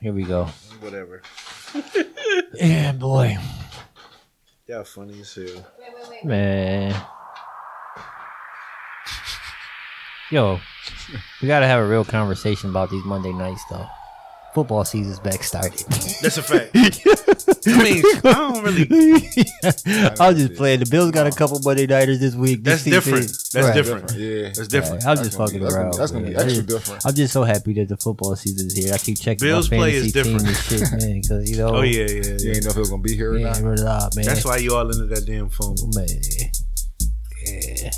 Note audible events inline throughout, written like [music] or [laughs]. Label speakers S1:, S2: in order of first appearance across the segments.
S1: Here we go.
S2: Whatever.
S1: Yeah, boy.
S2: Y'all funny as hell.
S3: Wait, wait, wait.
S1: Man. Yo, we gotta have a real conversation about these Monday nights, though. Football season's back started. [laughs]
S2: That's a fact. I mean, I don't really.
S1: I was just playing. The Bills got a couple Monday nighters this week.
S4: That's
S1: This season-
S4: different. That's
S1: Right.
S4: different.
S5: Yeah.
S4: That's different.
S1: I was just
S5: gonna
S1: fucking
S5: be- that's
S1: around.
S5: gonna- that's gonna be
S1: man. I
S5: extra
S1: just-
S5: different.
S1: I'm just so happy that the football season's here. I keep checking
S4: Bills
S1: my
S4: play
S1: fantasy
S4: is
S1: team
S4: different.
S1: and shit,
S4: [laughs]
S1: man, because you know.
S4: Oh yeah, yeah,
S5: You
S4: yeah.
S5: ain't know if he was gonna be here or
S1: Yeah,
S5: not.
S1: we're up, man.
S4: That's why you all into that damn phone.
S1: Man. Yeah.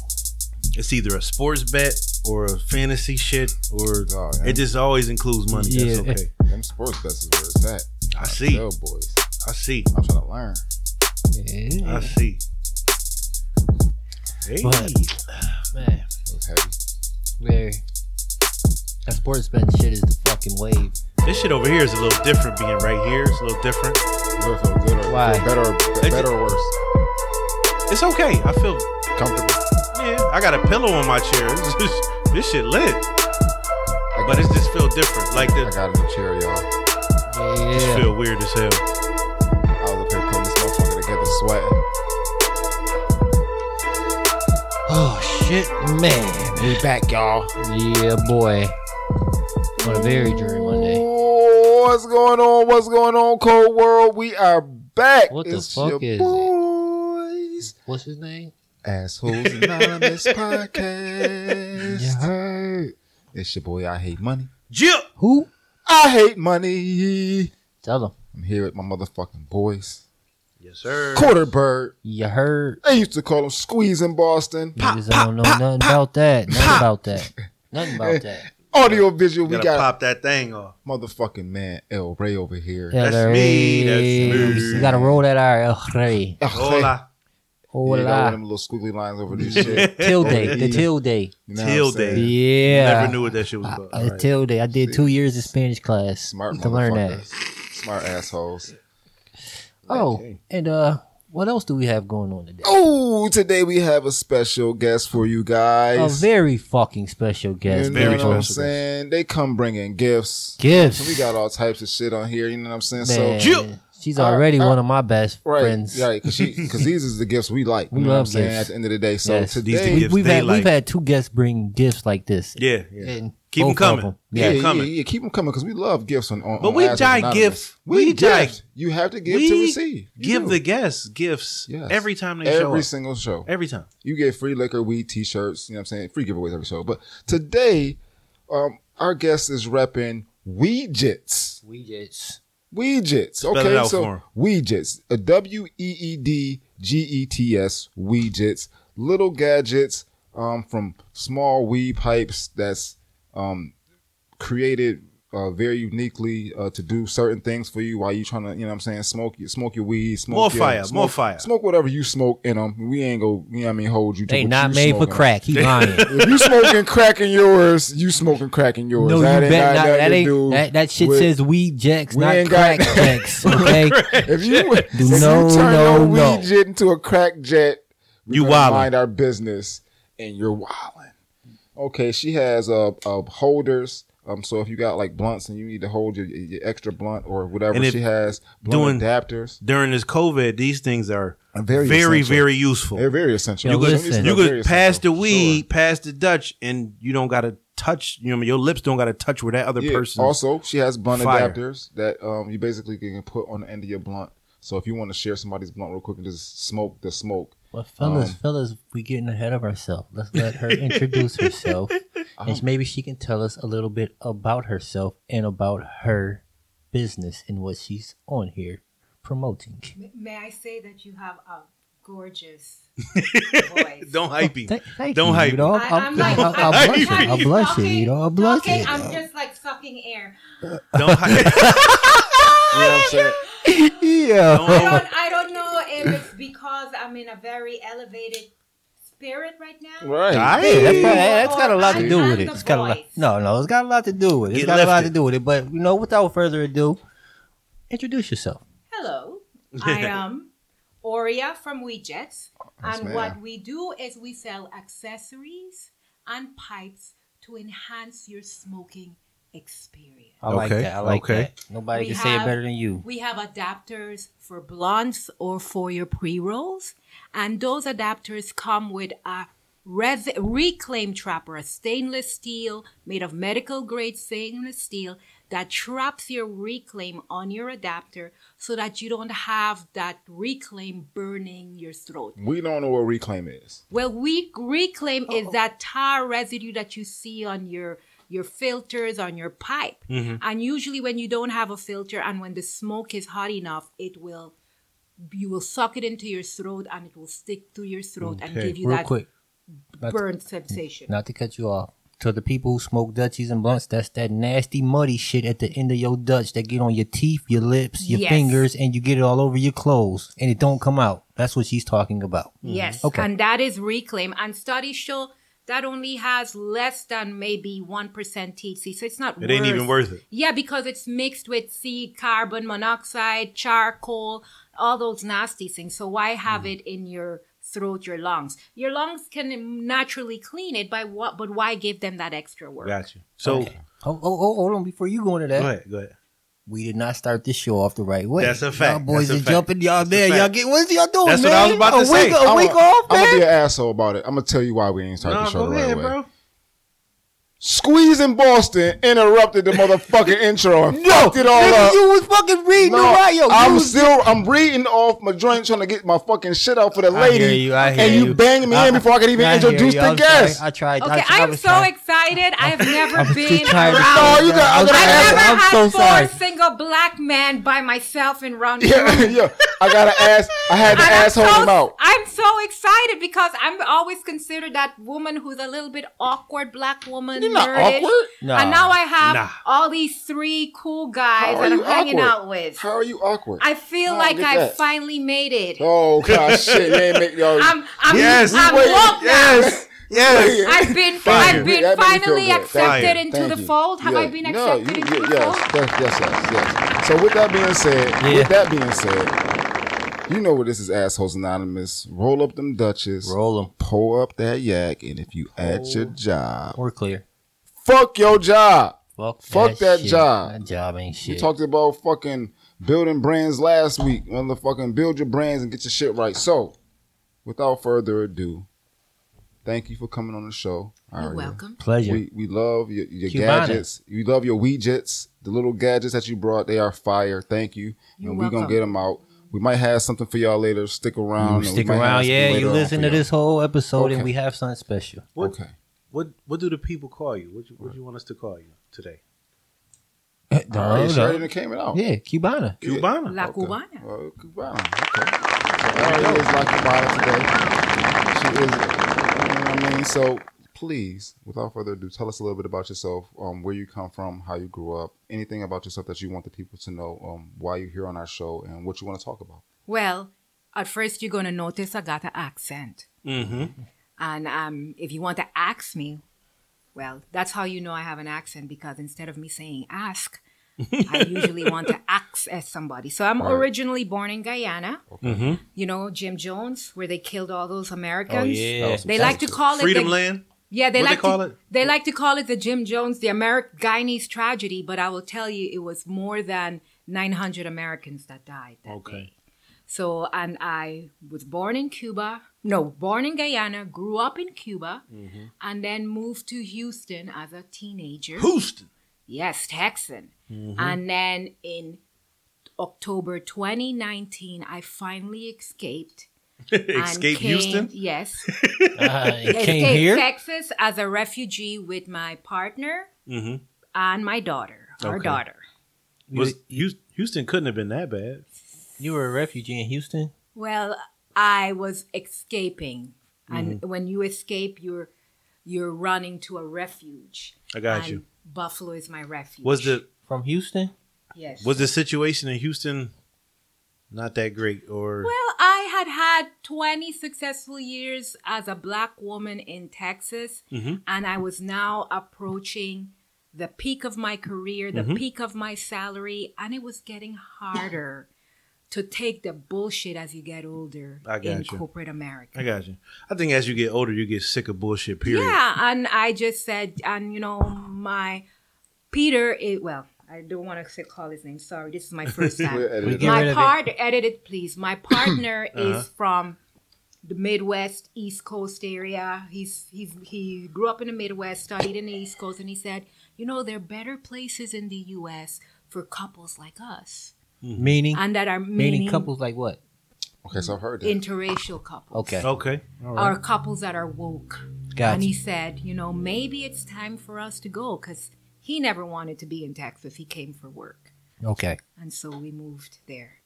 S4: It's either a sports bet or a fantasy shit, or
S5: Oh, yeah.
S4: it just always includes money.
S1: Yeah.
S4: That's okay.
S5: Them sports bets is where it's at.
S4: I see.
S5: Tell boys.
S4: I see.
S5: I'm trying to learn.
S1: Yeah.
S4: I see. Hey.
S1: But- Man.
S5: It was heavy.
S1: Very. That sports betting shit is the fucking wave.
S4: This shit over here is a little different being right here. It's a little different.
S5: You don't feel good or
S1: Why?
S5: feel better, or,
S4: It's-
S5: better or worse.
S4: It's okay. I feel
S5: Comfortable.
S4: yeah. I got a pillow on my chair. [laughs] It's just- this shit lit. But it just feel different. Like
S5: I
S4: the
S5: got in the chair, y'all.
S4: just
S1: Yeah.
S4: feel weird as hell.
S5: I was up here putting this motherfucker together, sweating.
S1: Oh shit, man.
S5: We back, y'all.
S1: Yeah, boy. On a very dreary Monday.
S5: Oh, what's going on? What's going on, Cold World? We are back.
S1: What the
S5: It's
S1: fuck
S5: your
S1: is it?
S5: boys.
S1: What's his name?
S5: Assholes Anonymous Podcast. It's your boy, I Hate Money.
S4: Jill.
S1: Who?
S5: I Hate Money.
S1: Tell him.
S5: I'm here with my motherfucking boys.
S4: Yes, sir.
S5: Quarter Bird.
S1: You heard?
S5: They used to call him Squeeze in Boston.
S1: Niggas don't know nothing about that. Nothing about that. Nothing about
S4: [laughs]
S1: that.
S5: Audio visual,
S4: We
S5: we
S4: gotta
S5: got
S4: pop that thing off.
S5: motherfucking man El Ray over here.
S1: Tell
S4: That's
S1: her,
S4: me, that's
S1: hey,
S4: me.
S1: You gotta roll that R. El Rey.
S5: El Rey.
S4: Hola.
S5: You know, one of
S1: Hola.
S5: them little squiggly lines over
S4: [laughs]
S5: this shit.
S1: Till day. The
S5: Yeah.
S1: till day.
S5: You know what I'm
S4: Till
S5: saying?
S4: day.
S1: Yeah.
S4: Never knew what that shit was
S1: I,
S4: about.
S1: I till day. I did two years of Spanish class
S5: Smart
S1: to learn that.
S5: motherfuckers. Smart assholes.
S1: Oh, and uh, what else do we have going on today?
S5: Oh, today we have a special guest for you
S1: A
S5: guys.
S1: very fucking special guest.
S5: you know
S4: very
S5: what I'm
S4: special
S5: saying? They come bringing gifts.
S1: Gifts.
S5: So we got all types of shit on here. You know what I'm saying?
S1: Man,
S5: So
S4: Jill.
S1: she's already
S5: Uh, uh,
S1: one of my best
S5: right,
S1: friends.
S5: right, because these is the gifts we like. You
S1: We
S5: know what I'm
S1: love
S5: saying?
S1: gifts.
S5: At the end of the day, so
S1: Yes.
S5: today,
S4: These the
S1: We,
S4: gifts
S1: we've
S4: they
S1: had
S4: like.
S1: we've had two guests bring gifts like this.
S4: Yeah, yeah.
S1: And
S4: Keep 'em
S1: both of
S4: coming.
S5: yeah,
S1: Yeah.
S5: yeah,
S4: coming.
S5: yeah, keep them coming because we love gifts on. on
S4: But
S5: on
S4: we
S5: Ask
S4: die
S5: Anonymous.
S4: gifts.
S5: We,
S4: We die-
S5: gift. You have to give to receive. You
S4: give
S5: do.
S4: the guests gifts
S5: Yes.
S4: every time they show
S5: every
S4: up.
S5: single show.
S4: Every time.
S5: You get free liquor, weed, t-shirts. You know what I'm saying? Free giveaways every show. But today, um, our guest is repping Weejits.
S1: We just
S4: it
S5: Weejits. okay,
S4: out
S5: so
S4: for 'em.
S5: Weejits. A W E E D G E T S. Weejits. Little gadgets um, from small weed pipes that's um, created uh, very uniquely uh, to do certain things for you while you trying to, you know what I'm saying, smoke your, smoke your weed, smoke
S4: More
S5: your,
S4: fire,
S5: smoke,
S4: more fire.
S5: Smoke whatever you smoke in them. We ain't go, you know what I mean, hold you to
S1: they
S5: what
S1: not
S5: you
S1: made for
S5: smoking.
S1: crack.
S4: [laughs]
S1: He lying.
S5: If you smoking crack in yours, you smoking crack in yours.
S1: No, you
S5: That ain't
S1: bet not.
S5: got nothing
S1: That
S5: to
S1: ain't
S5: do
S1: that, that shit
S5: with-
S1: says weed jacks,
S5: We
S1: not
S5: ain't got-
S1: crack jacks.
S5: [laughs]
S1: Okay,
S5: If you, if
S1: Do
S5: you
S1: no,
S5: turn
S1: no,
S5: your
S1: no.
S5: weed jet into a crack jet, we're
S4: You
S5: gonna
S4: wildin'.
S5: mind our business, and you're wilding. Okay, she has uh, uh holders. Um, so if you got like blunts and you need to hold your, your extra blunt or whatever
S4: And if
S5: she has,
S4: doing-
S5: blunt adapters,
S4: During this COVID, these things are
S5: Are
S4: very,
S5: very
S4: very,
S5: essential.
S4: useful.
S5: they're very essential.
S1: You
S5: Some of
S1: could-
S5: these
S1: you
S5: are
S4: you
S5: very
S4: could pass the
S5: essential,
S4: weed,
S5: sure.
S4: pass the Dutch, and you don't gotta touch. You know, your lips don't gotta touch where that other
S5: Yeah.
S4: person.
S5: Also, she has blunt
S4: Fire.
S5: adapters that um you basically can put on the end of your blunt. So if you want to share somebody's blunt real quick and just smoke the smoke,
S1: well, fellas,
S5: Um,
S1: fellas, we getting ahead of ourselves. Let's let her introduce [laughs] herself, and maybe she can tell us a little bit about herself and about her business and what she's on here promoting.
S3: M- May I say that you have a gorgeous voice?
S4: [laughs] don't hype me.
S1: Th- thank
S4: Don't
S1: you,
S4: hype
S1: you know,
S3: I,
S1: I'm,
S3: I'm like,
S1: I'm, I'm,
S3: I'm
S1: blushing.
S3: talking-
S1: I'm blushing. You know, I'm
S3: talking-
S1: blushing.
S3: talking, I'm just like sucking
S1: [laughs]
S3: air.
S4: Don't hype.
S5: you know what I'm saying.
S1: [laughs] yeah.
S3: I
S4: Don't,
S3: don't, I don't know if it's because I'm in a very elevated spirit right now.
S5: Right.
S1: Hey, that's,
S4: Hey.
S1: probably, that's got a lot to
S3: I'm
S1: do with
S3: the
S1: it. It's got a lot.
S3: voice.
S1: No, no, it's got a lot to do with it. It's
S4: Get
S1: got a lot to
S4: lifted.
S1: do with it. But you know, without further ado, introduce yourself.
S3: Hello, I am Oria from WeJets, and
S5: ma'am.
S3: what we do is we sell accessories and pipes to enhance your smoking experience.
S1: I like
S4: Okay,
S1: that. I like
S4: okay.
S1: that. Nobody
S3: We
S1: can say it
S3: have-
S1: better than you.
S3: We have adapters for blunts or for your pre rolls, and those adapters come with a res- reclaimed trapper, a stainless steel made of medical grade stainless steel that traps your reclaim on your adapter so that you don't have that reclaim burning your throat.
S5: We don't know what reclaim is.
S3: Well, we reclaim is that tar residue that you see on your your filters on your pipe.
S4: Mm-hmm.
S3: And usually when you don't have a filter and when the smoke is hot enough, it will you will suck it into your throat and it will stick to your throat and
S4: Okay,
S3: give you
S1: Real
S3: that
S1: quick, not to,
S3: burn sensation.
S1: not to cut you off. To the people who smoke Dutchies and blunts, that's that nasty muddy shit at the end of your Dutch that get on your teeth, your lips, your
S3: Yes.
S1: fingers, and you get it all over your clothes, and it don't come out. That's what she's talking about.
S3: Mm-hmm. Yes.
S1: Okay.
S3: And that is reclaim. And studies show that only has less than maybe 1% THC. So it's not
S4: It ain't even worth it.
S3: Yeah, because it's mixed with C, carbon monoxide, charcoal, all those nasty things. So why
S1: Hmm.
S3: have it in your throat, your lungs? Your lungs can naturally clean it by what, but why give them that extra work?
S4: Got you. So
S1: Okay. Oh, oh, oh, hold on! Before you go into that,
S4: go ahead, go ahead.
S1: we did not start this show off the right way.
S4: That's a fact.
S1: Y'all boys
S4: That's a
S1: is
S4: fact.
S1: jumping y'all
S4: That's a
S1: there. Y'all
S4: fact.
S1: get what's y'all doing,
S4: That's
S1: man?
S4: what I was about
S1: a
S4: to
S1: week,
S4: say.
S1: A week off,
S5: I'm gonna be
S1: man.
S5: an asshole about it. I'm gonna tell you why we ain't starting the show the right way.
S4: bro.
S5: Squeeze in Boston interrupted the motherfucking intro and fucked it all
S1: nigga,
S5: up.
S1: you was fucking reading the
S5: No,
S1: right. Yo,
S5: I'm
S1: you was
S5: still I'm reading off my joint trying to get my fucking shit out for the
S1: I
S5: lady.
S1: hear you, I hear
S5: and you,
S1: you.
S5: banged me in before I could even
S1: I hear
S5: introduce
S1: you.
S5: the
S1: I'm sorry.
S5: guest.
S1: I tried. I,
S3: Okay,
S1: I
S3: I'm
S1: was
S3: so
S1: trying. [laughs]
S3: excited. I have
S1: I
S3: never
S1: was
S3: been
S1: too tired to
S3: around.
S1: stop
S5: No, Oh, you
S1: that.
S5: got- I'm gonna
S1: I
S5: ask-
S1: was-
S3: I've never
S1: I'm
S3: had
S1: so
S3: four
S1: sorry.
S3: single black men by myself in
S1: [laughs]
S3: round
S5: [laughs]
S3: two.
S5: yeah, [laughs] yeah. I gotta ask I had to
S3: And I'm
S5: asshole
S3: so,
S5: him out.
S3: I'm so excited because I'm always considered that woman who's a little bit awkward black woman.
S5: You're not
S3: nerdish.
S5: awkward.
S1: Nah.
S3: And now I have
S4: Nah.
S3: all these three cool
S5: How
S3: guys
S5: are
S3: that I'm
S5: you
S3: hanging
S5: awkward?
S3: out with.
S5: How are you awkward?
S3: I feel
S5: Oh,
S3: like
S5: look
S3: I
S5: at that.
S3: finally made it.
S5: oh god shit, you ain't make y'all
S3: I'm, I'm,
S4: Yes.
S3: I'm
S5: Wait,
S3: woke now.
S4: Yes, yes.
S3: I've been,
S4: Fire.
S3: I've been
S5: That made me feel
S3: finally
S5: good.
S3: accepted
S4: Fire.
S3: into
S5: Thank
S3: the
S5: you.
S3: fold. Have
S5: Yeah.
S3: I been
S5: No,
S3: accepted
S5: you-
S3: into
S5: yeah,
S3: the
S5: yes,
S3: fold?
S5: Yes, yes, yes, yes. So with that being said,
S1: Yeah.
S5: with that being said, you know what this is, assholes anonymous. Roll up them Dutches,
S1: Roll Oh. them.
S5: pull up that yak, and if you at your job,
S1: We're clear.
S5: fuck your job.
S1: Fuck,
S5: Fuck that
S1: shit.
S5: job.
S1: That job ain't shit.
S5: We talked about fucking building brands last week. Motherfucking build your brands and get your shit right. So, without further ado, thank you for coming on the show.
S3: You're
S5: Aria.
S3: welcome.
S1: Pleasure.
S5: We, we love your, your
S1: Cubana.
S5: gadgets. We love your widgets. The little gadgets that you brought, they are fire. Thank you.
S3: You're
S5: and we're going to
S3: welcome.
S5: get them out. We might have something for y'all later. Stick around. and we
S1: Um, Stick
S5: might have
S1: around,
S5: something
S1: yeah.
S5: later
S1: You
S5: on
S1: listen
S5: for
S1: to
S5: y'all.
S1: this whole episode, and
S5: Okay.
S1: we have something
S5: [laughs]
S1: special.
S4: What,
S5: Okay.
S4: what what do the people call you? What you, what you want us to call you today?
S5: All right, sure, then it came out.
S1: Oh, Yeah, Cubana.
S4: Cubana.
S3: La Cubana.
S5: Uh, Cubana. Okay. So Aria is like Cubana today. She is. You know what I mean? So please, without further ado, tell us a little bit about yourself, um, where you come from, how you grew up, anything about yourself that you want the people to know, um, why you're here on our show, and what you want to talk about.
S3: Well, at first you're gonna notice I got an accent,
S4: Mm-hmm.
S3: and um, if you want to ask me, well, that's how you know I have an accent because instead of me saying ask,
S1: [laughs]
S3: I usually want to access somebody. So I'm
S5: Right.
S3: originally born in Guyana.
S5: Mm-hmm.
S4: Mhm.
S3: You know Jim Jones, where they killed all those Americans.
S1: Oh yeah.
S5: That was-
S3: They like to call it
S4: Freedom
S3: the,
S4: Land.
S3: Yeah, they
S4: What they
S3: like
S4: call
S3: to,
S4: it?
S3: They like to call it the Jim Jones, the American Guyanese tragedy. But I will tell you, it was more than 900 Americans that died. That
S1: Oh,
S4: Okay.
S3: Day. So, and I was born in Cuba. No, born in Guyana, grew up in Cuba, and then moved to Houston as a teenager.
S4: Houston.
S3: Yes, Texan. And then in October 2019, I finally escaped. and
S4: [laughs] Escape
S3: came-
S4: Houston.
S3: Yes.
S1: Uh,
S3: [laughs]
S1: it came
S3: escaped
S1: here.
S3: Texas as a refugee with my partner
S4: Mm-hmm.
S3: and my daughter, our
S4: Okay.
S3: daughter.
S4: Was Hous- Houston couldn't have been that bad.
S1: You were a refugee in Houston.
S3: Well, I was escaping,
S4: Mm-hmm.
S3: and when you escape, you're you're running to a refuge.
S4: I got you.
S3: And Buffalo is my refuge.
S4: Was the
S1: From Houston?
S3: yes?
S4: was the situation in Houston not that great or
S3: Well, I had had 20 successful years as a black woman in Texas,
S4: Mhm.
S3: and I was now approaching the peak of my career,
S4: Mm-hmm.
S3: the peak of my salary, and it was getting harder to take the bullshit as you get older
S4: I got
S3: in
S4: you.
S3: corporate America.
S4: I got you. I think as you get older, you get sick of bullshit. Period.
S3: Yeah, and I just said, and you know, my Peter, it, well, I don't want to call his name. Sorry, this is my first
S5: We're
S3: time.
S5: editing.
S1: get rid
S3: my
S1: of
S3: part, edit it, please. My partner is from the Midwest, East Coast area. He's he's he grew up in the Midwest, studied in the East Coast, and he said, you know, there are better places in the U.S. for couples like us,
S1: Meaning,
S3: and that are
S1: meaning
S3: meaning
S1: couples like what?
S5: Okay, so I've heard that.
S3: interracial couples.
S1: Okay,
S4: Okay.
S3: Are couples that are woke. And
S1: gotcha.
S3: he said, you know, maybe it's time for us to go because he never wanted to be in Texas. He came for work.
S1: Okay,
S3: And so we moved there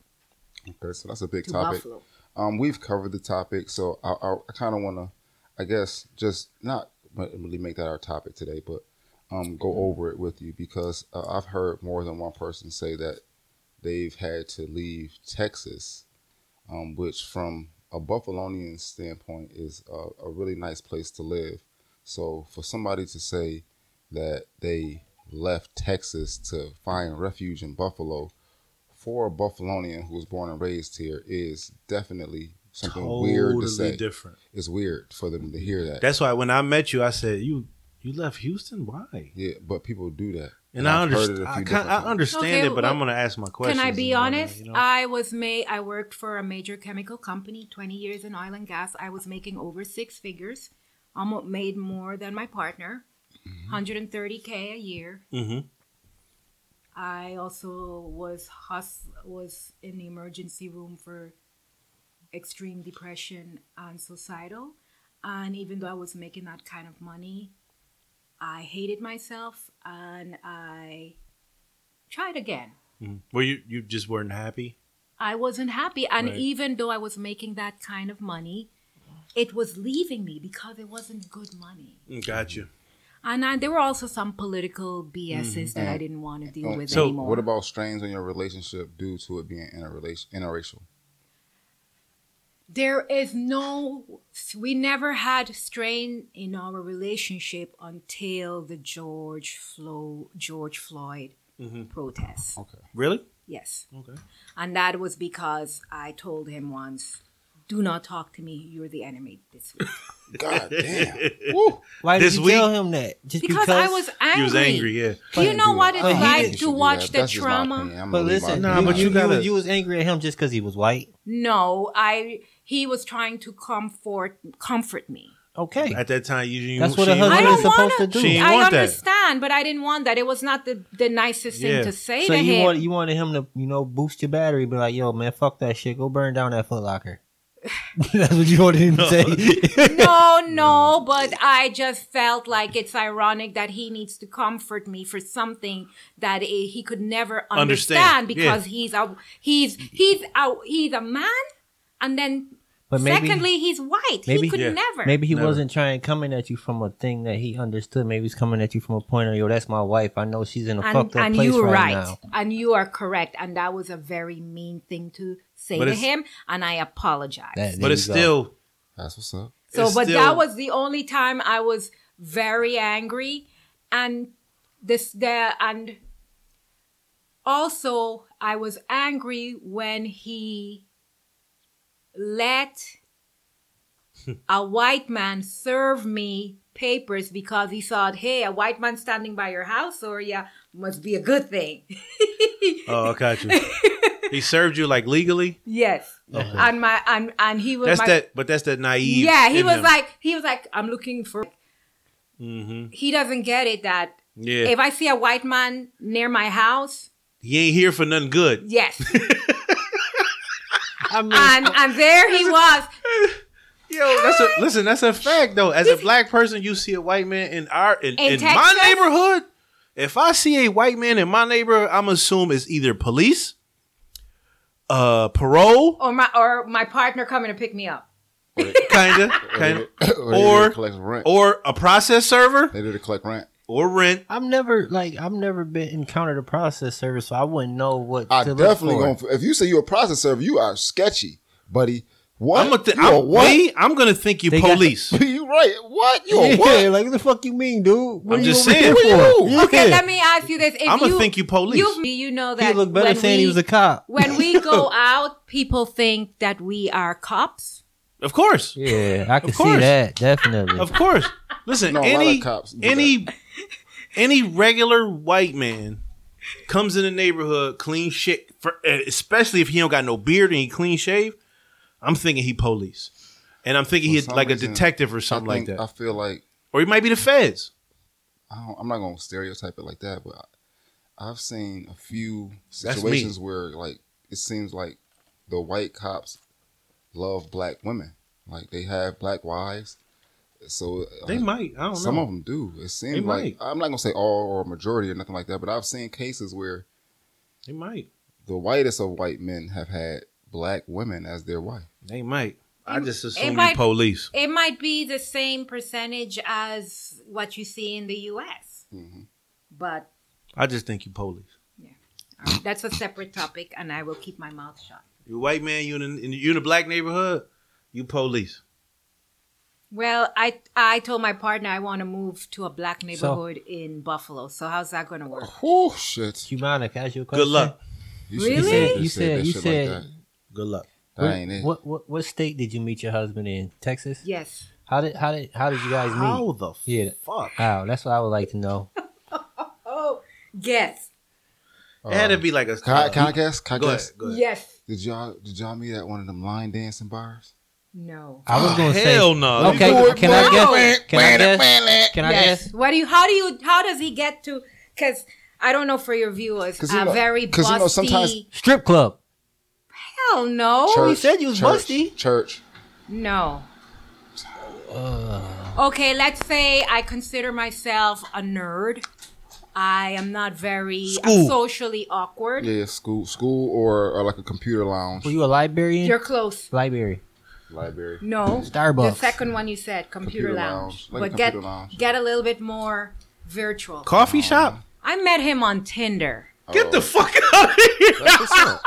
S5: Okay, so that's a big
S3: to
S5: topic.
S3: Buffalo.
S5: Um, we've covered the topic, so I, I, I kind of want to, I guess, just not really make that our topic today, but um, go over it with you because uh, I've heard more than one person say that they've had to leave Texas, um, which from a Buffalonian standpoint is a, a really nice place to live. So for somebody to say that they left Texas to find refuge in Buffalo for a Buffalonian who was born and raised here is definitely something weird to say.
S4: Totally different.
S5: It's weird for them to hear that.
S4: That's why when I met you, I said you you left Houston. Why?
S5: yeah, but people do that.
S4: And I,
S5: I've heard it
S4: understand.
S5: a
S4: I,
S5: few
S4: kind- I
S5: different times.
S4: understand
S3: Okay,
S4: it, but
S3: well,
S4: I'm gonna ask my question.
S3: Can I be honest? I was made, I worked for a major chemical company, 20 years in oil and gas. I was making over six figures, almost made more than my partner, 130K a year.
S4: mm-hmm.
S3: I also was hus- was in the emergency room for extreme depression and suicidal. And even though I was making that kind of money, I hated myself and I tried again.
S4: Were you you just weren't happy?
S3: I wasn't happy. And
S4: Right.
S3: even though I was making that kind of money, it was leaving me because it wasn't good money.
S4: Got you.
S3: And I, there were also some political BSs that I didn't want to deal
S5: Mm.
S3: with
S4: Mm-hmm. Oh, So,
S3: anymore.
S5: What about strains on your relationship due to it being interrelation interracial?
S3: There is no, we never had strain in our relationship until the George Flo, George Floyd protests.
S5: Okay.
S4: Mm-hmm. Really?
S3: Yes,
S4: Okay.
S3: and that was because I told him once, "Do not talk to me. You're the enemy this
S4: [laughs]
S3: week."
S5: God damn. Woo.
S1: why did
S4: This
S1: you
S4: week-
S1: tell him that? Just
S3: Because, I was angry.
S4: [laughs] You was angry, yeah.
S3: Do you know what
S5: Oh,
S3: it's
S1: But he
S3: like
S1: didn't
S3: to watch the trauma?
S1: But listen,
S4: Nah,
S1: you,
S4: but
S1: you,
S4: you gotta-
S1: you, was- you was angry at him just because he was white.
S3: No, I. He was trying to comfort comfort me.
S1: Okay,
S4: At that time, you, you
S1: That's what a
S4: she-
S1: husband-
S3: I
S1: That's what
S3: don't
S1: it's supposed
S3: want
S1: to do. She
S4: ain't
S3: I
S4: want that.
S3: understand, but I didn't want that. It was not the, the nicest
S4: Yeah.
S3: thing to say
S1: so
S3: to
S1: you
S3: him.
S1: want you wanted him to you know boost your battery, be like, yo man, fuck that shit, go burn down that Foot Locker. [laughs] That's what you wanted him to
S3: [laughs]
S1: say. [laughs]
S3: [laughs] no, no, but I just felt like it's ironic that he needs to comfort me for something that he he could never understand,
S4: Understand,
S3: because he's a he's he's a he's a man, and then
S1: but maybe,
S3: secondly he's white.
S1: maybe-
S3: he could
S4: Yeah.
S3: never.
S1: maybe he
S4: Never.
S1: wasn't trying coming at you from a thing that he understood. Maybe he's coming at you from a point of yo, that's my wife. I know she's in a
S3: and,
S1: fucked up
S3: and
S1: place
S3: you were
S1: right,
S3: right,
S1: now.
S3: and you are correct, and that was a very mean thing to say
S4: But
S3: to
S4: it's-
S3: him, and I apologize.
S1: That-
S4: But it's
S1: There you go.
S4: still
S5: That's
S4: [laughs]
S5: what's up.
S3: So,
S4: It's
S3: but
S4: still-
S3: that was the only time I was very angry, and this there and also I was angry when he let
S4: [laughs]
S3: a white man serve me papers because he thought, hey, a white man standing by your house or yeah must be a good
S4: [laughs]
S3: thing. [laughs]
S4: Oh, I got you. he served you like legally.
S3: yes, and my and and he was
S4: Uh-huh. That's
S3: my,
S4: that, but that's that naive.
S3: Yeah, he was like he was like I'm looking for.
S4: mm-hmm.
S3: He doesn't get it that
S4: yeah,
S3: If I see a white man near my house,
S4: he ain't here for nothing good.
S1: [laughs]
S3: yes.
S1: I mean,
S3: and and there he was.
S4: Yo, that's a listen. That's a fact though. As a black person, you see a white man in our in,
S3: In
S4: in,
S3: Texas?
S4: my neighborhood. If I see a white man in my neighborhood, I'm assume it's either police, uh, parole,
S3: Or my or my partner coming to pick me up. [laughs]
S4: kinda, kinda,
S5: [laughs] or,
S4: Or-
S5: they did it to collect rent.
S4: or a process server
S5: they did it to collect rent.
S4: or rent.
S1: I've never like I've never been encountered a process service, so I wouldn't know what
S5: I
S1: to look
S5: definitely
S1: for.
S5: going to if you say you're a process server, you are sketchy, buddy. What?
S4: I'm gonna th-
S5: you a
S4: I'm,
S5: what?
S4: me, I'm gonna think you
S1: They got-
S4: police.
S5: [laughs] you right. What?
S1: [laughs]
S4: [laughs]
S5: You
S1: yeah,
S5: a what?
S1: like what the fuck you mean, dude? What
S4: I'm
S1: are you
S4: just
S1: over
S4: saying.
S1: here
S5: What
S1: for?
S5: do you-
S1: Yeah.
S3: Okay, let me ask you this. If
S4: I'm gonna
S3: you,
S4: think you police.
S3: you you know that
S1: He looked better
S3: when
S1: saying he
S3: we-
S1: was a [laughs] cop.
S3: when we go out, people think that we are cops.
S4: of course,
S1: Yeah, I can see
S4: course.
S3: [laughs]
S1: that definitely.
S4: of course. Listen,
S5: No, a lot of
S4: any
S5: cops do
S4: any [laughs] any regular white man comes in the neighborhood clean shit, for, especially if he don't got no beard and he clean shave, I'm thinking he police, and I'm thinking
S5: For
S4: he's
S5: some
S4: like a
S5: reason,
S4: detective or something
S5: I
S4: like
S5: think- uh,
S4: that,
S5: I feel like
S4: or he might be the feds.
S5: I don't, I'm not gonna stereotype it like that, but I, I've seen a few
S4: That's me.
S5: situations where like it seems like the white cops love black women, like they have black wives. So uh,
S4: They might. I don't
S5: some
S4: know.
S5: of them do. It
S4: They
S5: seems like I'm not gonna say all or majority or nothing like that, but I've seen cases where
S4: They might.
S5: the whitest of white men have had black women as their wife.
S4: They might. I just assume you
S3: might-
S4: police.
S3: It might be the same percentage as what you see in the U.S.,
S5: Mm-hmm.
S3: but
S4: I just think you police.
S3: um, that's a separate topic, and I will keep my mouth shut.
S4: You white man, you in, in you in a black neighborhood, you police.
S3: Well, I I told my partner I want to move to a black neighborhood in Buffalo. So how's that going to work?
S5: Oh shit!
S1: Humana, can I ask you a question?
S4: Good luck.
S5: You
S3: Really?
S5: should've said-
S1: You said- you
S5: that shit
S1: said-
S5: like
S4: Good luck.
S5: that. That ain't it.
S1: What, what what state did you meet your husband in? Texas?
S3: Yes.
S1: How did how did how did you guys meet?
S4: How the
S1: Yeah. Uh,
S4: fuck?
S1: How? That's what I would like to know.
S3: Oh, yes,
S4: it had to be like a.
S5: Uh, Can I, can I guess? Can I
S4: go
S5: guess?
S4: ahead. Go ahead.
S3: yes,
S5: Did y'all did y'all meet at one of them line dancing bars?
S3: no.
S1: I was gonna
S4: Hell
S1: say.
S4: no.
S1: Okay,
S5: You do it,
S1: can I
S5: boy.
S1: guess? Can I guess? Can I
S3: yes.
S1: guess?
S3: What do you? How do you? How does he get to? Because I don't know for your viewers,
S5: 'Cause
S3: a
S5: you know-
S3: very
S5: 'cause
S3: busty.
S5: you know, sometimes-
S1: Strip club.
S3: Hell no,
S5: Church,
S1: Oh, said you was
S5: church,
S1: busty.
S5: Church.
S3: no.
S5: Uh.
S3: Okay, let's say I consider myself a nerd. I am not very
S4: School.
S3: socially awkward.
S5: Yeah, school, school, or, or like a computer lounge,
S1: Were you a librarian?
S3: You're close.
S1: Library.
S5: library.
S3: No.
S1: Starbucks.
S3: The second one you said, computer,
S5: Computer
S3: lounge.
S5: lounge, like a
S3: but
S5: computer
S3: get
S5: lounge.
S3: get a little bit more virtual.
S4: Coffee shop.
S3: I met him on Tinder.
S4: Get the fuck out of here.
S5: Uh, That's what's
S1: [laughs]
S5: up.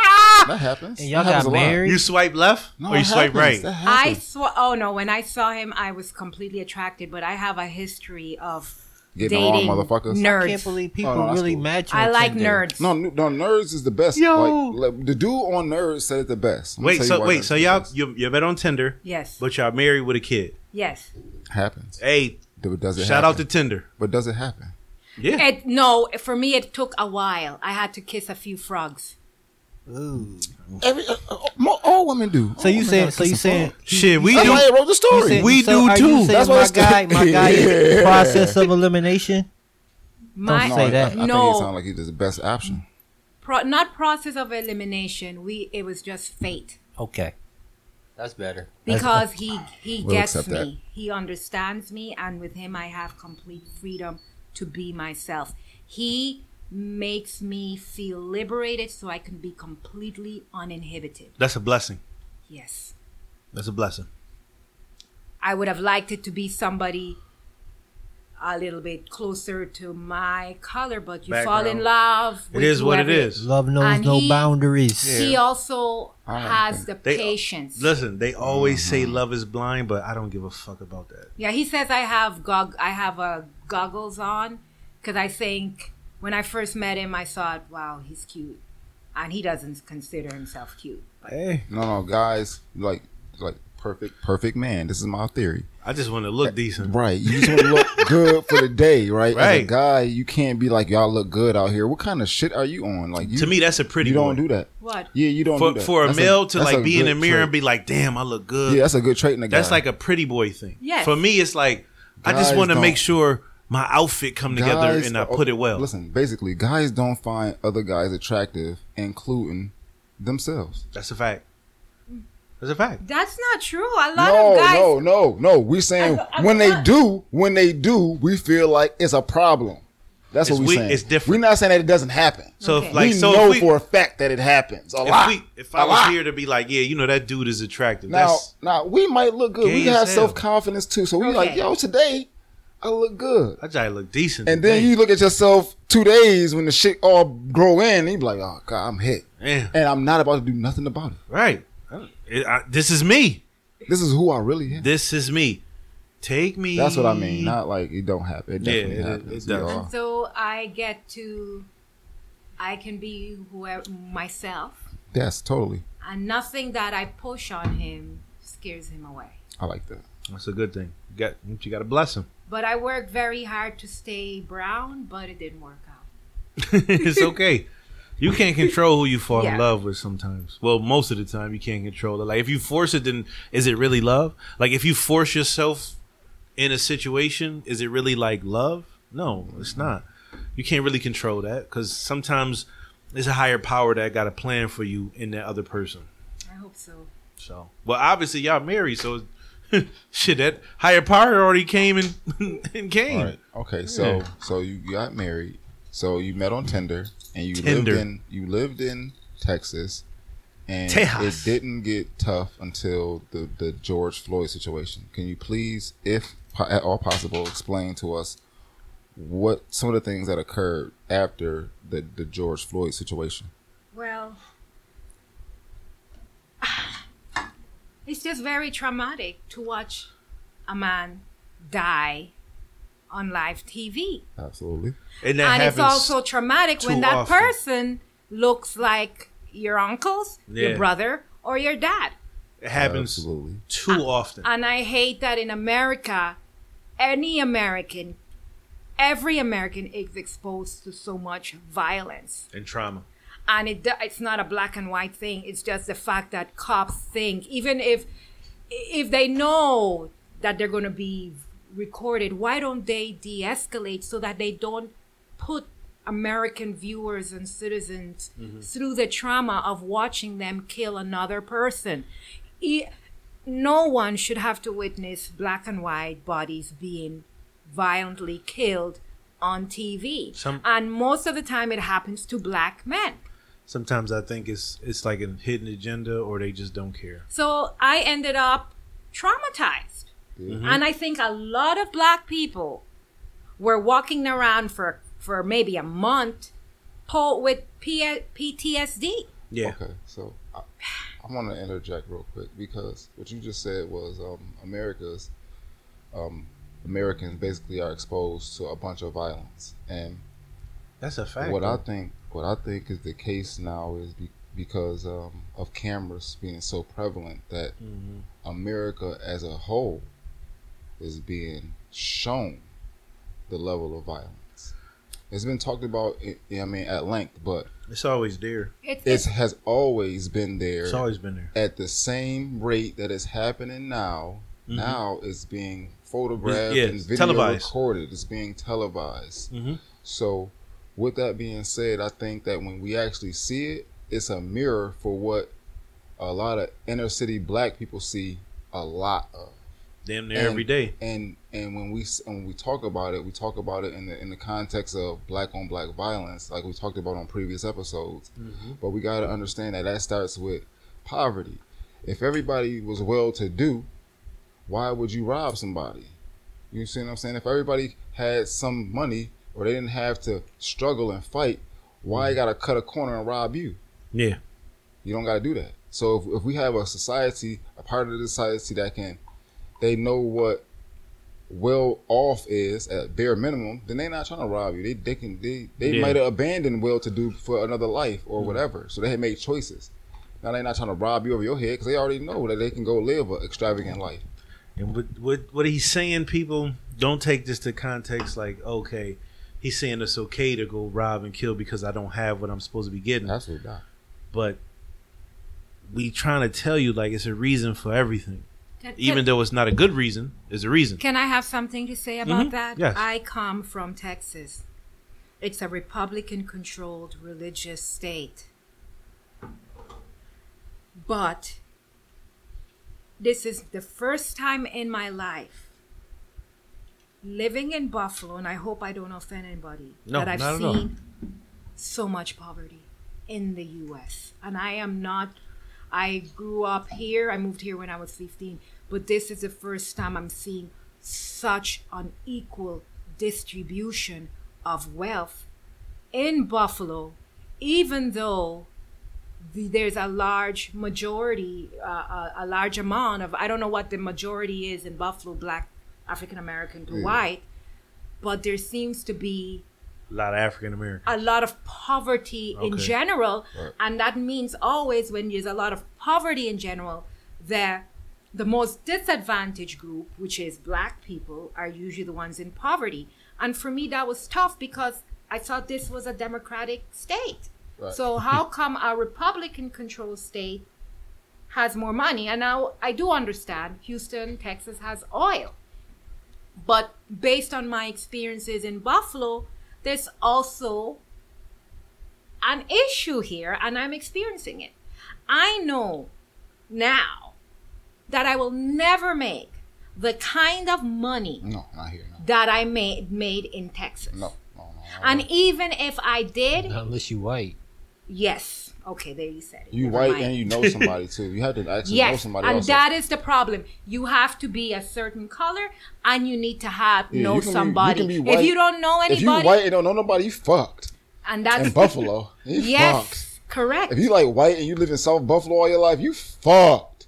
S5: that happens.
S1: And y'all
S5: That happens
S1: got
S5: a lot.
S1: married.
S4: You swipe left
S5: No,
S4: or Oh, you
S5: it
S4: swipe
S5: happens.
S4: right.
S5: That
S3: I
S5: happens.
S3: saw. Oh no! When I saw him, I was completely attracted. But I have a history of
S5: Getting on
S3: dating
S5: motherfuckers.
S3: nerds.
S1: I can't believe people
S5: Oh, no, that's
S1: really
S5: cool.
S1: match. you
S3: I
S1: on
S3: like
S1: Tinder.
S3: nerds.
S5: No, no, no, nerds is the best.
S4: Yo.
S5: Like, like, the dude on nerds said it the best. I'm gonna
S4: Wait,
S5: tell you
S4: so
S5: why
S4: wait,
S5: nerds
S4: so
S5: is the
S4: y'all
S5: best.
S4: you you met on Tinder,
S3: Yes.
S4: but y'all married with a kid.
S3: yes.
S5: happens.
S4: Hey,
S5: But does it
S4: Eh, shout out
S5: happen?
S4: to Tinder.
S5: But does it happen?
S4: Yeah.
S3: It, no, for me it took a while. I had to kiss a few frogs.
S1: Ooh.
S5: Every uh, uh, mo- all women do.
S1: So you saying? So you Oh, saying?
S4: Shit, we
S5: That's why I
S4: do.
S5: wrote the
S1: you
S5: story.
S1: saying-
S4: We
S1: so
S4: do
S1: are you
S4: too.
S1: saying
S5: That's why
S1: my
S5: it's-
S1: guy,
S4: [laughs]
S5: [laughs]
S1: my guy, is process of elimination.
S3: My
S1: Don't say that.
S5: I,
S1: No.
S5: think it sounds like he's the best option.
S3: pro, not process of elimination. We it was just fate
S1: Okay, that's better.
S3: because he he
S5: We'll
S3: gets me.
S5: accept that.
S3: He understands me, and with him I have complete freedom to be myself. He makes me feel liberated, so I can be completely uninhibited.
S4: That's a blessing.
S3: Yes,
S4: That's a blessing.
S3: I would have liked it to be somebody. A little bit closer to my color, but you fall
S4: Background.
S3: in love.
S4: It is what it
S3: whoever-
S4: is.
S1: love knows
S3: And
S1: no
S3: he-
S1: boundaries.
S3: He also
S5: I don't
S3: has the
S4: They-
S3: patience.
S4: Listen, they always say
S5: Uh-huh.
S4: love is blind, but I don't give a fuck about that.
S3: Yeah, he says I have gog- I have uh, goggles on because I think when I first met him, I thought, wow, he's cute, and he doesn't consider himself cute.
S4: Hey,
S5: No, no, guys, like, like perfect, perfect man. This is my theory.
S4: I just want to look decent.
S5: Right. You just want to look [laughs] good for the day, right? As a
S4: Right.
S5: guy, you can't be like, y'all look good out here. What kind of shit are you on? Like, you,
S4: to me, that's a pretty.
S5: you don't
S4: boy.
S5: do that.
S3: What?
S5: Yeah, you don't
S4: for,
S5: do that.
S4: for a
S5: That's
S4: male to
S5: that's a
S4: like be in the
S5: good
S4: mirror and
S5: trait.
S4: be like, "Damn, I look good."
S5: Yeah, that's a good trait in a guy.
S4: that's like a pretty boy thing.
S3: Yes.
S4: For me, it's like I just
S5: Guys
S4: want to
S5: don't-
S4: make sure my outfit come together
S5: Guys-
S4: and I put it well.
S5: Listen, basically, guys don't find other guys attractive, including themselves.
S4: That's a fact. That's a fact.
S3: That's not true. A lot
S5: No,
S3: of
S5: [laughs]
S3: guys.
S5: no, no, no. We're saying
S3: I go- I
S5: when
S3: go
S5: they
S3: on.
S5: do, when they do, we feel like it's a problem. That's
S4: It's
S5: what we're
S4: we-
S5: saying.
S4: it's different.
S5: We're not saying that it doesn't happen.
S4: So
S3: Okay.
S4: if like
S5: we
S4: so
S5: know
S4: if we,
S5: for a fact that it happens a
S4: if
S5: lot.
S4: we if I
S5: A
S4: was
S5: lot.
S4: here to be like, yeah, you know that dude is attractive.
S5: Now,
S4: That's
S5: now we might look good. We
S4: Gay as
S5: have
S4: hell.
S5: self confidence too. So we like,
S3: Okay.
S5: yo, today I look good.
S4: I just look decent.
S5: And then you look at yourself two days when the shit all grow in, and you be like, oh god, I'm hit,
S4: Yeah.
S5: and I'm not about to do nothing about it.
S4: right. I don't- it- I- this is me.
S5: This is who I really am.
S4: This is me. Take me.
S5: That's what I mean. Not like it don't happen. It
S4: Yeah,
S5: definitely
S4: it- it
S5: happens.
S4: does.
S5: y'all.
S3: And so I get to, I can be whoever myself,
S5: Yes, totally.
S3: and nothing that I push on him scares him away.
S5: I like that.
S4: That's a good thing. You got you got to bless him.
S3: But I worked very hard to stay brown, but it didn't work out.
S4: [laughs] it's okay. You can't control who you fall in
S3: Yeah.
S4: love with sometimes. Well, most of the time you can't control it. Like if you force it, then is it really love? Like if you force yourself in a situation, is it really like love? No, it's not. You can't really control that because sometimes there's a higher power that got a plan for you in that other person.
S3: I hope so.
S4: So, well, obviously y'all married, so [laughs] shit. That higher power already came and [laughs] and came.
S5: All right. Okay. So
S4: Yeah.
S5: so you got married. So you met on Tinder, and you
S4: Tinder.
S5: lived in you lived in Texas, and
S4: Tejas.
S5: it didn't get tough until the the George Floyd situation. Can you please, if po- at all possible, explain to us what some of the things that occurred after the the George Floyd situation?
S3: Well, [sighs] it's just very traumatic to watch a man die on live TV.
S5: Absolutely.
S4: And that
S3: and it's
S4: happens.
S3: also traumatic
S4: too
S3: when that
S4: often.
S3: person looks like your uncles,
S4: Yeah.
S3: your brother, or your dad.
S4: it happens
S5: Absolutely.
S4: too often.
S3: And I hate that in America, any American, every American is exposed to so much violence.
S4: and trauma.
S3: And it, do- it's not a black and white thing. It's just the fact that cops think, even if if they know that they're going to be recorded, why don't they de-escalate so that they don't put American viewers and citizens through the trauma of watching them kill another person? E- no one should have to witness black and white bodies being violently killed on TV.
S4: Some-
S3: and most of the time it happens to black men.
S4: Sometimes I think it's it's like a hidden agenda, or they just don't care.
S3: So I ended up traumatized.
S4: Mm-hmm.
S3: And I think a lot of black people were walking around for, for maybe a month po- with P- PTSD.
S4: Yeah,
S5: Okay, so I, I want to interject real quick because what you just said was um, America's um, Americans basically are exposed to a bunch of violence, and
S4: that's a fact.
S5: what I think what I think is the case now is be, because um, of cameras being so prevalent that
S4: Mhm.
S5: America as a whole is being shown the level of violence. It's been talked about, I- I mean, at length, but
S4: It's always there.
S3: It's,
S5: it has always been there
S4: It's always been there.
S5: at the same rate that it's happening now, now it's being
S4: Mm-hmm.
S5: photographed
S4: Yeah,
S5: and
S4: it's
S5: video
S4: televised.
S5: recorded. It's being televised.
S4: Mhm.
S5: So, with that being said, I think that when we actually see it, it's a mirror for what a lot of inner city black people see a lot of.
S4: Damn near
S5: And-
S4: every day.
S5: And and when we s- when we talk about it, we talk about it in the in the context of black on black violence, like we talked about on previous episodes. But we got to understand that that starts with poverty. If everybody was well to do, why would you rob somebody? You see what I'm saying? If everybody had some money or they didn't have to struggle and fight, why you got to cut a corner and rob you?
S4: Yeah,
S5: You don't got to do that. So if, if we have a society, a part of the society that can, they know what well off is at bare minimum, then they're not trying to rob you. They they can they they
S4: Yeah.
S5: might have abandoned well to do for another life or whatever. So they had made choices. Now they're not trying to rob you over your head because they already know that they can go live an extravagant life.
S4: and what what what he's saying, people don't take this to context. Like, okay, he's saying it's okay to go rob and kill because I don't have what I'm supposed to be getting.
S5: Absolutely not.
S4: but we trying to tell you like it's a reason for everything,
S3: can-
S4: even though it's not a good reason. It's a reason.
S3: Can I have something to say about
S4: Mhm.
S3: that?
S4: Yes.
S3: I come from Texas. It's a Republican controlled religious state. But this is the first time in my life living in Buffalo, and I hope I don't offend anybody,
S4: No,
S3: that I've
S4: not at all.
S3: seen so much poverty in the U.S. And I am not, I grew up here, I moved here when I was 15, but this is the first time I'm seeing such an equal distribution of wealth in Buffalo, even though the, there's a large majority, uh, a, a large amount of, I don't know what the majority is in Buffalo, black, African American to white, but there seems to be
S4: A lot of African Americans.
S3: a lot of poverty in
S4: Okay.
S3: general
S5: Right.
S3: and that means always when there's a lot of poverty in general the the most disadvantaged group, which is black people, are usually the ones in poverty. And for me, that was tough because I thought this was a democratic state.
S5: Right.
S3: So,
S5: [laughs]
S3: how come our Republican controlled state has more money? And now I do understand Houston, Texas has oil. But based on my experiences in Buffalo, there's also an issue here, and I'm experiencing it. I know now that I will never make the kind of money
S5: No, not here. No,
S3: that I made made in Texas.
S5: no, no. no.
S3: And even if I did,
S1: Not unless you white.
S3: yes. Okay, there you said it.
S5: You
S3: Never
S5: white
S3: mind.
S5: and you
S3: [laughs]
S5: know somebody too. You had to actually know
S3: Yes,
S5: somebody
S3: and
S5: also.
S3: that is the problem. You have to be a certain color, and you need to have
S5: Yeah,
S3: know
S5: you can be- you
S3: somebody.
S5: can be
S3: if
S5: white-
S3: you don't know
S5: if you
S3: anybody,
S5: white and don't know nobody, you fucked.
S3: and that's
S5: In
S3: [laughs]
S5: Buffalo, you fucked.
S3: yes, correct.
S5: If you like white and you live in South Buffalo all your life, you fucked.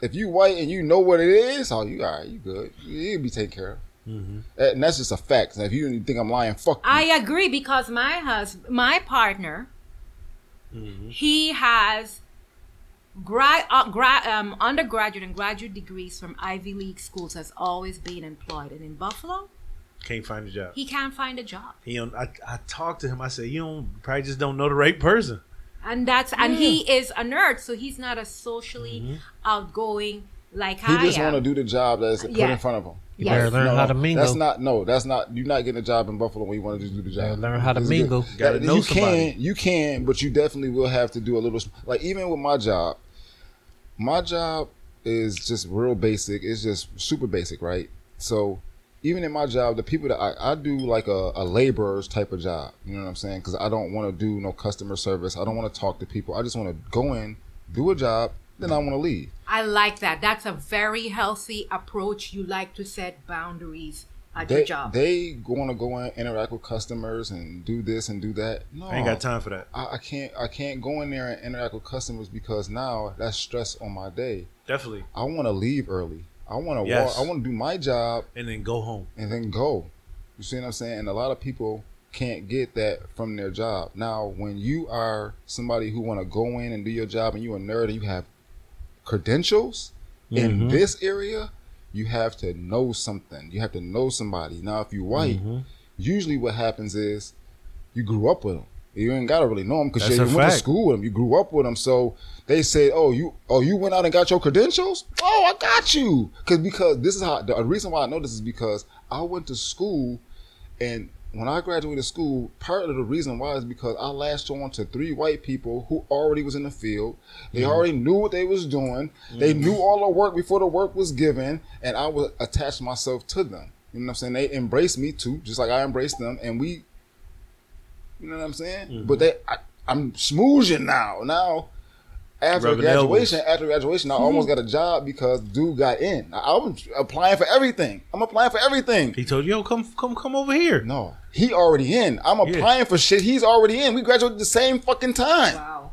S5: If you white and you know what it is, oh, you all right, you good. You'll be taken care of. And that's just a fact. And if you think I'm lying, fuck you.
S3: I agree because my husband, my partner, he has gra- uh, gra- um, undergraduate and graduate degrees from Ivy League schools. Has always been employed, and in Buffalo,
S4: Can't find a job.
S3: he can't find a job,
S4: He don't, I, I talked to him. I said, you don't, probably just don't know the right person.
S3: and that's and
S5: Mm.
S3: he is a nerd, so he's not a socially outgoing like
S5: He
S3: I
S5: just
S3: am.
S5: want to do the job that's put
S3: Yeah.
S5: in front of him.
S1: You
S3: Yes.
S1: better learn
S5: no,
S1: how to mingle.
S5: That's not no. That's not. You're not getting a job in Buffalo when you want to just do the
S1: Gotta
S5: job.
S1: learn how to
S5: It's good.
S1: mingle.
S4: Gotta
S5: That-
S4: know
S5: you
S4: somebody.
S5: can, you can, but you definitely will have to do a little. Like even with my job, my job is just real basic. It's just super basic, right? So even in my job, the people that I, I do like a, a laborer's type of job. You know what I'm saying? Because I don't want to do no customer service. I don't want to talk to people. I just want to go in, do a job, then I want to leave.
S3: I like that. That's a very healthy approach. You like to set boundaries at
S5: They
S3: your job.
S5: they want to go in, interact with customers, and do this and do that. No,
S4: I ain't got time for that.
S5: I, I can't I can't go in there and interact with customers because now that's stress on my day.
S4: Definitely.
S5: I want to leave early. I want to
S4: Yes.
S5: walk. I want to do my job
S4: And then go home.
S5: and then go. You see what I'm saying? And a lot of people can't get that from their job. Now, when you are somebody who want to go in and do your job and you a nerd and you have credentials
S4: Mm-hmm.
S5: in this area, you have to know something. You have to know somebody. Now, if you white, usually what happens is you grew up with them. You ain't gotta really know them because
S4: That's
S5: you, you
S4: a
S5: went to
S4: fact.
S5: school with them. You grew up with them, so they say, "Oh, you, oh, you went out and got your credentials. Oh, I got you." Because because this is how the reason why I know this is because I went to school, and when I graduated school, part of the reason why is because I latched on to three white people who already was in the field. They
S4: Mm-hmm.
S5: already knew what they was doing. They knew all the work before the work was given, and I was attached myself to them. You know what I'm saying? They embraced me too, just like I embraced them, and we you know what I'm saying? But they, I, I'm smoozing now. Now, after
S4: Rubbing
S5: graduation, after graduation, I almost got a job because dude got in. I, I was applying for everything. I'm applying for everything.
S4: He told you, yo, come, come, come over here.
S5: No, he already in. I'm applying for shit. He's already in. We graduated the same fucking time.
S3: wow.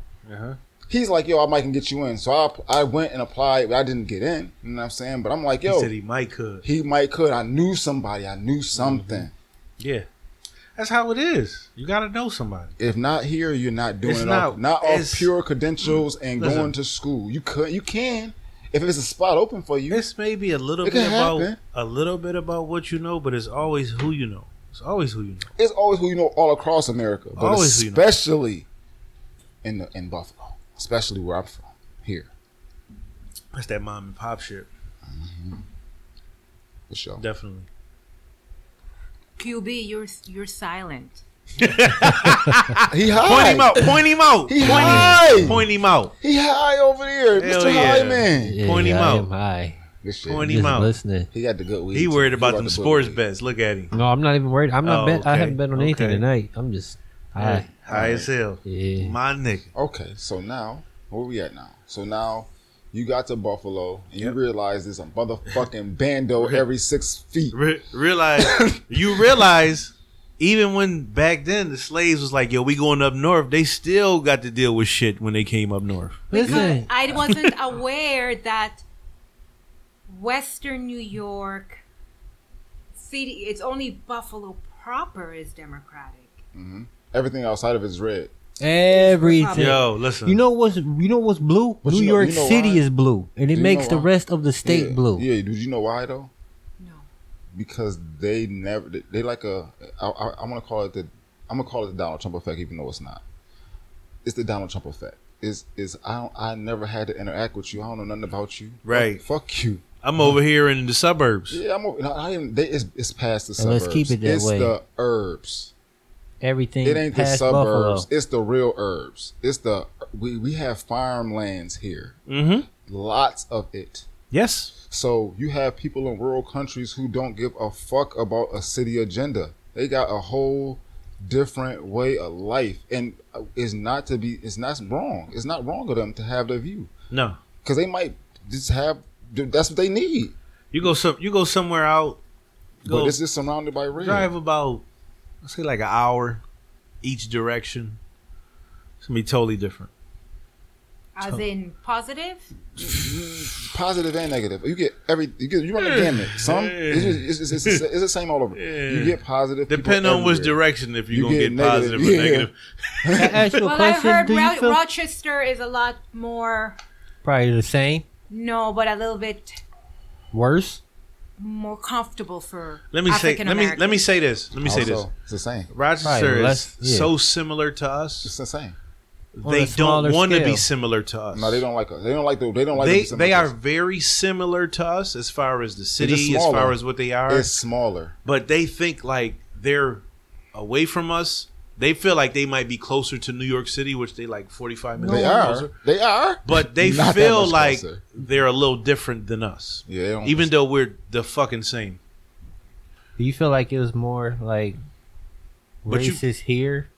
S5: He's like, yo, I might can get you in. So I, I went and applied. I didn't get in. You know what I'm saying? But I'm like,
S4: He
S5: yo,
S4: said
S5: he,
S4: he might could.
S5: might could. I knew somebody. I knew something.
S4: Mm-hmm. Yeah. That's how it is. You got to know somebody.
S5: if not here, you're not doing
S4: It's
S5: it.
S4: not-
S5: off, not off
S4: it's-
S5: pure credentials and
S4: Listen.
S5: going to school. You could, you can, if it's a spot open for you.
S4: This may be a little
S5: It
S4: bit
S5: can
S4: about
S5: happen.
S4: a little bit about what you know, but it's always who you know. It's always who you know.
S5: It's always who you know all across America, but
S4: Always who you know.
S5: especially in the, in Buffalo, especially where I'm from. Here,
S4: That's that mom and pop shit.
S5: for sure.
S4: Definitely.
S3: QB, you're you're silent.
S5: He
S4: Point
S5: high.
S4: him out. Point him out.
S5: He
S4: point,
S5: high.
S4: Him, point him out.
S5: He high over there,
S4: Hell
S5: Mr.
S4: yeah.
S5: High Man.
S4: Point him
S1: I
S4: out.
S1: am high.
S5: Good shit.
S4: Point him
S1: Just
S4: out.
S1: listening.
S5: He got the good weed.
S4: He
S5: too.
S4: worried about
S5: the
S4: them
S5: good
S4: sports
S5: weed.
S4: bets. Look at him.
S1: No, I'm not even worried. I'm not
S4: Oh,
S1: bet. I
S4: okay.
S1: haven't bet on anything
S4: Okay.
S1: tonight. I'm just high.
S4: High as hell.
S1: Yeah.
S4: My nigga.
S5: Okay, so now where we at now? So now you got to Buffalo and you
S4: Yep.
S5: realize there's a [laughs] motherfucking bando every six feet.
S4: Re- realize
S5: [laughs]
S4: you realize even when back then the slaves was like, yo, we going up north, they still got to deal with shit when they came up north.
S1: [laughs]
S3: Because
S1: Listen.
S3: I wasn't aware that Western New York city, it's only Buffalo proper is Democratic.
S5: Everything outside of it is red.
S1: Everything.
S4: Yo, listen.
S1: You know what's you know what's blue?
S5: But
S1: New
S5: you know-
S1: York
S5: you know
S1: City
S5: why?
S1: is blue, and it
S5: You
S1: makes
S5: know
S1: the
S5: why?
S1: rest of the state
S5: yeah.
S1: blue.
S5: Yeah, did you know why though?
S3: No.
S5: Because they never they, they like a I, I, I'm gonna call it the I'm gonna call it the Donald Trump effect, even though it's not. It's the Donald Trump effect. Is is I don't I never had to interact with you. I don't know nothing about you.
S4: Right.
S5: Fuck, fuck you.
S4: I'm over here in the suburbs.
S5: Yeah, I'm. over- no, I am. They, it's, it's past the
S1: And
S5: suburbs.
S1: let's keep it that
S5: it's
S1: way.
S5: the herbs.
S1: Everything
S5: It ain't the
S1: past Buffalo.
S5: suburbs. It's the real herbs. It's the we we have farmlands here.
S4: Mm-hmm.
S5: Lots of it.
S4: Yes.
S5: So you have people in rural countries who don't give a fuck about a city agenda. They got a whole different way of life, and it's not to be. It's not wrong. It's not wrong of them to have their view
S4: No.
S5: because they might just have. That's what they need.
S4: You go some. You go somewhere out. Go
S5: But it's just surrounded by red.
S4: drive about. Let's say like an hour each direction. It's gonna be totally different.
S3: As in positive?
S5: positive and negative. You get every you get you run a gamut. Some it's, just, it's, it's, it's, it's the same all over. You get positive. people
S4: Depend on which
S5: everywhere.
S4: direction if you're
S5: You
S4: gonna
S5: get
S4: get, positive
S5: negative.
S4: or
S5: Yeah.
S4: negative.
S1: Can I ask you a
S3: [laughs] Well, I
S1: question?
S3: heard
S1: Do you
S3: Ro-
S1: feel
S3: Rochester is a lot more,
S1: probably the same?
S3: no, but a little bit
S1: Worse?
S3: more comfortable for
S4: Let me say. Let me let me
S3: African-Americans.
S4: say this. Let me say this.
S5: Also, It's the same.
S4: Rochester
S1: Right, less-
S4: is
S1: yeah.
S4: so similar to us.
S5: It's the same.
S1: On
S4: they
S1: a
S4: don't
S1: smaller
S4: want to be
S1: scale.
S4: similar to us.
S5: No, they don't like us. They don't like the. They don't like.
S4: They
S5: the
S4: they are very similar to us as far as the city, as
S5: smaller.
S4: far as what they are.
S5: It's smaller.
S4: but they think like they're away from us. They feel like they might be closer to New York City, which they like forty five minutes.
S5: They are.
S4: closer.
S5: They are.
S4: but they
S5: [laughs] Not that
S4: feel
S5: much
S4: like
S5: closer.
S4: they're a little different than us,
S5: Yeah. They don't
S4: even though we're the fucking same.
S1: Do you feel like it was more like
S4: But you-
S1: racist here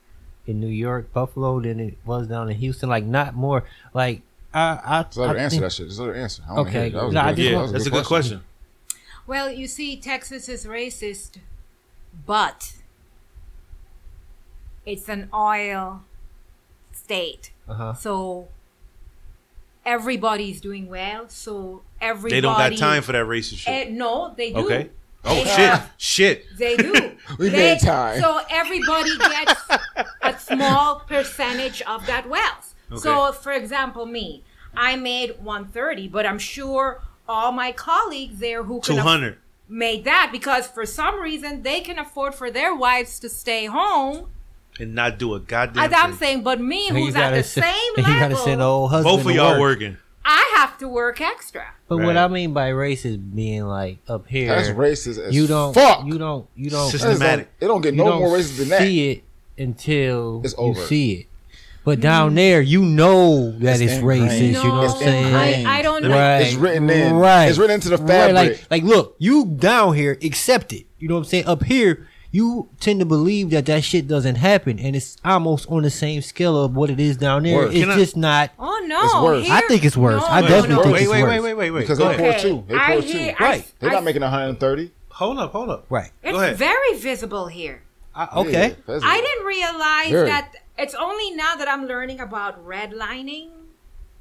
S1: in New York, Buffalo, than it was down in Houston? Like not more like I I,
S5: Just let her
S1: I
S5: answer
S1: think-
S5: that shit. Just let her answer. I wanna
S1: Okay.
S5: hear it. That was
S1: No, I just
S5: good. That
S4: Yeah,
S5: was
S4: that's a good question.
S3: Well, you see, Texas is racist, but it's an oil state.
S1: Uh-huh.
S3: So everybody's doing well. So everybody.
S4: They don't got time for that racist shit.
S3: Eh, no, they do.
S4: Okay. Oh
S3: They
S4: shit!
S3: have-
S4: Shit! [laughs]
S3: They do.
S5: We
S3: They-
S5: made time.
S3: So everybody gets a small percentage of that wealth. So, for example, me, I made 130, but I'm sure all my colleagues there who
S4: Two
S3: can aff-
S4: hundred.
S3: made that because for some reason they can afford for their wives to stay home.
S4: And not do a goddamn
S3: As I'm
S4: thing.
S3: saying, but me,
S1: And
S3: who's at the same
S1: and [laughs] you gotta
S3: level,
S1: send the old husband.
S4: Both of
S1: to
S4: y'all
S1: work.
S4: working.
S3: I have to work extra.
S1: But what I
S4: Right.
S1: mean by racist being like up here,
S5: That's racist as
S1: you don't,
S5: fuck.
S1: you don't, you don't,
S5: That is
S4: Systematic.
S5: Like, it don't get
S1: you
S5: no
S1: don't
S5: more racist than that.
S1: see it until
S5: It's
S1: you
S5: over.
S1: see it. But
S3: Mm.
S1: down there, you know that it's,
S5: It's ingrained.
S1: racist. you know what I'm
S5: It's
S1: saying?
S5: ingrained.
S3: I, I don't know.
S1: Right.
S5: It's written in.
S1: Right.
S5: It's written into the
S1: Right,
S5: fabric.
S1: like, like, look, you down here accept it. You know what I'm saying? Up here, you tend to believe that that shit doesn't happen, and it's almost on the same scale of what it is down there.
S5: Worse.
S1: It's
S4: Can I-
S1: just not.
S3: Oh no!
S5: It's worse.
S1: I think it's worse. I
S4: Wait,
S1: definitely
S4: wait,
S1: think
S4: wait,
S1: it's
S4: wait,
S1: worse.
S4: wait, wait, wait, wait.
S5: because
S4: Go
S5: they
S4: ahead.
S5: poor
S3: Okay.
S5: too. They
S3: I
S5: poor
S3: hear-
S5: too.
S3: I- Right.
S5: They're not
S3: I-
S5: making 130.
S4: Hold up, hold up.
S1: Right.
S4: Go ahead.
S3: It's very visible here.
S1: I- okay.
S5: Yeah, that's
S3: I
S5: it.
S3: didn't realize
S5: Very.
S3: that it's only now that I'm learning about redlining.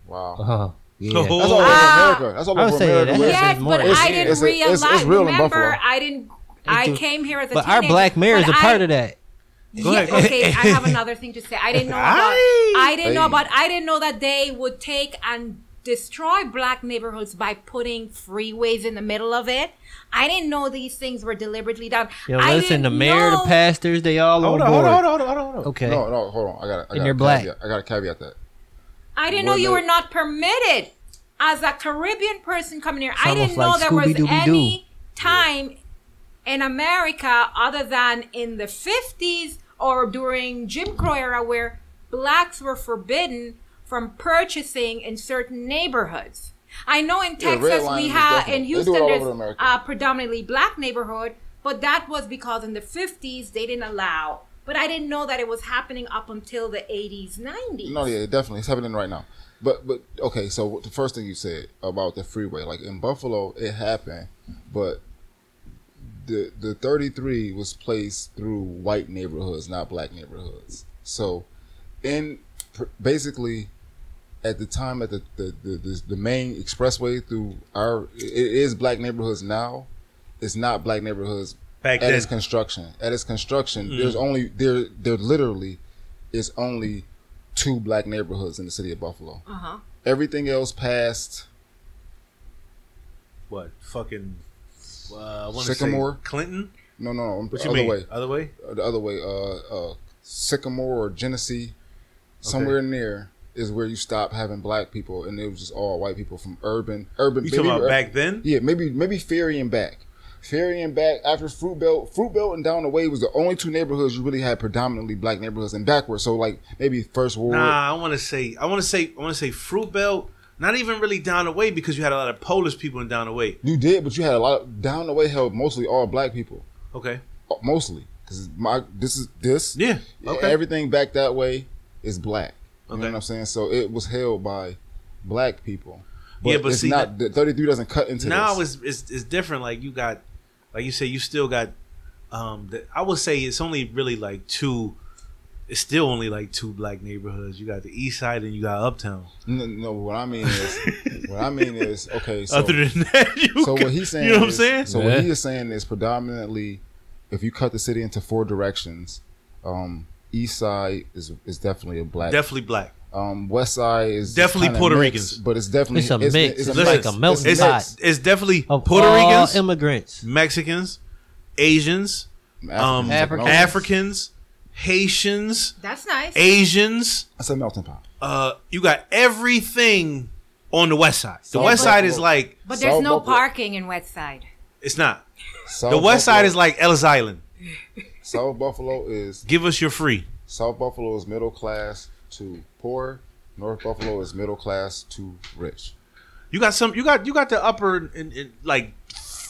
S5: Wow.
S1: Oh, yeah.
S4: Oh.
S5: That's all over
S3: Ah.
S5: America. That's all
S1: I would
S5: over
S1: say
S5: America.
S1: that-
S5: Where-
S1: Yeah.
S3: Yes,
S1: is more-
S3: but
S1: It's-
S3: I didn't
S5: it's- it's-
S3: realize.
S5: it's real in
S3: Remember,
S5: Buffalo.
S3: I didn't. I
S1: do.
S3: came here as a
S1: But our
S3: teenager.
S1: black mayor is
S3: but
S1: a
S3: I-
S1: part of that.
S4: Go
S3: Yeah,
S4: ahead.
S3: okay,
S1: [laughs]
S3: I have another thing to say. I didn't know about
S4: Aye.
S3: I didn't know
S5: Aye.
S3: about I didn't know that they would take and destroy black neighborhoods by putting freeways in the middle of it. I didn't know these things were deliberately done.
S1: Yo,
S3: I
S1: listen,
S3: didn't
S1: the mayor,
S3: know,
S1: the pastors, they all on
S4: Hold on,
S1: board.
S4: hold on, hold on, hold on, hold on.
S1: Okay.
S5: No, no, hold on. I got. I got
S1: they're
S5: a
S1: black.
S5: caveat- I got to caveat that.
S3: I didn't know
S5: Were
S3: you
S5: they-
S3: were not permitted as a Caribbean person coming here. I
S1: It's
S3: didn't
S1: almost
S3: know
S1: like
S3: there was
S1: Scooby-Dooby-Doo.
S3: any time in America other than in the 50s or during Jim Crow era where blacks were forbidden from purchasing in certain neighborhoods. I know in
S5: Yeah, red
S3: Texas
S5: lines
S3: we
S5: is
S3: have
S5: definite.
S3: in
S5: They do it
S3: Houston
S5: all
S3: there's
S5: over America.
S3: a predominantly black neighborhood, but that was because in the 50s they didn't allow. But I didn't know that it was happening up until the 80s, 90s.
S5: No, yeah, definitely. It's happening right now. But but okay, so what- the first thing you said about the freeway, like in Buffalo, it happened, but the the 33 was placed through white neighborhoods, not black neighborhoods. So, in pr- basically, at the time that the the, the, the the main expressway through our it is black neighborhoods now, it's not black neighborhoods
S4: Back
S5: at its
S4: then. Mm.
S5: construction. At its construction, there's only there there literally is only two black neighborhoods in the city of Buffalo.
S3: Uh huh.
S5: Everything else passed
S4: What fucking uh, I wanna
S5: Sycamore?
S4: say Clinton?
S5: no no, no
S4: What
S5: the
S4: you
S5: other
S4: mean?
S5: way.
S4: Other way?
S5: Uh, the other way, uh, uh, Sycamore or Genesee, somewhere near is where you stop having black people, and it was just all white people from urban, urban.
S4: You talking
S5: maybe
S4: about
S5: ur-
S4: back then?
S5: Yeah, maybe maybe Ferry and back, Ferry and back after Fruit Belt, Fruit Belt and down the way was the only two neighborhoods you really had predominantly black neighborhoods and backwards. So like maybe First Ward.
S4: Nah, I want to say, I want to say, I want to say Fruit Belt. Not even really down the way because you had a lot of Polish people in down the way.
S5: You did, but you had a lot of, down the way held mostly all black people,
S4: Okay.
S5: Uh, mostly because my this is this
S4: Yeah. Okay.
S5: everything back that way is black. You know
S4: Okay.
S5: what I'm saying? So it was held by black people. But
S4: Yeah, but
S5: it's
S4: see,
S5: not the 33 doesn't cut into
S4: now
S5: this.
S4: it's, it's it's different. Like you got, like you say, you still got. Um, the, I would say it's only really like two. It's still only like two black neighborhoods. You got the East Side and you got Uptown.
S5: no, no, what I
S4: [laughs]
S5: mean is what I mean is okay, so
S4: Other than that, [laughs] you
S5: so
S4: got-
S5: what he's saying
S4: you know what I'm
S5: is-
S4: saying?
S5: So what he
S2: Yeah.
S5: is saying is predominantly if you cut the city into four directions, um East side is is definitely a black.
S4: Definitely black.
S5: um, West side is
S4: Definitely
S5: kinda
S4: Puerto
S5: mixed,
S4: Ricans.
S5: but it's definitely
S1: It's a mix. It's like
S5: mix.
S1: a melting
S5: It's
S4: It's
S1: pot.
S5: mixed.
S4: it's definitely
S1: Of
S4: Puerto
S1: all
S4: Ricans,
S1: immigrants.
S4: Mexicans, Asians, um,
S1: Africans.
S4: Africans, Haitians,
S3: That's nice.
S4: Asians.
S5: It's a melting pot.
S4: Uh, you got everything on the West Side. The
S5: South
S4: West Side is
S5: Buffalo.
S4: like
S3: but there's
S5: South
S3: no
S5: Buffalo.
S3: parking in West Side.
S4: it's not.
S5: South
S4: The West
S5: Buffalo-
S4: Side is like Ellis Island.
S5: South Buffalo is
S4: Give us your free.
S5: South Buffalo is middle class to poor. North Buffalo is middle class to rich.
S4: You got some. You got you got the upper and and, like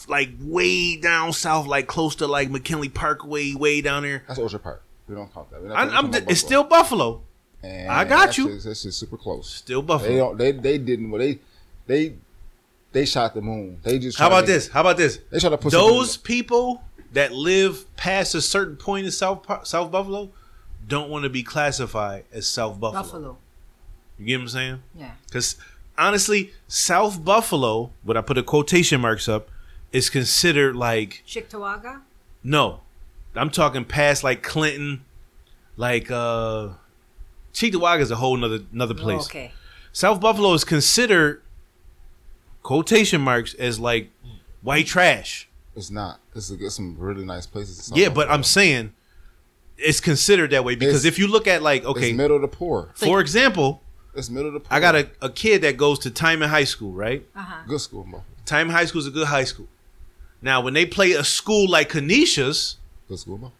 S4: like way down south, like close to like McKinley Parkway, way down there.
S5: That's Orchard Park. We don't count that. We're not-
S4: I,
S5: we're
S4: I'm.
S5: talking about
S4: It's
S5: Buffalo.
S4: still Buffalo.
S5: And
S4: I got
S5: that's
S4: you.
S5: Just, that's just super close.
S4: Still
S5: They
S4: Buffalo.
S5: don't. They they didn't. Well, they they they shot the moon. They just.
S4: How
S5: tried
S4: about
S5: to-
S4: this? How about this?
S5: They try to put
S4: Those
S5: something
S4: people that live past a certain point in South Par- South Buffalo don't want to be classified as South Buffalo.
S3: Buffalo.
S4: You get what I'm saying?
S3: Yeah.
S4: Because honestly, South Buffalo, what I put the quotation marks up, is considered like
S3: Chictawaga?
S4: no. I'm talking past like Clinton, like uh Cheektowaga is a whole nother another place.
S3: okay.
S4: South Buffalo is considered quotation marks as like white trash.
S5: It's not. It's, it's some really nice places. in South
S4: yeah, but
S5: Buffalo.
S4: I'm saying it's considered that way because
S5: It's-
S4: if you look at like
S5: It's
S4: okay,
S5: middle to poor.
S4: for example,
S5: It's middle to poor.
S4: I got a, a kid that goes to Timon High School, right?
S3: Uh huh.
S5: good school. in Buffalo.
S4: Timon High School is a good high school. Now, when they play a school like Canisius,
S5: Good school. in Buffalo.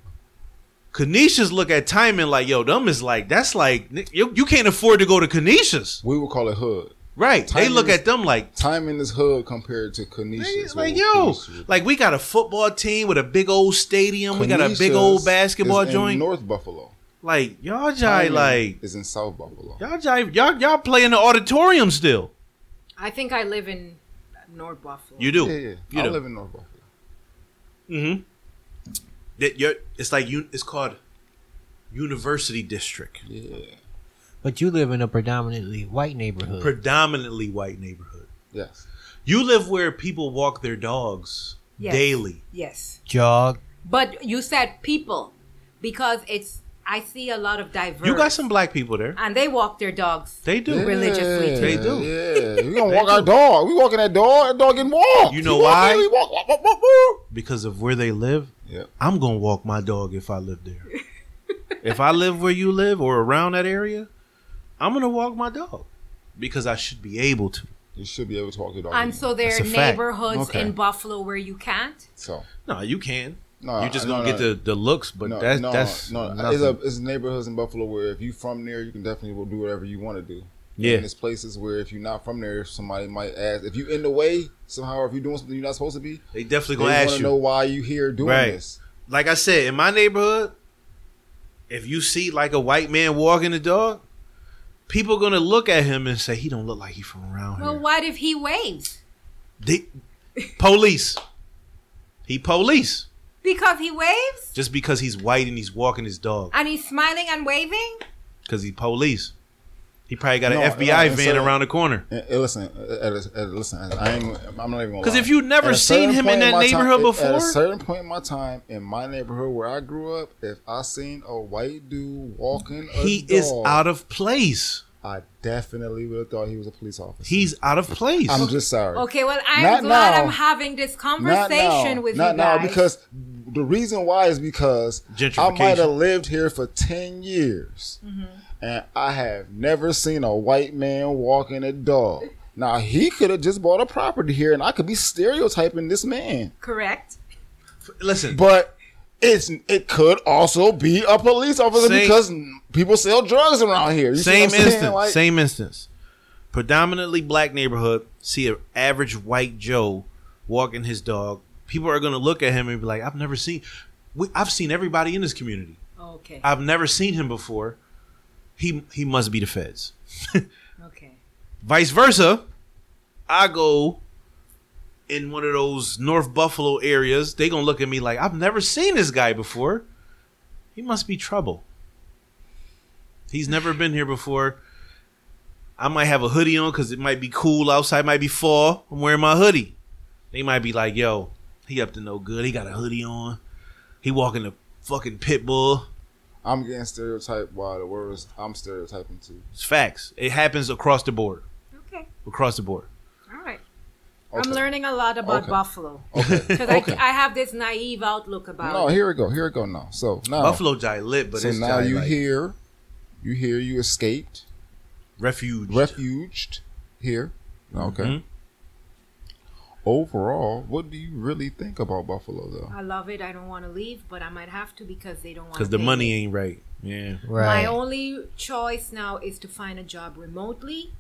S4: Canisius look at Timon like, yo, them is like, that's like, ni- you, you can't afford to go to Canisius.
S5: We would call it hood.
S4: Right. they
S5: Timon
S4: look
S5: is-
S4: at them like,
S5: Time in this hood compared to Canisius.
S4: niggas, like, yo, like we got a football team with a big old stadium. we got a big old basketball joint.
S5: North Buffalo.
S4: like, y'all jive,
S5: Timon
S4: like,
S5: is in South Buffalo.
S4: y'all jive, y'all, y'all play in the auditorium still.
S3: I think I live in North Buffalo.
S4: You do.
S5: Yeah, yeah.
S4: You
S5: I
S4: do.
S5: live in North Buffalo.
S4: Mm-hmm. That you're, it's like, you, it's called University District.
S5: Yeah.
S1: But you live in a predominantly white neighborhood.
S4: predominantly white neighborhood.
S5: Yes.
S4: You live where people walk their dogs
S3: Yes.
S4: daily.
S3: Yes.
S1: Jog.
S3: But you said people because it's, I see a lot of diversity.
S4: You got some black people there.
S3: And they walk their dogs.
S4: They do.
S3: Really? Religiously.
S5: Yeah,
S4: They do.
S5: Yeah. We gonna
S4: They
S5: walk our
S4: do.
S5: dog. We walking that dog. That dog getting walked.
S4: You know
S5: We walk
S4: why?
S5: in, We walk. walk, walk, walk, walk.
S4: Because of where they live,
S5: Yep.
S4: I'm going to walk my dog if I live there. if I live where you live or around that area, I'm going to walk my dog because I should be able to.
S5: You should be able to walk your dog.
S3: And so there
S4: That's
S3: are
S4: a fact.
S3: neighborhoods
S5: Okay. Oh,
S3: in Buffalo where you can't.
S5: so
S4: No, you can.
S5: no,
S4: You're just
S5: no,
S4: going to
S5: Uh, no,
S4: get the, the looks, but
S5: no,
S4: that's
S5: no,
S4: that's
S5: no.
S4: nothing.
S5: It's, a, it's neighborhoods in Buffalo where if you from there, you can definitely will do whatever you want to do.
S4: Yeah.
S5: And it's places where if you're not from there, somebody might ask if you in the way somehow, or if you're doing something you're not supposed to be.
S4: they definitely
S5: They
S4: going to
S5: want
S4: ask
S5: to
S4: you.
S5: know why you here doing
S4: Right.
S5: this.
S4: like I said, in my neighborhood, if you see like a white man walking the dog, people gonna look at him and say he don't look like he from around
S3: Well,
S4: here.
S3: what if he waves?
S4: They, police, he police
S3: Because he waves?
S4: just because he's white and he's walking his dog
S3: And he's smiling and waving?
S4: because he police. He probably got an
S5: No,
S4: FBI
S5: no,
S4: van
S5: so-
S4: around the corner.
S5: Eh, eh, listen, eh, eh, eh, listen. I ain't, I'm not even gonna.
S4: 'Cause
S5: lie.
S4: if you'd never
S5: At a
S4: seen
S5: certain
S4: him in
S5: point
S4: that
S5: my
S4: neighborhood
S5: ti- at- at a
S4: before?
S5: certain point in my time in my neighborhood where I grew up, if I seen a white dude walking, a
S4: He is
S5: dog,
S4: out of place.
S5: I definitely would have thought he was a police officer.
S4: He's out of place.
S5: I'm just sorry.
S3: Okay, well, I'm
S5: Not
S3: glad
S5: now.
S3: I'm having this
S5: Not
S3: conversation
S5: now.
S3: with
S5: Not
S3: you
S5: now,
S3: guys.
S5: because the reason why is because I
S4: Gentrification.
S5: might have lived here for ten years,
S3: Mm-hmm.
S5: and I have never seen a white man walking a dog. Now he could have just bought a property here, and I could be stereotyping this man.
S3: correct.
S4: Listen,
S5: But it's it could also be a police officer
S4: Same-
S5: because people sell drugs around here. You see
S4: same
S5: what I'm saying?
S4: instance.
S5: Like,
S4: same instance. Predominantly black neighborhood. See an average white Joe walking his dog. People are gonna look at him and be like, "I've never seen. We, I've seen everybody in this community.
S3: Okay.
S4: I've never seen him before. He he must be the feds."
S3: okay.
S4: Vice versa, I go in one of those North Buffalo areas. They gonna look at me like I've never seen this guy before. He must be trouble. He's never been here before. I might have a hoodie on because it might be cool outside. Might be fall. I'm wearing my hoodie. They might be like, "Yo, he up to no good. He got a hoodie on. He walking a fucking pit bull."
S5: I'm getting stereotyped by the words I'm stereotyping to.
S4: It's facts. It happens across the board.
S3: Okay.
S4: Across the
S5: [laughs]
S4: board.
S3: All right.
S5: Okay.
S3: I'm learning a lot about
S5: Okay. [laughs]
S3: Buffalo
S5: Okay.
S3: because
S5: Okay.
S3: I, I have this naive outlook [laughs] about
S5: No,
S3: it.
S5: here we go. Here we go now. So now,
S4: Buffalo Jai lit, but
S5: so
S4: it's
S5: now
S4: Jai
S5: you
S4: like
S5: hear, you hear you escaped,
S4: refuge.
S5: refuged here. Okay.
S4: Mhm.
S5: Overall, what do you really think about Buffalo though?
S3: I love it. I don't want to leave, but I might have to because they don't want.
S4: Because the money ain't right. Yeah.
S1: Right.
S3: My only choice now is to find a job remotely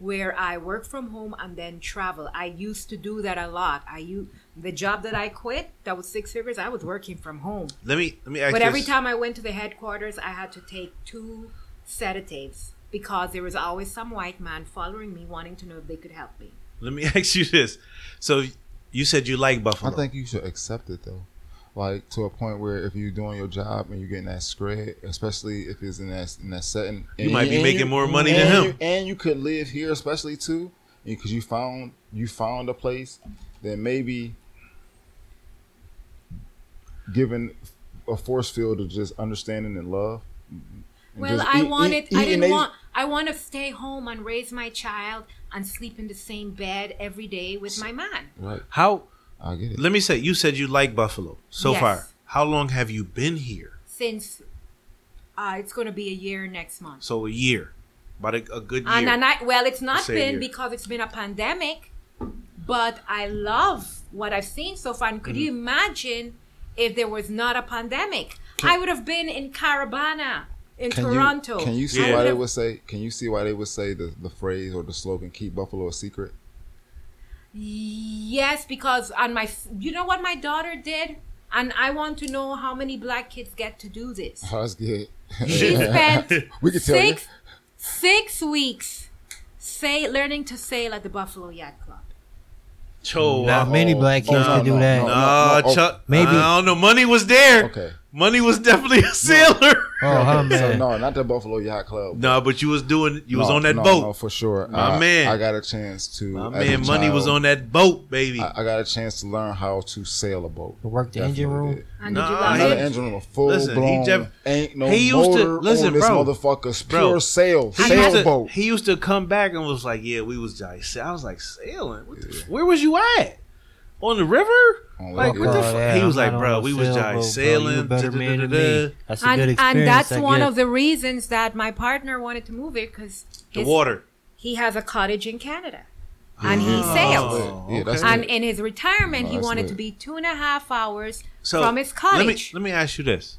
S3: where I work from home and then travel. I used to do that a lot. I u- the job that I quit, that was six figures, I was working from home.
S4: Let me let me ask.
S3: But
S4: this.
S3: every time I went to the headquarters, I had to take two sedatives because there was always some white man following me wanting to know if they could help me.
S4: let me [laughs] ask you this. So you said you like
S5: I
S4: Buffalo.
S5: think you should accept it though. Like to a point where if you're doing your job and you're getting that spread, especially if it's in that in that setting, and
S4: might be
S5: and
S4: making more money than
S5: and
S4: him.
S5: you- and you could live here, especially too, because you found you found a place that maybe given a force field of just understanding and love. and
S3: Well,
S5: just
S3: I
S5: eat-
S3: wanted.
S5: eat- eat
S3: I
S5: and
S3: didn't
S5: they-
S3: want. I want to stay home and raise my child and sleep in the same bed every day with my man.
S5: Right, [laughs]
S4: How?
S5: I get it.
S4: Let me say. You said you like Buffalo so
S3: Yes.
S4: far. How long have you been here?
S3: Since uh, it's going to be a year next month.
S4: So a year, about a, a good year.
S3: And, and I well, it's not
S4: Say a year.
S3: been because it's been a pandemic, but I love what I've seen so far. And could you
S5: Mm-hmm.
S3: imagine if there was not a pandemic? I would have been in Carabana in
S5: Can
S3: Toronto.
S5: You, can you see
S4: Yeah.
S5: why they would say? Can you see why they would say the, the phrase or the slogan "Keep Buffalo a secret"?
S3: Yes, because on my, you know what my daughter did, and I want to know how many black kids get to do this.
S5: [laughs] Oh, that's good.
S3: She spent
S5: We can tell
S3: six six weeks say learning to sail at the Buffalo Yacht Club.
S4: Cho,
S1: Not
S4: I-
S1: many black kids
S4: no,
S1: can do
S5: Oh, no,
S1: that.
S5: no.
S4: Nah,
S5: Oh,
S4: Chuck.
S1: maybe.
S4: I don't know. Money was there.
S5: Okay.
S4: Money was definitely a sailor. [laughs]
S1: Oh, huh, man.
S5: So no, not the Buffalo Yacht Club.
S4: No, but you was doing. You was
S5: No,
S4: on that
S5: no,
S4: boat.
S5: no, for sure.
S4: My
S5: I,
S4: man.
S5: I got a chance to.
S4: My
S5: as a
S4: man, money was
S5: child,
S4: on that boat, baby.
S5: I, I got a chance to learn how to sail a boat.
S1: To work the
S5: Definitely
S1: engine room?
S5: did.
S3: And
S4: Nah,
S3: did you
S4: he-
S3: like
S5: Another
S3: it?
S5: engine room, a full
S4: Listen, he
S5: blown.
S4: def-
S5: ain't no
S4: he used to-
S5: motor
S4: listen,
S5: on this
S4: bro.
S5: motherfucker's
S4: Bro.
S5: pure sail,
S4: He used, to,
S5: sailboat.
S4: he used to come back and was like, "Yeah, we was just." I was like, "Sailing? What the f- where was you at? On the river?
S5: On
S4: Like
S5: the
S4: what the?"
S5: river.
S4: F-?
S1: Oh, yeah,
S4: he was
S1: I'm
S4: like,
S1: not
S4: "Bro,
S1: on
S4: we
S1: a
S4: was
S1: sailboat, bro. You
S4: just sailing."
S1: a better man than me. That's a good
S3: And,
S1: experience.
S3: and that's
S1: I
S3: one
S1: guess.
S3: of the reasons that my partner wanted to move it because
S4: The water.
S3: he has a cottage in Canada. And he sails.
S4: Oh,
S5: Yeah, that's
S4: okay.
S3: And in his retirement,
S5: Oh,
S3: he
S5: that's
S3: wanted
S5: lit.
S3: to be two and a half hours
S4: So
S3: from his
S4: let me
S3: cottage.
S4: let me ask you this.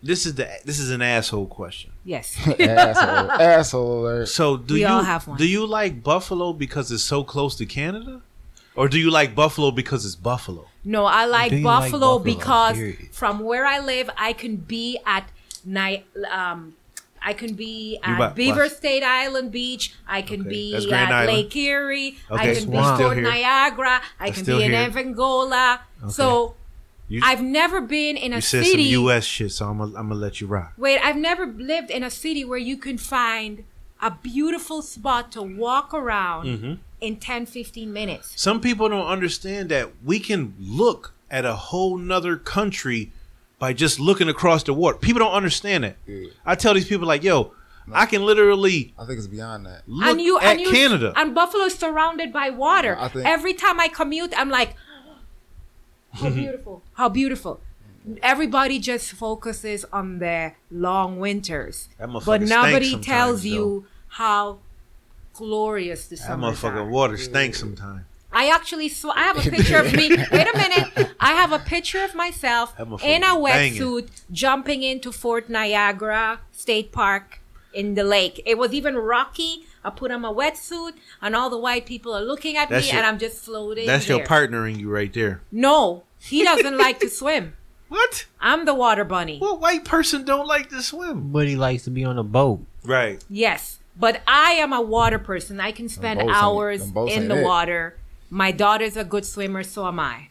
S4: This is the this is an asshole question.
S3: yes.
S5: [laughs] asshole, asshole alert.
S4: So do
S3: We
S4: you
S3: all have one.
S4: do you like Buffalo because it's so close to Canada, or do you like Buffalo because it's Buffalo?
S3: No, I like
S1: Do you
S3: Buffalo,
S1: like Buffalo?
S3: because
S1: Period.
S3: from where I live, I can be at night. Um, I can be at
S4: about-
S3: Beaver
S4: plus-
S3: State Island Beach. I can
S4: Okay,
S3: be
S4: that's
S3: at
S4: Grand Island.
S3: Lake Erie.
S4: Okay,
S3: I can be
S1: Wow.
S3: in
S4: still
S3: Fort
S4: here.
S3: Niagara. I
S4: That's
S3: can
S4: still
S3: be in
S4: here.
S3: Evangola. So
S4: You,
S3: I've never been in a
S4: you said
S3: city.
S4: some U.S. shit, so I'm gonna I'm gonna let you rock.
S3: Wait, I've never lived in a city where you can find a beautiful spot to walk around
S4: Mm-hmm.
S3: in 10, 15 minutes.
S4: Some people don't understand that we can look at a whole nother country by just looking across the water. People don't understand that.
S5: Yeah.
S4: I tell these people like, yo, I can literally
S5: I think it's beyond that.
S4: look at Canada.
S3: And Buffalo is surrounded by water.
S5: I think-
S3: Every time I commute, I'm
S4: [laughs]
S3: like, how beautiful, how beautiful. Everybody just focuses on their long winters,
S4: That motherfucker
S3: but
S4: stank
S3: nobody
S4: sometimes,
S3: tells
S4: though.
S3: you how glorious the
S4: that
S3: summer
S4: motherfucking
S3: is.
S4: water stinks sometimes.
S3: I actually saw. I have a picture of me. Wait a minute. I have a picture of myself
S4: That motherfucker
S3: in a
S4: banging.
S3: wetsuit jumping into Fort Niagara State Park in the lake. It was even rocky. I put on my wetsuit, and all the white people are looking at
S4: That's
S3: me,
S4: your-
S3: and I'm just floating.
S4: That's your
S3: there.
S4: partner in you right there.
S3: No, he doesn't like to swim.
S4: What?
S3: I'm the water bunny.
S4: What white person don't like to swim?
S1: But he likes to be on a boat.
S4: Right.
S3: Yes, but I am a water person. I can spend
S5: boats ain't-
S3: hours
S5: them boats
S3: in
S5: ain't
S3: the
S5: it.
S3: water. My daughter's a good swimmer, so am I.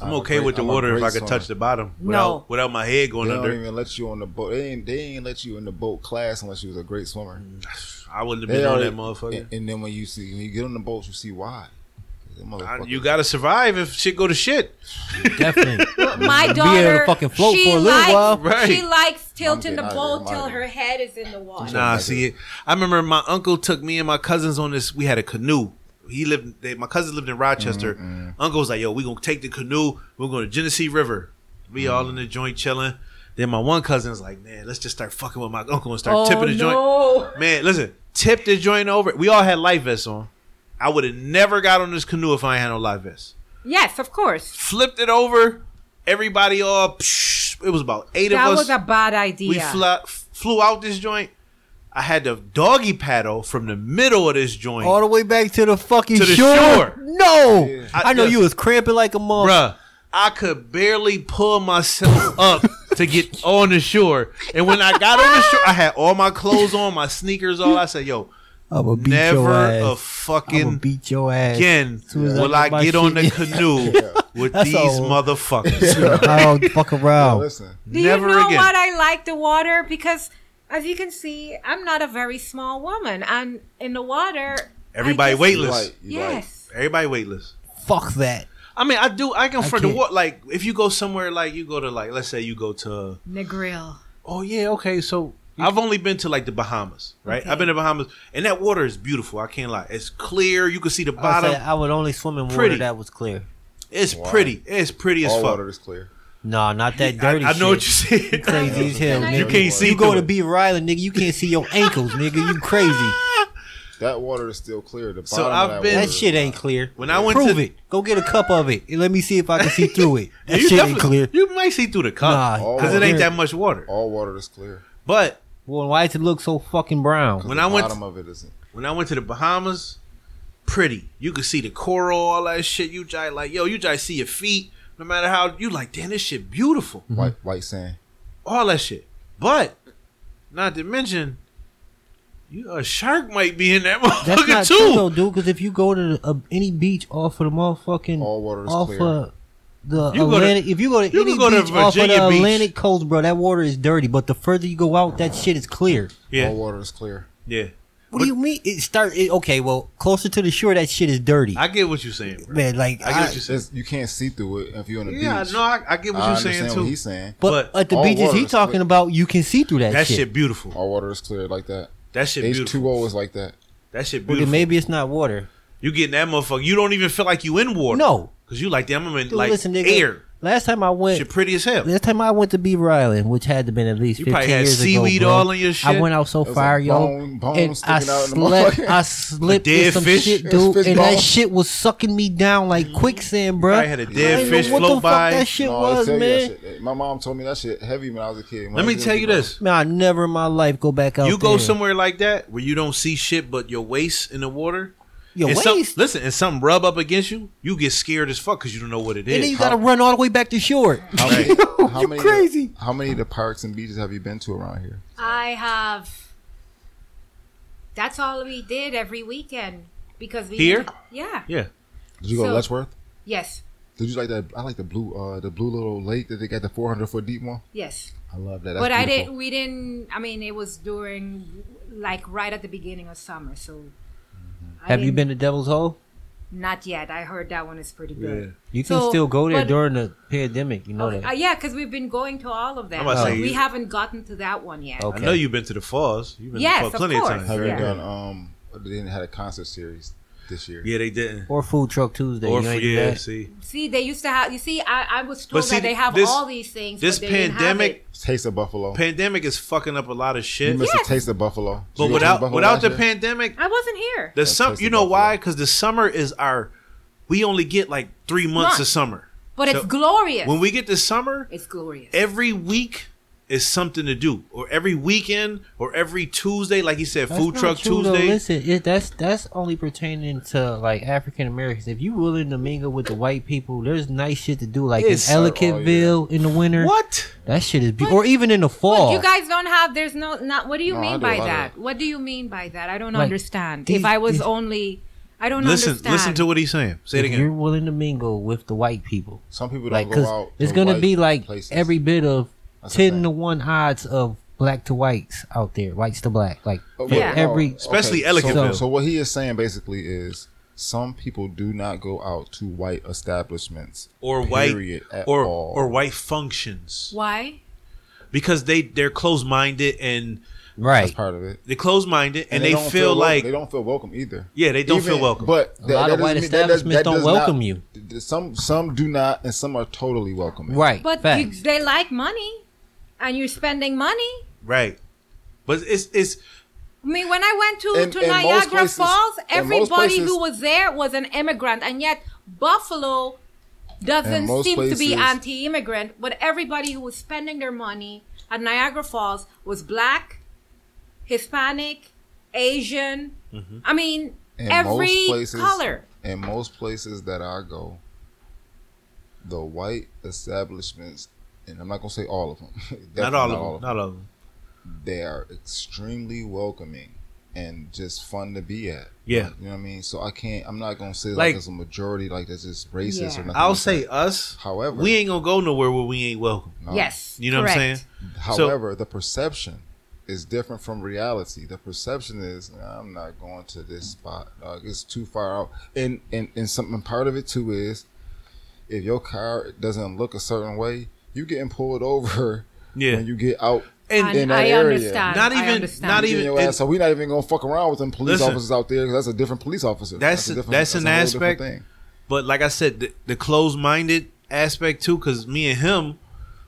S4: I'm,
S5: I'm a
S4: okay
S5: great-
S4: with the
S5: I'm a
S4: water if
S5: great
S4: I could
S5: swimmer.
S4: touch the bottom
S3: No.
S4: without without my head
S5: They
S4: going
S5: don't
S4: under.
S5: even let you on the boat. They ain't they ain't let you in the boat class unless you was a great swimmer.
S4: Mm-hmm. I wouldn't have
S5: They
S4: been on
S5: already-
S4: that motherfucker.
S5: And, and then when you see when you get on the boat, you see why. That
S4: I-
S5: motherfucker-
S4: you gotta survive if shit go to shit. [laughs]
S1: Definitely. [laughs]
S3: my
S1: able to
S3: daughter,
S1: fucking float
S3: she
S1: for a little
S3: likes,
S1: while.
S4: Right.
S3: She likes tilting
S5: I'm
S3: the
S5: getting out
S3: boat
S5: of here. I'm
S3: till
S5: out of
S3: her head is in the water.
S4: Nah,
S5: like
S4: see, I remember my uncle took me and my cousins on this. We had a canoe. He lived. They, my cousins lived in Rochester. Uncle was like, "Yo, we gonna take the canoe. We're going to Genesee River. We all in the joint chilling." Then my one cousin's like, "Man, let's just start fucking with my uncle and start
S3: Oh,
S4: tipping the
S3: no.
S4: joint." Man, listen, tip the joint over. We all had life vests on. I would have never got on this canoe if I ain't had no life vest.
S3: Yes, of course.
S4: Flipped it over. Everybody all. Psh, it was about eight
S3: That
S4: of us.
S3: was a bad
S4: We
S3: idea.
S4: fly, flew out this joint. I had to doggy paddle from the middle of this joint.
S1: All the way back to the fucking
S4: To the
S1: shore.
S4: shore.
S1: No,
S5: Yeah.
S1: I, know
S4: I-
S1: you was cramping like a mom.
S4: Bruh, I could barely pull myself [laughs] up to get on the shore. And when I got on the shore, I had all my clothes on, my sneakers all. I said, yo,
S1: I'ma beat your
S4: never
S1: ass.
S4: a
S1: I'ma
S4: fucking
S1: beat your ass. [laughs]
S4: again
S1: soon as I
S4: will
S1: get
S4: I
S1: my
S4: get on the
S1: shit. [laughs]
S4: canoe with
S1: That's
S4: these
S1: all. [laughs]
S4: motherfuckers.
S1: I don't fuck
S5: Now,
S1: around.
S5: listen.
S3: Do you
S4: Never
S3: know
S4: again.
S3: what I like the water? Because as you can see, I'm not a very small woman. And in the water. I
S4: Everybody
S3: just-
S5: You
S4: weightless.
S5: like, you like.
S3: Yes.
S4: Everybody weightless.
S1: [laughs] Fuck that.
S4: I mean, I do. I can for the
S1: can't.
S4: what like if you go somewhere like you go to like let's say you go to.
S3: Negril.
S4: Oh yeah, okay. So I've only been to like the Bahamas, right? I've been to Bahamas, and that water is beautiful. I can't lie; it's clear. You can see the
S1: I would,
S4: bottom.
S1: say I would only swim in water
S4: Pretty.
S1: that was clear.
S4: it's pretty. It's pretty as
S5: All
S4: fuck.
S5: water is clear.
S1: No, not that dirty.
S4: I, I know what
S1: shit.
S4: you said. [laughs]
S1: Crazy as hell,
S3: Can I-
S1: nigga.
S4: You can't see
S1: You go
S4: through
S1: to
S4: it.
S1: Beaver Island, nigga. You can't see your ankles, nigga. You crazy.
S5: That water is still clear. The bottom
S4: So I've
S5: of that
S4: been-
S5: water
S1: That
S5: is
S1: shit ain't clear.
S4: When I went
S1: prove
S4: to-
S1: it, go get a cup of it and let me see if I can see through
S4: [laughs]
S1: it.
S4: Yeah,
S1: That
S4: you
S1: shit ain't clear.
S4: definitely- You might see through the cup
S1: Nah,
S4: because it ain't
S1: clear.
S4: that much water.
S5: All water is clear.
S4: But
S1: Well, why does it look so fucking brown?
S4: when
S5: the
S4: I went Mm-hmm.
S5: bottom of it isn't.
S4: when I went to the Bahamas, pretty. You could see the coral, all that shit. You just like yo, you just see your feet. No matter how you like, damn, this shit beautiful.
S5: White white sand.
S4: all that shit. But not to mention, you a shark might be in that [laughs]
S1: That's
S4: motherfucker
S1: not true
S4: too.
S1: though, dude. Because if you go to the, uh, any beach off of the motherfucking
S5: All water is
S1: off
S5: clear.
S1: of the
S4: You go to-
S1: Atlantic, if you go to
S4: you
S1: any
S4: can go to
S1: beach off of
S4: Virginia
S1: the
S4: Beach.
S1: Atlantic coast, bro, that water is dirty. But the further you go out, that shit is clear.
S5: All
S4: Yeah,
S5: water is clear.
S4: yeah.
S1: What do you mean? It start it, okay. Well, closer to the shore, that shit is dirty.
S4: I get what you're saying, bro.
S1: Man, like,
S4: I get
S1: I-
S4: what you're saying.
S5: It's- you can't see through it if you're on the
S4: Yeah,
S5: beach.
S4: no, I, I get what
S5: I
S4: you're
S5: understand
S4: saying
S5: what
S4: too.
S5: he's saying.
S1: but,
S4: but
S1: at the
S5: all
S1: beaches
S5: water
S1: he
S5: is
S1: talking
S5: clear.
S1: about, you can see through that,
S4: That
S1: shit.
S4: shit beautiful.
S5: All water is clear like that.
S4: That shit
S5: H two
S4: beautiful.
S5: O is like that.
S4: That shit
S1: Okay,
S4: beautiful.
S1: maybe it's not water.
S4: you getting that motherfucker? You don't even feel like you in water.
S1: No.
S4: because you like damn, I'm in
S1: Dude,
S4: like
S1: listen, nigga.
S4: air.
S1: Last time I went,
S4: Shit pretty as hell.
S1: Last time I went to Beaver Island, which had to been at least
S4: You
S1: 15
S4: probably had
S1: years
S4: seaweed
S1: ago, bro,
S4: all in your shit.
S1: I went out so
S5: was
S1: far,
S5: like
S1: yo,
S5: bone- bone
S1: and I
S5: sticking out in the
S1: slept.
S5: motherfucker.
S1: I slipped
S4: dead
S1: in some
S4: fish.
S1: shit,
S5: It was
S1: dude,
S5: fish
S1: and
S5: bone.
S1: that shit was sucking me down like quicksand, bro.
S4: probably had a dead fish
S1: what the
S4: float
S1: fuck
S4: by.
S1: that shit
S5: No, I
S1: was,
S5: tell you that
S1: man.
S5: shit. My mom told me that shit heavy when I was a kid. When
S4: Let
S5: I
S4: me
S5: was
S4: tell
S5: in
S4: you
S5: Cuba,
S4: this:
S1: Man, I never in my life go back out.
S4: you go
S1: there.
S4: somewhere like that where you don't see shit but your waist in the water.
S1: your
S4: and
S1: waist,
S4: some- listen, and something rub up against you, you get scared as fuck because you don't know what it
S1: and
S4: is.
S1: then you gotta run all the way back to shore.
S5: How many, [laughs]
S1: [laughs]
S5: how
S1: You
S5: many-
S1: crazy.
S5: How many of the parks and beaches have you been to around here?
S3: I have. That's all we did every weekend because we
S4: Here?
S3: yeah.
S4: yeah,
S5: Did you go
S3: So-
S5: to Letchworth?
S3: Yes.
S5: Did you like that? I like the blue, uh, the blue little lake that they got the 400 foot deep one.
S3: Yes.
S5: I love that. That's
S3: but I
S5: beautiful.
S3: didn't. We didn't. I mean, it was during like right at the beginning of summer. So,
S4: Mm-hmm.
S3: I
S1: Have you
S3: didn't-
S1: been to Devil's Hole?
S3: Not yet. I heard that one is pretty good.
S1: You can
S3: So,
S1: still go there
S3: but-
S1: during the pandemic. You know
S3: Okay.
S1: that.
S3: Uh, yeah, because we've been going to all of them.
S4: I'm about to
S1: say
S3: we
S4: you-
S3: haven't gotten to that one yet.
S1: Okay.
S4: I know you've been to the falls. You've been
S3: Yes,
S4: to the
S3: of
S4: falls plenty
S3: course.
S4: of
S5: Have
S4: times.
S5: you
S3: Yeah.
S5: done um? They didn't have a concert series this year.
S4: Yeah, they didn't.
S1: or Food Truck Tuesday.
S4: Or
S1: you
S4: for
S1: ain't
S4: yeah,
S1: that.
S4: see,
S3: See, they used to have. You see, I, I was told
S4: see,
S3: that they have
S4: this-
S3: all these things.
S4: this
S3: but they didn't have
S4: pandemic-
S3: it.
S5: Taste of Buffalo.
S4: pandemic is fucking up a lot of
S5: You
S4: shit.
S5: missed
S3: Yes.
S5: a taste of Buffalo. Did
S4: But
S5: you go to
S4: without
S5: Buffalo
S4: without
S5: last
S4: the
S5: year?
S4: pandemic,
S3: I wasn't here.
S4: the
S5: That's
S4: sum.
S5: close to
S4: You know
S5: Buffalo.
S4: why? Because the summer is our. We only get like three months of
S3: Month.
S4: summer.
S3: But it's
S4: So-
S3: glorious.
S4: When we get to summer,
S3: it's glorious.
S4: every week is something to do, or every weekend, or every Tuesday, like he said,
S1: That's
S4: food
S1: not
S4: truck
S1: true, though.
S4: Tuesday.
S1: Listen, it, that's that's only pertaining to like African Americans. If you willing to mingle with the white people, there's nice shit to do, like
S4: Yes.
S1: in Ellicottville in the winter.
S4: What?
S1: That shit is beautiful. Or even in the
S3: But
S1: fall.
S3: you guys don't have. There's no. Not. What do you
S5: No, I
S3: mean
S5: do,
S3: by
S5: I do.
S3: that? What do you mean by that? I don't
S1: Like,
S3: understand.
S1: these-
S3: if I was
S1: these-
S3: only, I don't
S4: Listen,
S3: understand.
S4: listen to what he's saying. Say it
S1: if you're
S4: again.
S1: willing to mingle with the white people,
S5: Some people don't
S1: like
S5: go
S1: because
S5: out.
S1: it's
S5: to
S1: gonna
S5: white
S1: be like
S5: places.
S1: every bit of
S5: That's the
S1: ten to
S5: thing.
S1: one odds of black to whites out there, whites to black, like
S5: Oh,
S1: for
S5: well,
S3: Yeah.
S5: no.
S1: every.
S4: Especially
S5: so-
S4: Ellicottville.
S5: So, what he is saying basically is some people do not go out to white establishments
S4: Or white,
S5: period, at
S4: or
S5: all.
S4: or white functions,
S3: Why?
S4: because they they're closed minded and
S5: That's
S1: Right.
S5: part of it.
S4: they're closed minded and, they,
S5: don't
S4: feel,
S5: wel-
S4: like
S5: they don't feel welcome either.
S4: yeah they don't feel
S5: Even-
S4: welcome.
S5: But
S1: A lot of white
S5: doesn't mean- that does-
S1: establishments
S5: that
S1: don't
S5: does not-
S1: welcome you.
S5: th- th- Some some do not, and some are totally welcoming.
S1: Right.
S3: But you,
S1: Facts.
S3: they like money, and you're spending money.
S4: right, but it's it's
S3: I mean, when I went to,
S5: And-
S3: to
S5: and most
S3: Niagara
S5: places-
S3: Falls,
S5: and most
S3: everybody
S5: places-
S3: who was there was an immigrant, and yet Buffalo doesn't
S5: And most
S3: seem to be
S5: places-
S3: anti-immigrant. But everybody who was spending their money at Niagara Falls was black, Hispanic, Asian. I mean,
S5: In
S3: every
S5: Mm-hmm. most places,
S3: color.
S5: In most places that I go, the white establishments, and I'm not gonna say all of them. [laughs] definitely
S4: not all of them, not all of them.
S5: They are extremely welcoming and just fun to be at.
S4: Yeah,
S5: You know what I mean? So I can't. I'm not gonna say like,
S4: Like-
S5: it's a majority like that's just racist or
S3: Yeah.
S5: nothing.
S4: I'll
S5: like
S4: say
S5: that.
S4: us.
S5: However,
S4: We ain't gonna go nowhere where we ain't welcome.
S5: no.
S3: yes.
S4: You know what I'm
S3: correct.
S4: saying?
S5: However, the perception is different from reality. The perception is "Nah, I'm not going to this spot. Dog. It's too far out. And and and something part of it too is if your car doesn't look a certain way, you getting pulled over
S4: Yeah,
S5: when you get out.
S4: and
S3: And
S5: In that
S3: I
S5: area.
S3: understand.
S4: Not
S3: I
S4: even-
S3: understand.
S4: not
S5: you getting
S4: even-
S5: your
S4: and-
S5: ass. So we're not even gonna fuck around with them police
S4: Listen.
S5: officers out there. 'cause That's a different police officer.
S4: That's-
S5: a different,
S4: that's an
S5: a whole different
S4: aspect. But like I said, the, the closed minded aspect too, because me and him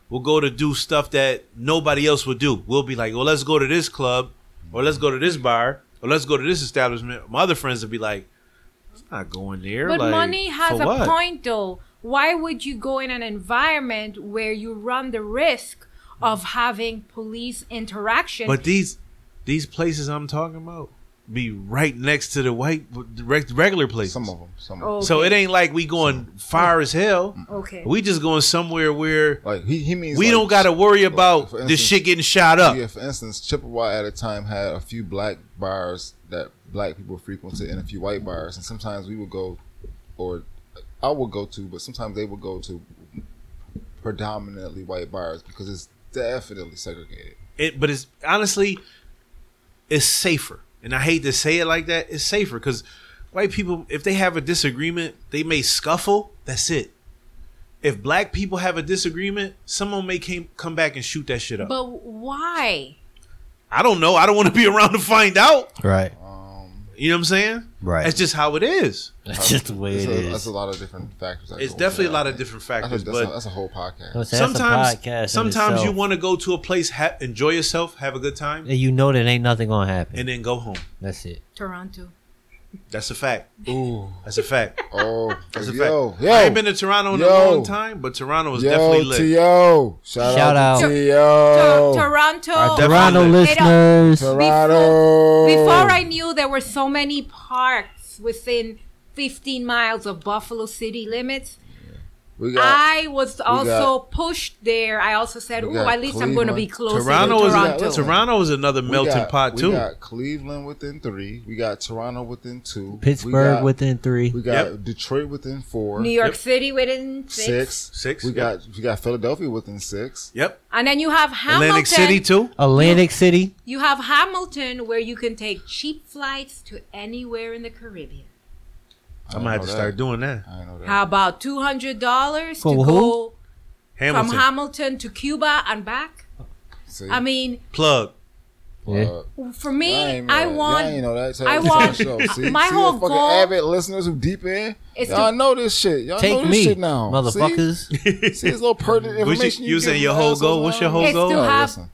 S4: will go to do stuff that nobody else would do. We'll be like, well, let's go to this club, or let's go to this bar, or let's go to this establishment. My other friends would be like, I'm not going there.
S3: But
S4: like,
S3: money has
S4: for
S3: a
S4: what?
S3: point, though. Why would you go in an environment where you run the risk of having police interaction?
S4: But these these places I'm talking about be right next to the white reg- regular places.
S5: Some of them. Some of
S3: Oh.
S5: 'em.
S4: So it ain't like we going far as hell.
S3: okay,
S4: We just going somewhere where
S5: Like he, he means
S4: we
S5: like-
S4: don't got to worry about
S5: for
S4: this
S5: instance,
S4: shit getting shot up.
S5: Yeah, for instance, Chippewa at a time had a few black bars that black people frequented and a few white bars, and sometimes we would go, or I would go to, but sometimes they would go to predominantly white bars because it's definitely segregated.
S4: it but it's honestly it's safer and i hate to say it like that it's safer because white people if they have a disagreement they may scuffle that's it if black people have a disagreement someone may came, come back and shoot that shit up
S3: but why?
S4: i don't know i don't want to be around to find out
S1: Right.
S5: Um,
S4: you know what i'm saying
S1: Right.
S4: that's just how it is
S1: That's [laughs] just the way
S5: it's
S1: it
S5: a, That's
S1: is.
S5: a lot of different factors. that
S4: it's
S5: go
S4: definitely a
S5: into
S4: lot
S5: that.
S4: of different
S5: I think
S4: factors
S5: That's, a,
S4: but
S5: that's a whole
S1: [laughs]
S5: podcast.
S1: That's a podcast in
S4: sometimes sometimes you
S1: itself.
S4: want to go to a place ha- enjoy yourself have a good time
S1: And you know that ain't nothing gonna happen.
S4: and then go home
S1: That's it.
S3: Toronto.
S4: that's a fact
S5: Ooh,
S4: that's a fact
S5: oh,
S4: That's a
S5: yo,
S4: fact.
S5: yo,
S4: I ain't been to Toronto in a
S5: Yo.
S4: long time, but Toronto was
S5: yo,
S4: definitely lit.
S5: T.O. Shout,
S1: Shout
S5: out,
S1: out.
S5: to T.O.
S3: Tor- Toronto.
S4: definitely-
S1: Toronto
S4: They
S3: Oh, don't-
S1: listeners,
S5: Toronto.
S3: Before I knew there were so many parks within 15 miles of Buffalo city limits,
S5: We
S3: I was also
S5: got-
S3: pushed there. I also said,
S5: we
S3: "Ooh,
S5: got
S3: at least I'm going to be close
S4: Toronto
S3: to
S4: is
S5: Toronto.
S3: Toronto."
S5: Listen.
S4: Toronto is another
S5: we
S4: melting
S5: got-
S4: pot too.
S5: We got Cleveland within three. We got Toronto within two. We
S1: Pittsburgh
S5: got-
S1: within three.
S5: We got Detroit within four.
S3: New York
S4: Yep.
S3: City within six.
S5: six.
S4: Six,
S5: We
S4: yep.
S5: got we got Philadelphia within six.
S4: Yep,
S3: and then you have Hamilton.
S4: Atlantic City too.
S1: Atlantic City.
S3: You have Hamilton, where you can take cheap flights to anywhere in the Caribbean.
S4: I might have to start doing that.
S5: I know that.
S3: How about two hundred dollars to
S1: For who?
S3: go
S4: Hamilton
S3: from Hamilton to Cuba and back?
S5: See?
S3: I mean,
S4: plug.
S1: Yeah.
S3: for
S5: Y'all
S3: me,
S5: ain't know
S3: I
S5: that. Y'all
S3: want
S5: ain't know that.
S3: I
S5: Y'all
S3: want-
S5: show. See,
S3: my
S5: see
S3: whole
S5: the fucking
S3: goal
S5: avid listeners who deep in.
S3: is
S5: Y'all
S3: to-
S5: know this shit. Y'all know
S1: Take
S5: this
S1: me,
S5: shit now,
S1: motherfuckers.
S5: [laughs] See, see this little pertinent
S4: you-
S5: information.
S4: you saying
S5: giving
S4: your whole
S5: us
S4: goal?
S5: is
S4: What's
S5: wrong.
S4: your whole
S3: It's goal? to
S5: No,
S3: have-
S5: listen.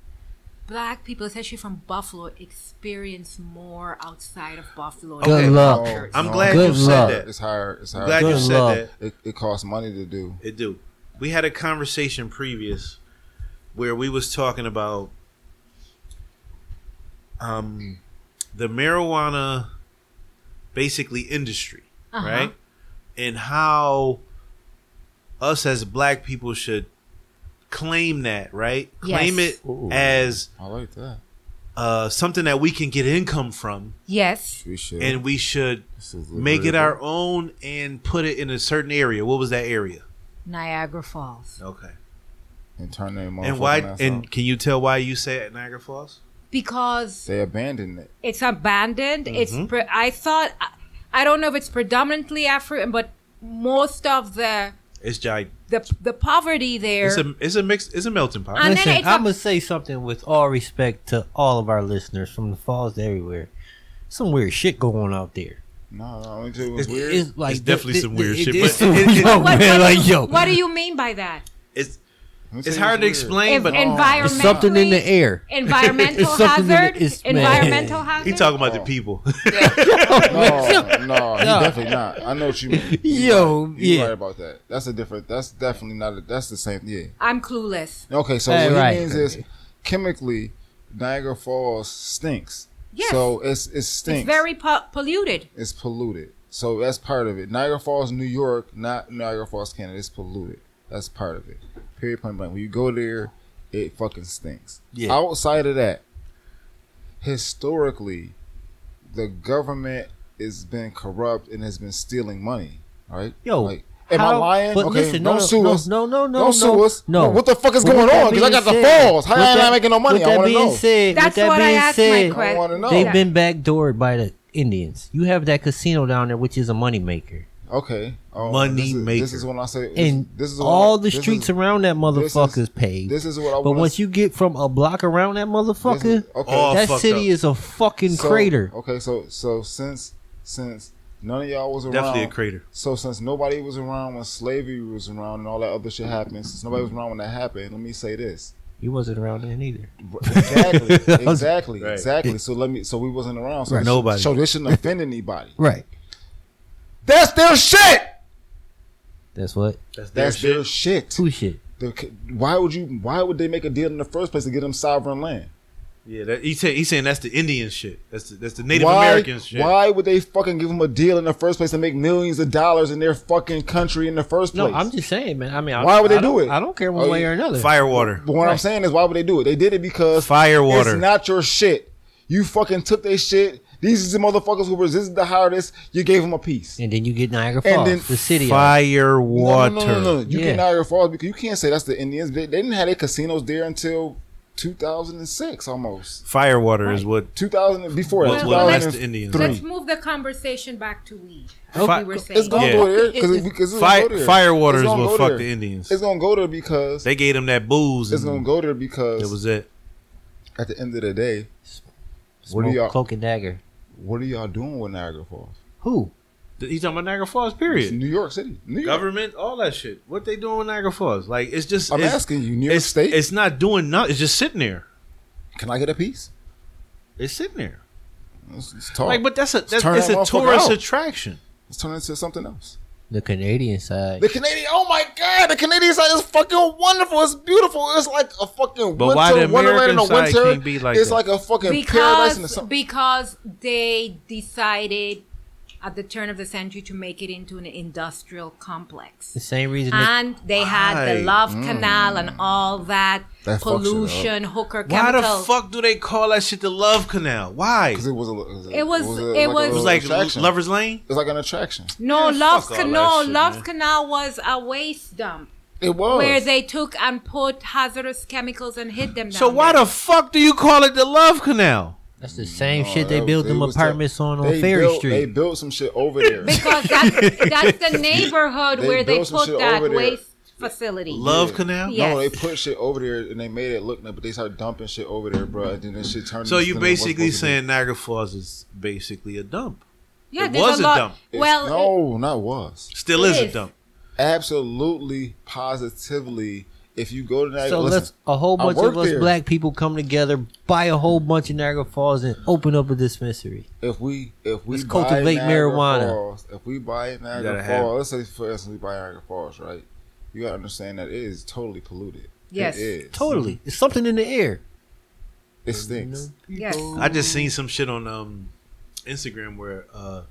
S3: black people, especially from Buffalo, experience more outside of Buffalo.
S4: Good
S3: than
S1: luck.
S3: Church.
S4: I'm glad
S1: Good
S4: you said
S1: luck.
S4: that.
S5: It's hard. It's
S4: I'm
S5: hard.
S4: glad you
S1: Good
S4: said
S1: luck.
S4: that.
S5: it, it costs money to do.
S4: It do. We had a conversation previous where we was talking about um the marijuana basically industry,
S3: Uh-huh.
S4: right? And how us as black people should claim that, right? Claim
S3: Yes.
S4: it
S5: Ooh.
S4: as
S5: I like that.
S4: uh, something that we can get income from,
S3: Yes.
S5: We should
S4: and we should
S5: This is
S4: make it
S5: liberating.
S4: our own and put it in a certain area. What was that area?
S3: Niagara Falls.
S4: Okay.
S5: and turn their
S4: And
S5: motherfucking
S4: why?
S5: ass
S4: And
S5: off.
S4: can you tell why you say at Niagara Falls?
S3: Because
S5: they abandoned it.
S3: it's abandoned.
S1: Mm-hmm.
S3: It's pre- I thought I- I don't know if it's predominantly African, but most of the
S4: It's giant.
S3: the the poverty there.
S4: It's a it's a mix. It's a melting pot.
S3: I- And then
S1: Listen,
S3: it's a-
S1: I'm gonna say something with all respect to all of our listeners from the falls to everywhere. Some weird shit going on out there.
S5: No, no, only two was
S4: It's-
S5: weird.
S1: It's like
S4: It's definitely some weird shit,
S1: It's
S4: but-
S1: some
S4: [laughs] it- it-
S1: yo, [laughs]
S3: what,
S1: man,
S3: what,
S1: like
S3: do you,
S1: yo,
S3: what do you mean by that?
S4: It's
S5: Let me
S4: it's
S5: tell you
S4: hard to
S5: what's weird.
S4: explain,
S3: If-
S4: but
S3: environmentally,
S1: it's something in the air. [laughs]
S3: Environmental
S1: It's something in the-
S3: hazard.
S1: it's- man.
S3: environmental hazard.
S4: he talking
S5: Oh.
S4: about the people. [laughs]
S1: [laughs]
S5: No, no, he definitely not. I know what you mean.
S1: Yo,
S5: you
S1: yeah.
S5: right about that. That's a different. That's definitely not. A, that's the same. Yeah.
S3: I'm clueless.
S5: Okay, so
S1: Hey,
S5: what
S1: right.
S5: he means is chemically, Niagara Falls stinks.
S3: Yes.
S5: So it's it stinks.
S3: It's very po- polluted.
S5: It's polluted. So that's part of it. Niagara Falls, New York, not Niagara Falls, Canada. It's polluted. That's part of it. Period. Point blank. When you go there, it fucking stinks.
S1: Yeah.
S5: Outside of that, historically, the government has been corrupt and has been stealing money. Right.
S1: Yo,
S5: Like, Am I
S1: how-
S5: lying?
S1: but
S5: okay,
S1: listen, no,
S5: don't
S1: no,
S5: sue
S1: no,
S5: us.
S1: no, no, no,
S5: don't sue
S1: no,
S5: us.
S1: no.
S5: What the fuck is
S1: With
S5: going
S1: that
S5: on? Because I
S1: being
S5: got the
S1: said-
S5: falls. How
S1: with
S5: am I
S1: that-
S5: not making no money?
S1: With
S5: I
S1: that
S5: want to
S1: being
S5: know.
S1: said,
S3: That's
S1: with that
S3: what I
S1: being
S3: asked
S1: said,
S3: my question.
S5: wanna know.
S1: They've
S5: Yeah.
S1: been backdoored by the Indians. You have that casino down there, which is a moneymaker,
S5: Okay. Oh,
S4: Money
S5: this is, This
S4: maker.
S5: is when I say.
S1: and
S5: this is when
S1: all
S5: I-
S1: the
S5: this
S1: streets
S5: is-
S1: around that
S5: this is-
S1: motherfucker's paved.
S5: This is what I.
S1: but
S5: wanna-
S1: once you get from a block around that
S5: this
S1: motherfucker,
S5: is- okay.
S4: All
S1: that
S4: fucked
S1: city
S4: up.
S1: is a fucking
S5: So-
S1: crater.
S5: Okay, so so since since none of y'all was around,
S4: Definitely a crater.
S5: So since nobody was around when slavery was around and all that other shit happened, since nobody was around when that happened, let me
S1: [laughs]
S5: say this.
S1: He wasn't around then either.
S4: [laughs]
S5: Exactly, exactly,
S4: Right.
S5: exactly. So let me. So we wasn't around. So
S1: Right.
S5: this-
S4: Nobody.
S5: So this shouldn't offend
S1: [laughs]
S5: anybody.
S1: Right.
S5: That's their shit.
S1: That's what.
S5: That's their shit.
S1: Two shit.
S5: The- Why would you? Why would they make a deal in the first place to get them sovereign land?
S4: Yeah, that, he say, he's saying that's the Indian shit. That's the, that's the Native
S5: why,
S4: American shit.
S5: Why would they fucking give them a deal in the first place and make millions of dollars in their fucking country in the first
S1: No,
S5: place?
S1: I'm just saying, man. I mean, I-
S5: Why would they
S1: I don't-
S5: do it?
S1: I don't care one
S5: Oh,
S1: way
S5: yeah.
S1: or another.
S4: Firewater.
S5: But what I'm saying is, why would they do it? They did it because
S4: Fire water.
S5: It's not your shit. You fucking took their shit. These is the motherfuckers who resisted the hardest. You gave them a piece.
S1: And then you get Niagara
S5: And
S1: Falls,
S5: then
S1: the city. out.
S4: Fire
S5: No,
S4: water.
S5: no, no, no, no. You
S1: Yeah.
S5: can Niagara Falls because you can't say that's the Indians. They, they didn't have their casinos there until 2006 almost.
S4: Fire water is what.
S5: 2000 and- before that,
S4: Well, well, that's the
S5: 2003.
S4: Indians.
S3: Let's move the conversation back to weed.
S4: Okay.
S3: What we were saying.
S5: It's gonna
S4: Yeah.
S5: go there because it's
S4: Fire,
S5: gonna go there.
S4: fire water
S5: It's
S4: is
S5: gonna
S4: what
S5: go
S4: fucked
S5: there.
S4: the Indians.
S5: It's gonna go there because
S4: They gave them that booze.
S5: it's
S4: And
S5: gonna go there because
S4: That was Mm. it.
S5: at the end of the day,
S1: Smoke,
S5: what are y'all-
S1: Cloak and dagger.
S5: what are y'all doing with Niagara Falls?
S1: Who?
S4: He's talking about Niagara Falls.
S5: It's
S4: Period.
S5: New York City, New York.
S4: Government, all that shit. What they doing with Niagara Falls? Like it's just.
S5: I'm
S4: it's-
S5: asking you, New York
S4: it's,
S5: State.
S4: It's not doing nothing. It's just sitting there.
S5: Can I get a piece?
S4: It's sitting there.
S5: Let's, let's talk.
S4: Like, but that's a that's,
S5: Oh. turn
S4: it's
S5: that
S4: a
S5: motherfucker
S4: tourist
S5: out.
S4: attraction.
S5: let's turn it into something else.
S1: The Canadian side.
S5: The Canadian, oh my god, the Canadian side is fucking wonderful. It's beautiful. It's like a fucking
S4: But
S5: winter
S4: why the
S5: wonderland in the
S4: American side
S5: winter.
S4: can't be like
S5: it's
S4: that?
S5: like a fucking paradise in the
S3: because
S5: summer.
S3: because they decided at the turn of the century to make it into an industrial complex.
S1: The same reason. They,
S3: And they had
S4: Why?
S3: the Love Canal and all that,
S5: Mm. That fucks it up.
S3: pollution, hooker
S4: Why
S3: chemicals.
S4: the fuck do they call that shit the love canal? Why?
S5: because
S4: It
S5: it was a. Was
S3: It was-
S5: a-
S3: it
S5: a
S3: was-
S4: was
S5: little
S4: like
S5: attraction.
S4: Lover's Lane.
S5: It's like an attraction.
S3: No,
S4: Man,
S3: Love's
S4: fuck all
S3: Canal.
S4: that shit,
S3: Love's
S4: man.
S3: Canal was a waste dump
S5: It was.
S3: where they took and put hazardous chemicals and hid them.
S4: So
S3: down
S4: why
S3: there.
S4: the fuck do you call it the love canal?
S1: that's the same
S5: Oh,
S1: shit they
S5: that-
S1: build them
S5: was
S1: apartments
S5: tough.
S1: on on
S5: They
S1: Ferry
S5: built- They
S1: Street.
S5: built some shit
S4: [laughs]
S5: over
S3: [laughs]
S5: there.
S3: Because that, that's the neighborhood
S5: They
S3: where they
S5: built some
S3: put
S5: shit
S3: that
S5: over there.
S3: waste facility.
S4: Love
S5: Yeah.
S4: canal.
S3: Yeah.
S5: No, they
S3: Yes.
S5: put shit over there and they made it look nice, but they started dumping shit over there, bro. And then this shit turned.
S4: So
S5: into
S4: you
S5: something it
S4: basically
S5: wasn't supposed
S4: saying Niagara Falls is basically a dump?
S3: yeah,
S4: It
S3: there's
S4: was
S3: a
S4: a
S3: lot.
S4: dump.
S5: to be.
S3: Well,
S5: no, not was.
S4: Still
S3: It
S4: is a
S3: is.
S4: dump.
S5: Absolutely, positively. If you go to Niagara,
S1: So
S5: listen,
S1: let's a whole
S5: I
S1: bunch of
S5: worked
S1: us
S5: there.
S1: black people come together, buy a whole bunch of Niagara Falls, and open up a dispensary.
S5: if we if we
S1: Let's
S5: buy
S1: cultivate
S5: Niagara
S1: marijuana.
S5: Falls, if we buy Niagara
S4: gotta have-
S5: Falls, let's say for instance we buy Niagara Falls, right? You gotta understand that it is totally polluted.
S3: Yes.
S5: it is.
S1: Totally, it's something in the air.
S5: It stinks.
S3: yes.
S4: I just seen some shit on um, Instagram where uh,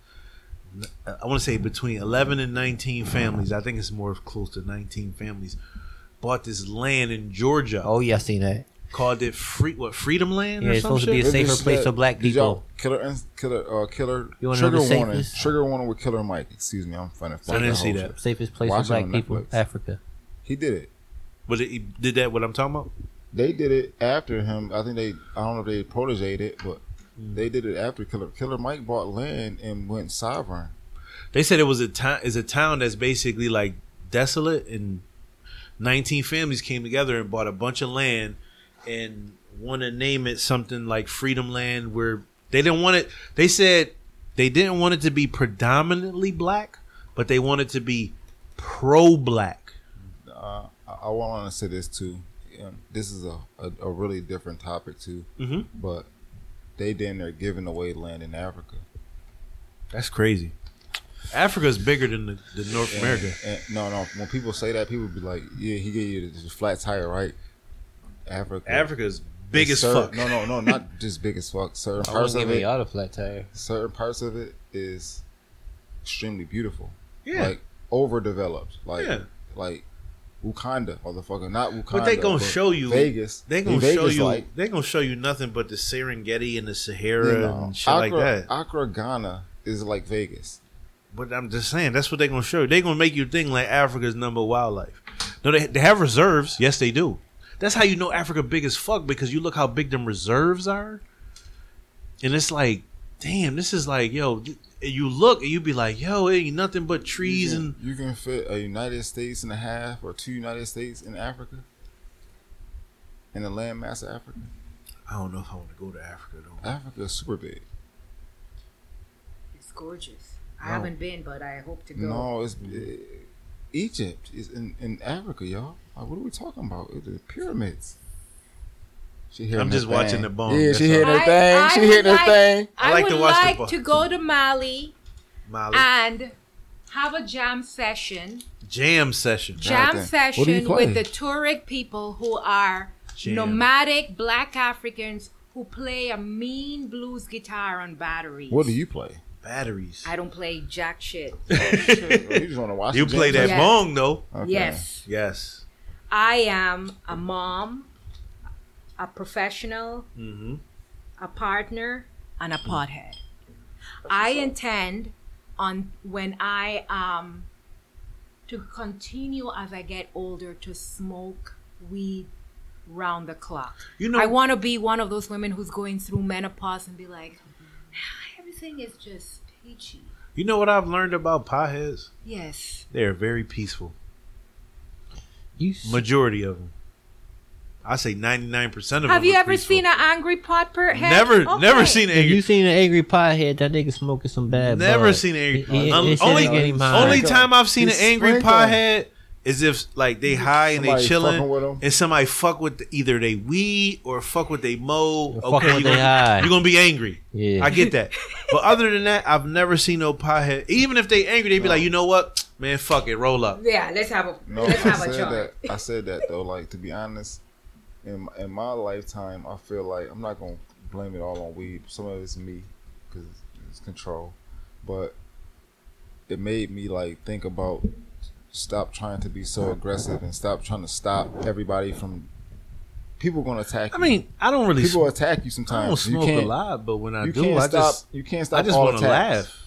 S4: I want to say between 11 and 19 families, I think it's more close to 19 families, bought this land in Georgia.
S1: Oh yeah, I seen that.
S4: Called it free what Freedom Land
S1: Yeah,
S4: or
S1: it's
S4: some
S1: supposed to
S4: shit.
S1: be a
S5: It's
S1: safer
S5: just
S1: place
S5: that-
S1: for black
S5: did y'all-
S1: people.
S5: Killer, ins- killer, uh, killer.
S1: You wanna know
S5: Trigger
S1: the safest?
S5: warning. Trigger warning with Killer Mike. Excuse me, I'm funny.
S4: I didn't see that.
S1: Safest place
S5: Watch it
S1: for black
S5: on
S1: people,
S5: Netflix.
S1: Africa.
S5: He did it.
S4: But it, did that what I'm talking about?
S5: They did it after him. I think they. I don't know if they protéged it, but
S4: Mm.
S5: they did it after Killer. Killer Mike bought land and went sovereign.
S4: They said it was a town is a town that's basically like desolate and 19 families came together and bought a bunch of land and want to name it something like Freedom Land where they didn't want it they said they didn't want it to be predominantly black but they wanted to be pro black.
S5: Uh, I, I want to say this too. Um, this is a, a, a really different topic too,
S4: Mhm.
S5: but they damn near giving away land in Africa.
S4: That's crazy. Africa's bigger than the, the North
S5: And-
S4: America.
S5: and- no, no. When people say that, people be like, "Yeah, he gave you the, the flat tire, right?" Africa.
S4: Africa's big as
S5: Cer-
S4: fuck.
S5: No, no, no, not just big as fuck. Certain parts of it,
S1: y'all the flat tire.
S5: certain parts of it is extremely beautiful.
S4: Yeah.
S5: Like overdeveloped. Like
S4: Yeah.
S5: like Wakanda, motherfucker. Not Wakanda.
S4: But they gonna show you
S5: Vegas.
S4: They gonna
S5: Vegas,
S4: show you.
S5: like,
S4: they gonna show you nothing but the Serengeti and the
S5: you
S4: Sahara
S5: know,
S4: and shit like
S5: Accra-
S4: that.
S5: Accra, Ghana is like Vegas.
S4: But I'm just saying that's what they gonna show you. They gonna make you think like Africa's number wildlife. No, they they have reserves. Yes, they do. That's how you know Africa big as fuck because you look how big them reserves are, and it's like, damn, this is like, yo, th- you look and you be like, yo, it ain't nothing but trees
S5: you can,
S4: and
S5: you can fit a United States and a half or two United States in Africa. In the landmass of Africa.
S4: I don't know if I want to go to Africa though.
S5: Africa is super big.
S3: It's gorgeous. I haven't been, but I hope to go.
S5: No, it's uh, Egypt is in, in Africa, y'all. Like, what are we talking about? It's the pyramids. She hearing
S4: I'm
S5: her
S4: just watching
S5: thing.
S4: the bone,
S5: Yeah,
S4: that's
S5: she
S4: all.
S5: hearing her
S3: I-
S5: thing.
S3: I
S5: she
S3: would
S5: hearing her
S3: like-
S5: thing.
S3: I,
S4: I like
S3: would
S4: to watch the
S3: like
S4: ball.
S3: to go to Mali
S4: Mali
S3: and have a jam session,
S4: jam session.
S3: jam
S5: Jonathan, what do you
S3: session
S5: play?
S3: with the Tuareg people who are
S4: Jam.
S3: nomadic black Africans who play a mean blues guitar on batteries.
S5: What do
S4: [laughs]
S5: you play?
S4: Batteries.
S3: I don't play jack shit.
S5: you just want to watch.
S4: [laughs] You
S5: the
S4: play that
S5: Jam
S3: Yeah.
S4: bong though.
S5: session? Okay.
S3: Yes,
S4: Yes.
S3: I am a mom, a professional,
S4: Mm-hmm.
S3: a partner, and a pothead. I intend on when I um to continue as I get older to smoke weed round the clock.
S4: You know,
S3: I want to be one of those women who's going through menopause and be like, everything is just peachy.
S4: you know what I've learned about potheads?
S3: Yes.
S4: They are very peaceful.
S1: You s-
S4: Majority of them. I say ninety nine percent of them.
S3: Have you
S4: are
S3: ever
S4: peaceful.
S3: seen an angry pot per head?
S4: Never, never
S3: Okay.
S4: seen
S1: If you
S4: angry.
S1: seen an angry pothead, that nigga smoking some bad.
S4: Never
S1: bud.
S4: seen an angry.
S1: He- he-
S4: un-
S1: he said
S4: only,
S1: he getting high.
S4: only time I've seen
S5: He's
S4: an angry
S5: sprinkling.
S4: pothead is if like they high and they
S5: Somebody
S4: chilling,
S5: fucking with 'em.
S4: and somebody fuck with the- either they weed or fuck with they mo.
S1: Or fuck
S4: Okay,
S1: with
S4: you
S1: they
S4: gonna,
S1: high.
S4: you gonna be angry.
S1: Yeah.
S4: I get
S3: [laughs]
S4: that. but other than that, I've never seen no pothead. Even if they angry, they be like, you know what, man, fuck it, roll up.
S3: Yeah, let's have a
S5: No, I
S3: let's have a
S5: said
S3: jar.
S5: that. I said that though. Like to be honest, in my, in my lifetime, I feel like I'm not gonna blame it all on weed. Some of it's me because it's control, but it made me like think about stop trying to be so aggressive and stop trying to stop everybody from people gonna attack
S4: I
S5: you.
S4: mean, I don't really.
S5: people
S4: Sm-
S5: attack you
S4: I don't
S5: sometimes. You
S4: smoke a
S5: can't,
S4: lot, but when I
S5: you
S4: do,
S5: can't
S4: I
S5: stop
S4: just
S5: you can't stop
S4: I just
S5: all
S4: want to
S5: attacks.
S4: laugh.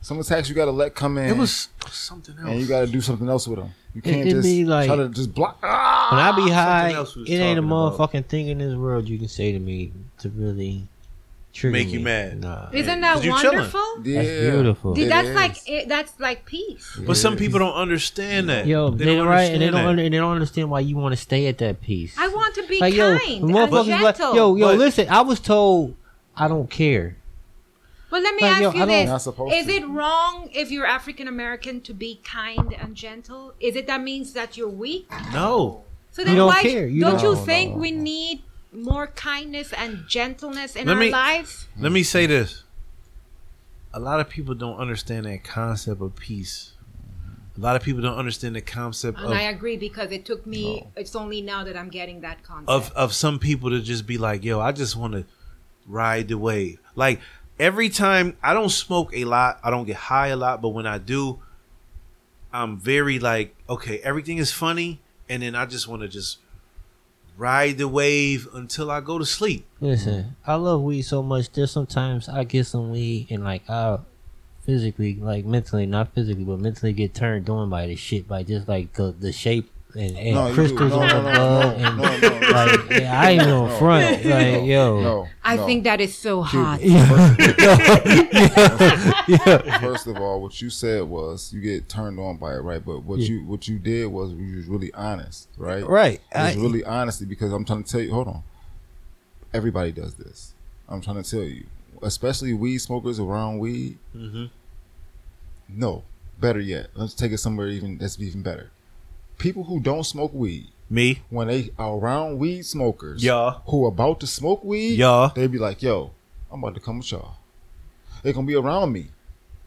S5: Some attacks you gotta let come in
S4: It was something else.
S5: and you gotta do something else with them. You can't
S1: it'd
S5: just
S1: be like-
S5: try to just block ah!
S1: When I be high,
S4: else we was
S1: it ain't a
S4: talking about.
S1: motherfucking thing in this world you can say to me to really trigger
S4: Make you
S1: me.
S4: mad.
S1: Nah,
S4: Yeah,
S3: Isn't
S4: 'cause
S3: that
S4: you chilling.
S3: wonderful?
S5: Yeah.
S1: that's beautiful.
S5: It
S3: Dude, that's
S5: is.
S3: like it, that's like peace.
S4: but some people don't understand that.
S1: Yo,
S4: they
S1: they
S4: don't
S1: right, and they don't
S4: understand
S1: under, and they don't understand why you want to stay at that piece.
S3: I want to be
S1: like yo,
S3: kind and
S1: motherfuckers
S3: gentle.
S1: like yo, yo.
S4: But-
S1: listen, I was told I don't care.
S3: Well, let me
S1: Like,
S3: ask
S1: yo, I
S3: you
S1: don't-
S5: Not
S3: this:
S5: supposed
S3: Is
S5: to.
S3: it wrong if you're African American to be kind and gentle? Is it that means that you're weak?
S4: that. No,
S3: So
S1: You
S3: then
S1: don't
S3: why
S1: care. You
S3: don't,
S1: don't-
S3: you think we need more kindness and gentleness in
S4: Let
S3: our
S4: me-
S3: lives?
S4: let me say this: a lot of people don't understand that concept of peace. A lot of people don't understand the concept
S3: And
S4: of
S3: I agree because it took me. It's only now that I'm getting that concept.
S4: of of some people to just be like, yo, I just want to ride the wave. Like every time I don't smoke a lot, I don't get high a lot, but when I do, I'm very like, okay, everything is funny, and then I just want to just ride the wave until I go to sleep.
S1: Listen, I love weed so much. There's sometimes I get some weed and like I physically, like mentally, not physically, but mentally get turned on by this shit by just like the the shape and, and
S5: No, you do.
S1: crystals
S5: No,
S1: on
S5: no,
S1: the
S5: no,
S1: glove
S5: no,
S1: and
S5: no, no, no.
S1: like yeah, I ain't gonna
S5: No,
S3: [laughs]
S1: front
S5: no,
S1: like
S5: no,
S1: yo. [laughs]
S5: No,
S3: I
S5: no.
S3: think that is so
S1: [laughs]
S3: hot.
S5: [laughs] First of all, what you said was you get turned on by it, right? But what you what you did was you was really honest, right?
S1: Right. I-
S5: It's really honesty because I'm trying to tell you. Hold on, everybody does this. I'm trying to tell you, especially weed smokers around weed. No, better yet, let's take it somewhere even that's even better. People who don't smoke weed
S4: Me,
S5: when they are around weed smokers,
S4: Yeah.
S5: who about to smoke weed,
S4: Yeah.
S5: they be like, "Yo, I'm about to come with y'all. They gonna be around me."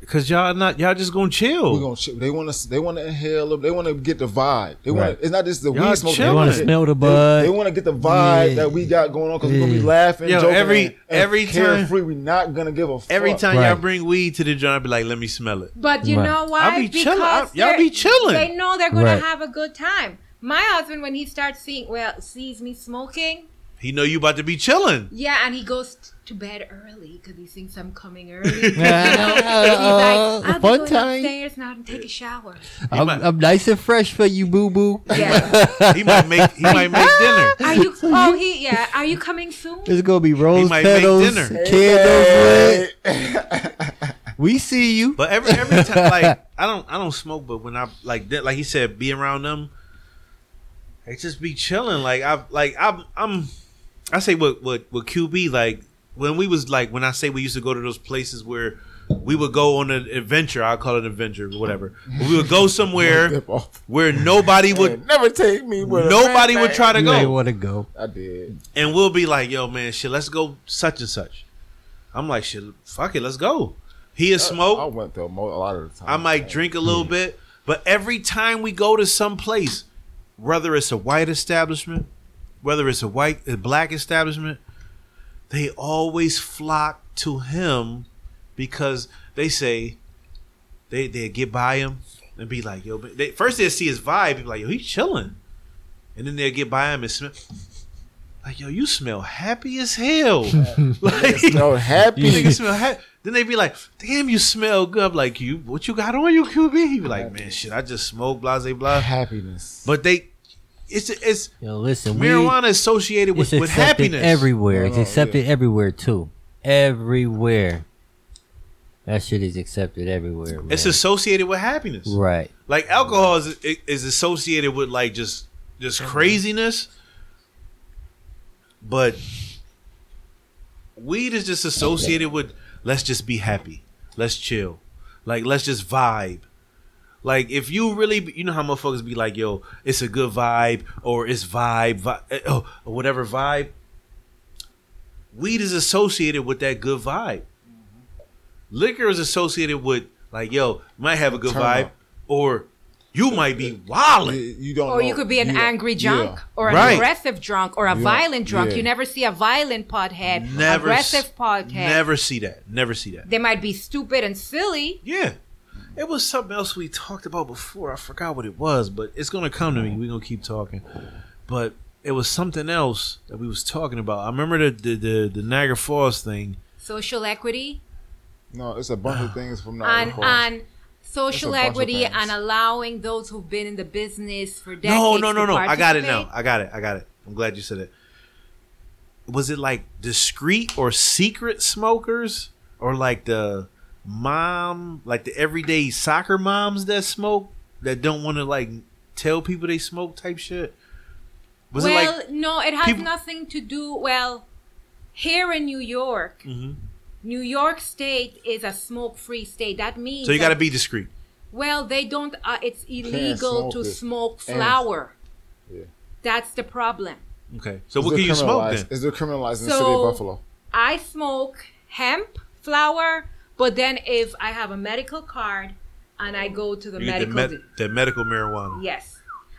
S4: because y'all not y'all just gonna chill.
S5: We're gonna chill. They want to. They want to inhale. They want to get the vibe. They want.
S1: Right.
S5: to It's not just the
S4: Y'all
S5: weed smoke.
S4: chilling. They wanna
S1: smell the
S5: They-
S1: bud.
S5: They, want to get the vibe
S1: Yeah.
S5: that we got going on because we're gonna be
S1: Yeah.
S5: laughing,
S4: Yo,
S5: joking,
S4: every-
S5: and, and
S4: every time-
S5: carefree. We're not gonna give a fuck.
S4: Every time
S1: Right.
S4: y'all bring weed to the joint, I be like, let me smell it.
S3: But you
S1: Right.
S3: know why?
S4: I be chillin'. I- y'all
S3: they're-
S4: be chillin'.
S3: They know they're gonna
S1: Right.
S3: have a good time. My husband, when he starts seeing, well, sees me smoking,
S4: He know you about to be chilling.
S3: yeah, and he goes t- to bed early because he thinks I'm coming early.
S1: Uh,
S3: He's like, I'll
S1: fun
S3: be going
S1: time.
S3: upstairs now and take a shower.
S1: I'm, I'm nice and fresh for you, boo boo.
S3: Yeah.
S4: He might make he might make dinner.
S3: Are you? Oh, he. Yeah. Are you coming soon?
S1: [laughs] It's gonna be rose
S4: might make
S1: petals,
S4: dinner.
S1: candles.
S5: Hey.
S1: lit. We see you.
S4: But every every time, like I don't I don't smoke, but when I like that, like he said, be around them. I just be chilling. Like I like I'm I'm I say what what what QB like when we was like when I say we used to go to those places where we would go on an adventure. I call it an adventure, whatever. But we would go somewhere
S5: Dip off.
S4: [laughs] where nobody would
S5: never take me. With a
S4: nobody
S5: red
S4: would
S5: bag.
S4: try to
S1: You ain't
S4: go,
S1: want to go.
S5: I did.
S4: and we'll be like, yo man, shit, let's go such and such. I'm like, shit, fuck it, let's go. He is smoke.
S5: Uh, I went there mo- a lot of the time.
S4: I might drink a little bit, but every time we go to some place, whether it's a white establishment, whether it's a white a black establishment, they always flock to him because they say they they get by him and be like, yo, but they, first they'll see his vibe, be like, yo, he's chilling. And then they'll get by him and smell like, yo, you smell happy as hell. like [laughs]
S5: No
S4: you
S1: [laughs]
S5: happy.
S4: niggas smell hat. Then they be like, "Damn, you smell good." I'm like, "You, what you got on you, QB?" He be like, "Man, shit, I just smoke blase blah."
S5: happiness.
S4: But they, it's it's
S1: Yo, listen,
S4: marijuana associated
S1: we, it's
S4: with, with
S1: accepted
S4: happiness.
S1: everywhere.
S5: No,
S1: It's
S5: no,
S1: accepted everywhere too. Everywhere. That shit is accepted everywhere. Man.
S4: it's associated with happiness.
S1: right.
S4: Like alcohol is is associated with like just just craziness, but weed is just associated with let's just be happy, let's chill, like let's just vibe. Like if you really, you know how motherfuckers be like, yo, it's a good vibe or it's vibe, vi- eh, oh, or whatever vibe. Weed is associated with that good vibe. Liquor is associated with like, yo, might have a good
S5: Turn
S4: vibe,
S5: up.
S4: or you might be wilding.
S5: You you don't.
S3: Or
S5: know.
S3: you could be an angry drunk
S5: Yeah.
S3: or an
S4: Right.
S3: aggressive drunk or a violent drunk.
S5: yeah.
S3: You never see a violent pothead,
S4: Never s-
S3: aggressive pothead.
S4: Never see that. Never see that.
S3: They might be stupid and silly,
S4: Yeah. It was something else we talked about before. I forgot what it was, but it's gonna come to me. We're gonna keep talking. But it was something else that we was talking about. I remember the the, the, the Niagara Falls thing.
S3: Social equity
S5: No, it's a bunch
S3: [sighs]
S5: Oh, of things from
S3: and
S5: Niagara Falls.
S3: and social
S5: bunch of
S3: equity
S5: things.
S3: and allowing those who've been in the business for decades.
S4: No, no, no,
S3: to
S4: no. I got it now.
S3: participate.
S4: I got it. I got it. I'm glad you said it. Was it like discreet or secret smokers? Or like the mom, like the everyday soccer moms that smoke that don't want to like tell people they smoke type shit? Was
S3: well,
S4: it like
S3: no, it has
S4: people-
S3: nothing to do. Well, here in New York,
S4: mm-hmm.
S3: New York State is a smoke-free state. That means
S4: so you got to
S3: that-
S4: be discreet?
S3: Well, they don't. Uh, it's
S5: smoke
S3: illegal to
S5: it.
S3: smoke
S5: And-
S3: flour.
S5: Yeah.
S3: That's the problem.
S4: Okay. So what can you smoke then?
S5: Is there criminalized in the
S3: So-
S5: city of Buffalo?
S3: I smoke hemp flour, but then if I have a medical card and I go to the
S4: You get the,
S3: medical,
S4: med- the medical marijuana.
S3: yes.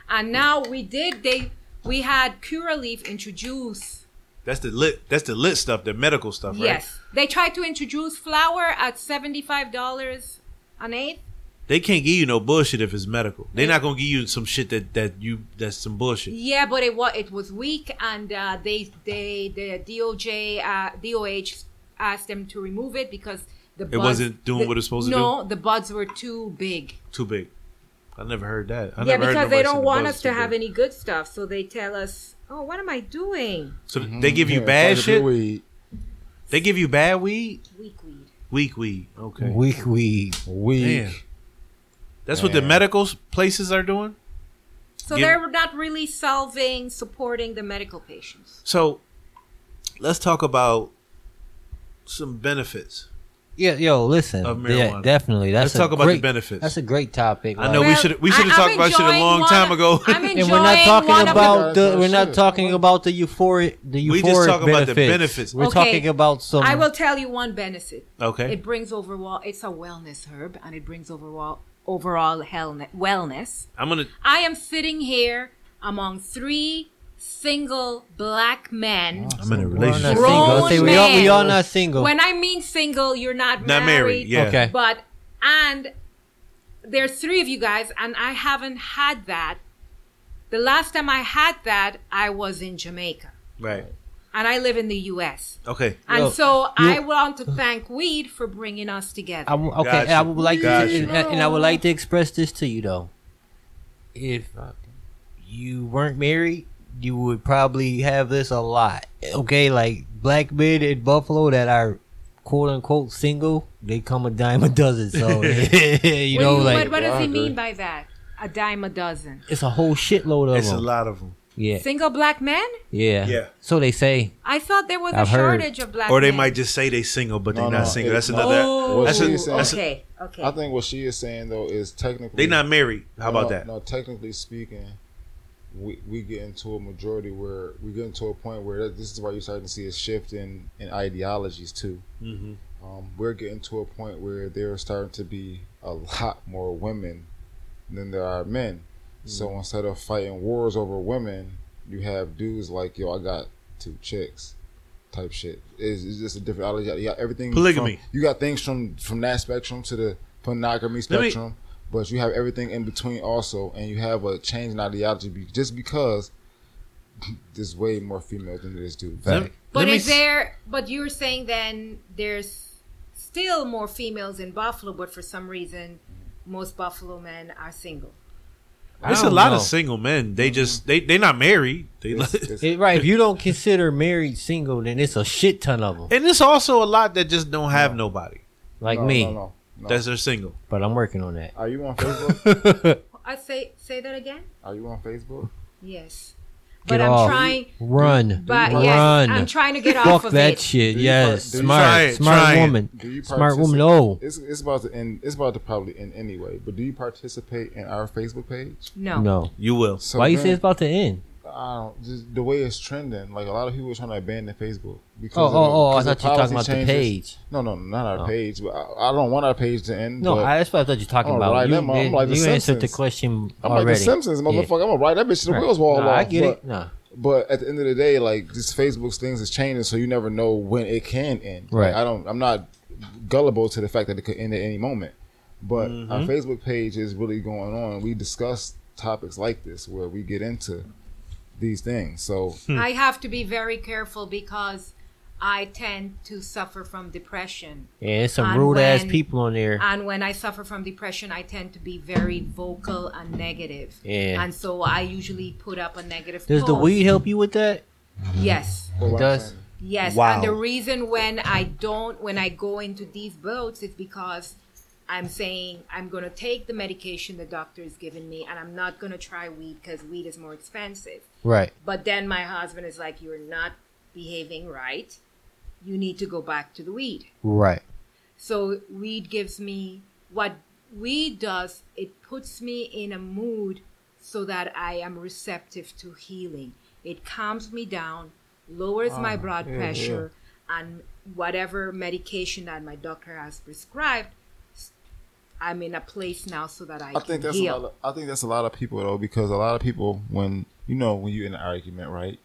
S3: And now we did. They we had Curaleaf introduce.
S4: That's the lit. That's the lit stuff. The medical stuff, right?
S3: Yes, they tried to introduce flour at seventy-five dollars an eighth.
S4: They can't give you no bullshit if it's medical. They're not gonna give you some shit that that you that's some bullshit.
S3: Yeah, but it was it was weak, and uh, they they the DOJ uh, DOH asked them to remove it because the buds,
S4: wasn't doing
S3: the-
S4: what it's supposed to
S3: No, the buds were too big.
S4: too big. I never heard that. I
S3: yeah,
S4: never heard
S3: because
S4: nobody
S3: they
S4: say
S3: don't
S4: the
S3: want
S4: buzz
S3: us
S4: too
S3: to have
S4: big.
S3: any good stuff, so they tell us, "Oh, what am I doing?
S4: So they give you
S5: Mm-hmm. Yeah,
S4: bad
S5: it's like
S4: shit.
S5: if you eat
S4: They give you bad weed,
S3: Weak weed."
S4: weak weed. Okay,
S1: Weak weed.
S5: Weed.
S4: Damn. that's what the
S5: Yeah.
S4: medical s- places are doing.
S3: So
S4: Give-
S3: they're not really solving, supporting the medical patients.
S4: So let's talk about some benefits.
S1: Yeah, yo, listen.
S4: Of
S1: yeah,
S4: marijuana.
S1: definitely. That's
S4: Let's
S1: a
S4: talk about the
S1: great,
S4: benefits.
S1: That's a great topic.
S4: I know
S1: like-
S4: we should we
S3: I-
S4: should have
S3: I'm
S4: talked about shit a
S3: enjoying
S4: long
S3: one-
S4: time ago. [laughs]
S3: I'm
S4: we
S1: and we're not
S3: enjoying
S1: talking
S3: one of the-
S1: about the,
S5: Yeah,
S1: we're not
S5: shit.
S1: talking about the euphoric the euphoric
S4: We just talk about the
S1: benefits.
S4: benefits.
S1: We're
S3: Okay.
S1: talking about some
S3: I will tell you one benefit.
S4: okay,
S3: It brings overall. It's a wellness herb, and it brings overall overall hell- wellness.
S4: I'm gonna.
S3: I am sitting here among three single black men.
S4: I'm in a
S1: we're not
S4: relationship.
S1: single. I
S3: Grown
S1: say we all we all
S3: man.
S1: not single.
S3: When I mean single, you're not,
S4: Not married. Yeah.
S1: Okay.
S3: But and there's three of you guys, and I haven't had that. The last time I had that, I was in Jamaica,
S4: Right.
S3: and I live in the U.S.
S4: Okay.
S3: And
S1: Yo,
S3: so
S1: you-
S3: I want to thank weed for bringing us together.
S1: I w- okay,
S4: Gotcha.
S1: I would like
S4: Gotcha.
S1: to, and, and I would like to express this to you though. If you weren't married, you would probably have this a lot. Okay, like black men in Buffalo that are quote unquote single, they come a dime a dozen. So [laughs] you
S3: What do
S1: know,
S3: you-
S1: like
S3: what, what
S5: Yeah,
S3: does
S5: I
S3: he
S5: agree.
S3: mean by that? A dime a dozen.
S1: it's a whole shitload of
S4: It's a
S1: them.
S4: lot of them.
S1: Yeah,
S3: Single black men?
S1: yeah,
S4: Yeah.
S1: So they say.
S3: I thought there was
S1: I've
S3: a
S1: heard.
S3: shortage of black
S4: Or they
S3: men.
S4: might just say they single, but they're
S5: No,
S4: not
S5: no,
S4: single.
S5: it-
S4: That's
S5: no.
S4: another.
S3: Oh,
S4: that's a,
S5: What's he
S4: that's a-
S3: okay, okay.
S5: I think what she is saying though is technically
S4: they not married. How
S5: No,
S4: about that?
S5: No, technically speaking, we, we get into a majority where we get into a point where that- this is why you're starting to see a shift in, in ideologies too.
S4: Mhm.
S5: Um, we're getting to a point where there are starting to be a lot more women than there are men.
S4: Hmm.
S5: So instead of fighting wars over women, you have dudes like yo, I got two chicks, type shit. It's, it's just a different ideology. You got everything from-
S4: Polygamy.
S5: you got things from from that spectrum to the pornography
S4: Let me-
S5: spectrum, but you have everything in between also, and you have a change in ideology be, just because there's way more females than there is dudes.
S4: Let- let
S3: but
S4: me
S3: is
S4: s-
S3: there? But you're saying then there's still more females in Buffalo, but for some reason, most Buffalo men are single.
S1: I
S4: It's a
S1: don't
S4: lot of
S1: know.
S4: single men. They just they they not married. They
S5: It's-
S4: like-
S5: it's-
S1: It- right, if you don't consider married single, then it's a shit ton of them,
S4: and it's also a lot that just don't have nobody.
S1: [laughs] like
S5: no,
S1: me.
S5: no, no, no.
S4: That's they're single.
S1: But I'm working on that.
S5: Are you on Facebook?
S4: [laughs]
S1: [laughs]
S3: I say say that again.
S5: Are you on Facebook?
S3: Yes,
S1: Get
S3: but I'm
S1: off.
S3: trying.
S1: Run,
S3: But
S1: run.
S3: yes, I'm trying to get off
S1: Fuck
S3: of
S1: that
S3: it.
S1: shit.
S5: Do you
S1: Yes,
S5: part- do you
S1: smart,
S4: try it,
S1: smart
S4: try it.
S1: woman,
S5: Do you
S1: smart woman.
S5: participate-
S1: No,
S5: It's, it's about to end. It's about to probably end anyway. But do you participate in our Facebook page?
S3: No.
S1: no.
S4: You will.
S5: So
S1: Why you
S5: then-
S1: say it's about to end?
S5: I don't. Just the way it's trending, like a lot of people are trying to abandon Facebook because.
S1: Oh,
S5: of the-
S1: oh, oh! I
S5: because of
S1: thought you were talking about
S5: policy
S1: the
S5: changes.
S1: page.
S5: No, no, not our
S1: Oh.
S5: page. But I, I don't want our page to end.
S1: No,
S5: but
S1: I, that's what I thought you were talking
S5: Oh,
S1: about.
S5: right,
S1: you
S5: I'm- I'm
S1: you-
S5: like The
S1: you answered the
S5: Simpsons.
S1: question
S5: I'm
S1: already.
S5: like the Simpsons,
S1: Yeah.
S5: motherfucker. I'm gonna ride that bitch to the
S1: Right.
S5: wheels wall
S1: Nah,
S5: off.
S1: I get
S5: but,
S1: it. Nah.
S5: But at the end of the day, like this Facebook's things is changing, so you never know when it can end. Like,
S1: Right.
S5: I don't. I'm not gullible to the fact that it could end at any moment. But our Facebook page is really going on. We discuss topics like this where we get into these things. So
S3: I have to be very careful because I tend to suffer from depression.
S1: Yeah, it's some
S3: And
S1: rude ass
S3: when-
S1: people on there.
S3: And when I suffer from depression, I tend to be very vocal and negative.
S1: Yeah.
S3: And so I usually put up a negative
S1: Does the
S3: post.
S1: weed help you with that?
S3: Yes.
S5: Well, I'm
S1: does.
S5: saying-
S3: Yes.
S4: Wow.
S3: And the reason when I don't, when I go into these boats, is because I'm saying I'm going to take the medication the doctor is giving me and I'm not going to try weed because weed is more expensive.
S1: Right.
S3: But then my husband is like, You're not behaving right. You need to go back to the weed.
S1: Right.
S3: So weed gives me what weed does, it puts me in a mood so that I am receptive to healing. It calms me down, lowers my blood pressure, and whatever medication that my doctor has prescribed, s- I'm in a place now so that I,
S5: I
S3: can
S5: think that's a
S3: heal.
S5: lot. Of, I think that's a lot of people though, because a lot of people, when you know, when you're in an argument, right?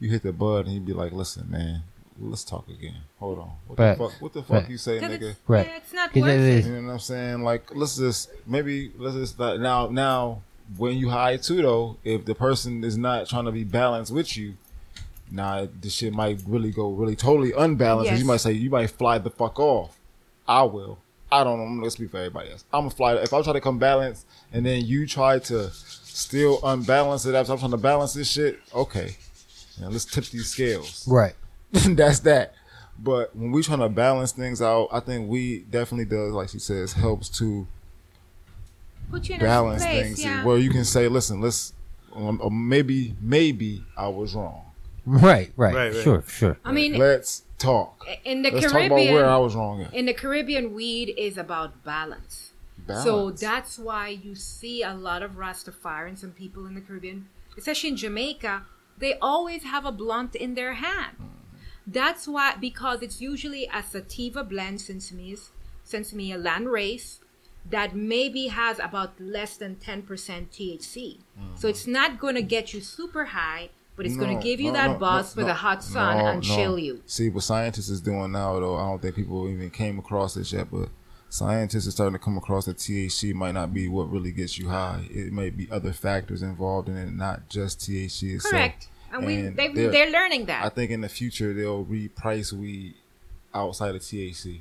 S5: You hit the bud, and you'd be like, "Listen, man, let's talk again. Hold on. What
S1: Facts.
S5: the fuck? What the fuck
S1: Facts.
S5: you say,
S3: 'Cause
S5: nigga?
S3: it's,
S1: Right.
S3: yeah, it's not
S1: 'Cause
S3: worth
S1: it
S3: it.
S1: is-
S5: You know what I'm saying? Like, let's just maybe let's just not, now now when you high too though, if the person is not trying to be balanced with you, nah, this shit might really go really totally unbalanced. 'cause You
S3: Yes.
S5: might say you might fly the fuck off. I will. I don't know. I'm gonna speak for everybody else. I'm gonna fly. If I try to come balance and then you try to still unbalance it after I'm trying to balance this shit, okay. Now let's tip these scales.
S1: Right.
S5: [laughs] that's that. But when we trying to balance things out, I think we definitely does, like she says, helps to
S3: Put you in
S5: balance
S3: a place,
S5: things
S3: yeah.
S5: where you can say, listen, let's, um, or maybe, maybe I was wrong.
S1: Right. Right.
S4: Right, right.
S1: Sure. Sure.
S3: I mean,
S5: let's talk.
S3: in the
S5: Let's talk about
S3: Caribbean,
S5: where I was wrong at.
S3: in the Caribbean, weed is about balance. So
S5: Balance.
S3: that's why you see a lot of Rastafarians and people in the Caribbean, especially in Jamaica, they always have a blunt in their hand.
S5: Mm-hmm.
S3: That's why, because it's usually a sativa blend, Sensimilla, Sensimilla land race, that maybe has about less than 10% THC. So it's not going to get you super high, but it's going
S5: Mm-hmm. No,
S3: to give you
S5: no,
S3: that
S5: no,
S3: buzz
S5: no,
S3: for the
S5: no,
S3: hot sun
S5: no,
S3: and
S5: no.
S3: chill you.
S5: See what scientists is doing now, though. I don't think people even came across this yet, but scientists are starting to come across that THC might not be what really gets you high. It may be other factors involved in it, not just THC itself.
S3: Correct. and we,
S5: and
S3: they,
S5: they're-
S3: they're learning that.
S5: I think in the future they'll reprice weed outside of THC.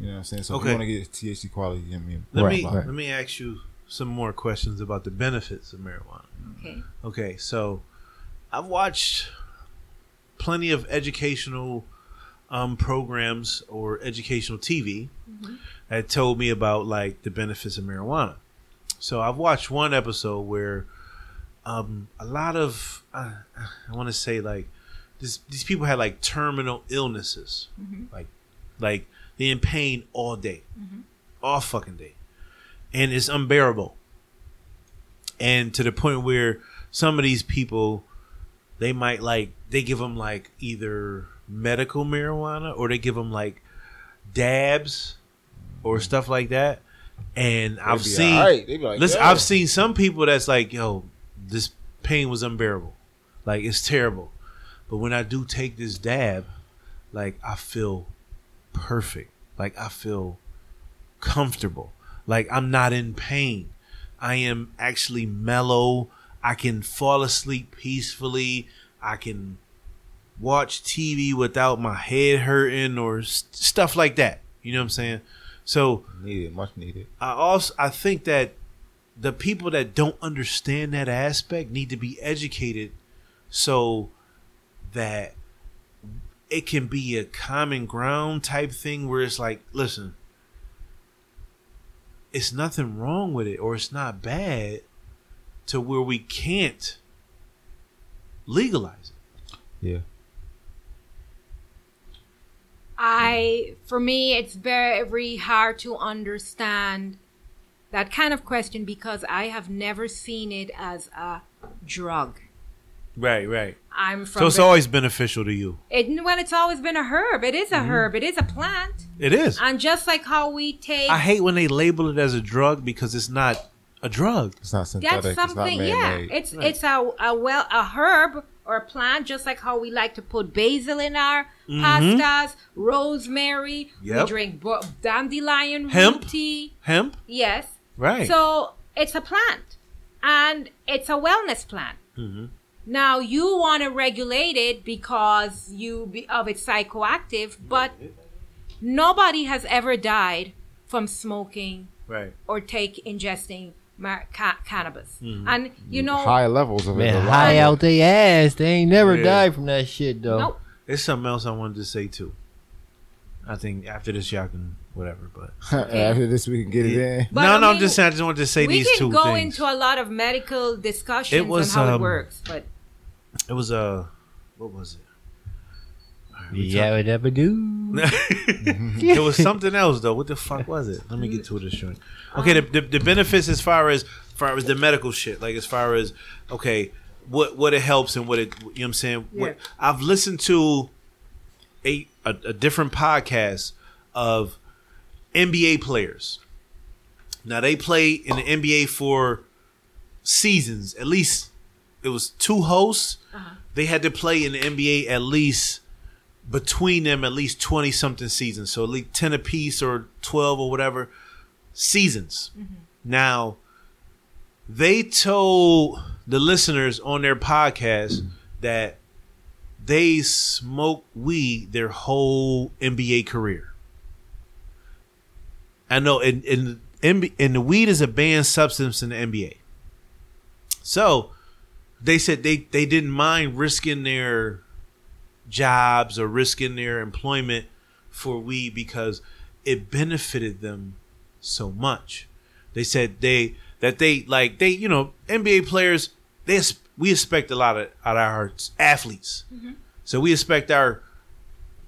S5: You know what I'm saying? So
S4: Okay.
S5: if you want to get THC quality, I mean,
S4: Let
S1: Right,
S4: me
S1: right.
S4: let me ask you some more questions about the benefits of marijuana.
S3: okay.
S4: Okay, so I've watched plenty of educational um, programs or educational TV
S3: Mm-hmm.
S4: that told me about like the benefits of marijuana. So I've watched one episode where um, a lot of uh, I want to say like this, these people had like terminal illnesses, like like they in pain all day, all fucking day, and it's unbearable. And to the point where some of these people, they might like they give them like either medical marijuana or they give them like dabs or stuff like that. And I've
S5: be
S4: seen
S5: alright. They be like,
S4: Listen,
S5: "Yo."
S4: I've seen some people that's like, yo, this pain was unbearable. Like it's terrible. But when I do take this dab, like I feel perfect. Like I feel comfortable. Like I'm not in pain. I am actually mellow. I can fall asleep peacefully. I can watch TV without my head hurting or s- stuff like that. You know what I'm saying? So,
S5: needed, much needed.
S4: I also I think that the people that don't understand that aspect need to be educated so that it can be a common ground type thing where it's like, listen, it's nothing wrong with it or it's not bad to where we can't legalize it.
S5: Yeah,
S3: I, for me, it's very hard to understand that kind of question because I have never seen it as a drug.
S4: Right, right.
S3: I'm from.
S4: So it's
S3: the-
S4: always beneficial to you.
S3: it, well, it's always been a herb. It is a
S4: Mm-hmm.
S3: herb. It is a plant.
S4: It is.
S3: And just like how we take.
S4: I hate when they label it as a drug because it's not a drug.
S5: it's not
S3: that's
S5: synthetic.
S3: something,
S5: it's not
S3: yeah.
S5: man-made.
S3: It's it's a, a well a herb or plant, just like how we like to put basil in our pastas, rosemary. We
S4: Mm-hmm. Yep.
S3: drink bo- dandelion root
S4: Hemp.
S3: tea.
S4: Hemp,
S3: Yes.
S4: right?
S3: So it's a plant and it's a wellness plant. Now you want to regulate it because you be, of its psychoactive, but nobody has ever died from smoking
S4: right.
S3: or take ingesting mar- ca- cannabis.
S4: Mm-hmm.
S3: And you know,
S5: High levels of it.
S1: Man,
S5: reliable.
S1: high
S5: [laughs]
S1: out they ass. They ain't never
S4: Yeah.
S1: died from that shit though.
S3: nope.
S4: There's something else I wanted to say too. I think after this, y'all can whatever. But
S5: After this, we can get it in.
S3: But
S4: no,
S3: I
S4: no, I'm
S3: mean,
S4: just saying I just wanted to say
S3: we
S4: these
S3: can
S4: two
S3: go
S4: things.
S3: into a lot of medical discussions
S4: was,
S3: on how
S4: um,
S3: it works, but
S4: it was uh, what was it?
S1: Yeah, we never
S4: [laughs]
S1: do.
S4: Mm-hmm. it was something else though. What the fuck was it? Let me get to this joint. Okay, the, the, the benefits as far as far as the medical shit, like as far as okay, what what it helps and what it you know what I'm saying. What,
S3: Yeah.
S4: I've listened to a, a a different podcast of NBA players. Now they play in the NBA for seasons. At least it was two hosts. They had to play in the NBA at least between them at least 20 something seasons. So at least 10 apiece or 12 or whatever seasons. Now, they told the listeners on their podcast that they smoked weed their whole NBA career. I know, and, and, MB and the weed is a banned substance in the NBA. So they said they, they didn't mind risking their jobs or risking their employment for weed because it benefited them so much. They said they that they like they you know NBA players they ex- we expect a lot of out of our athletes, so we expect our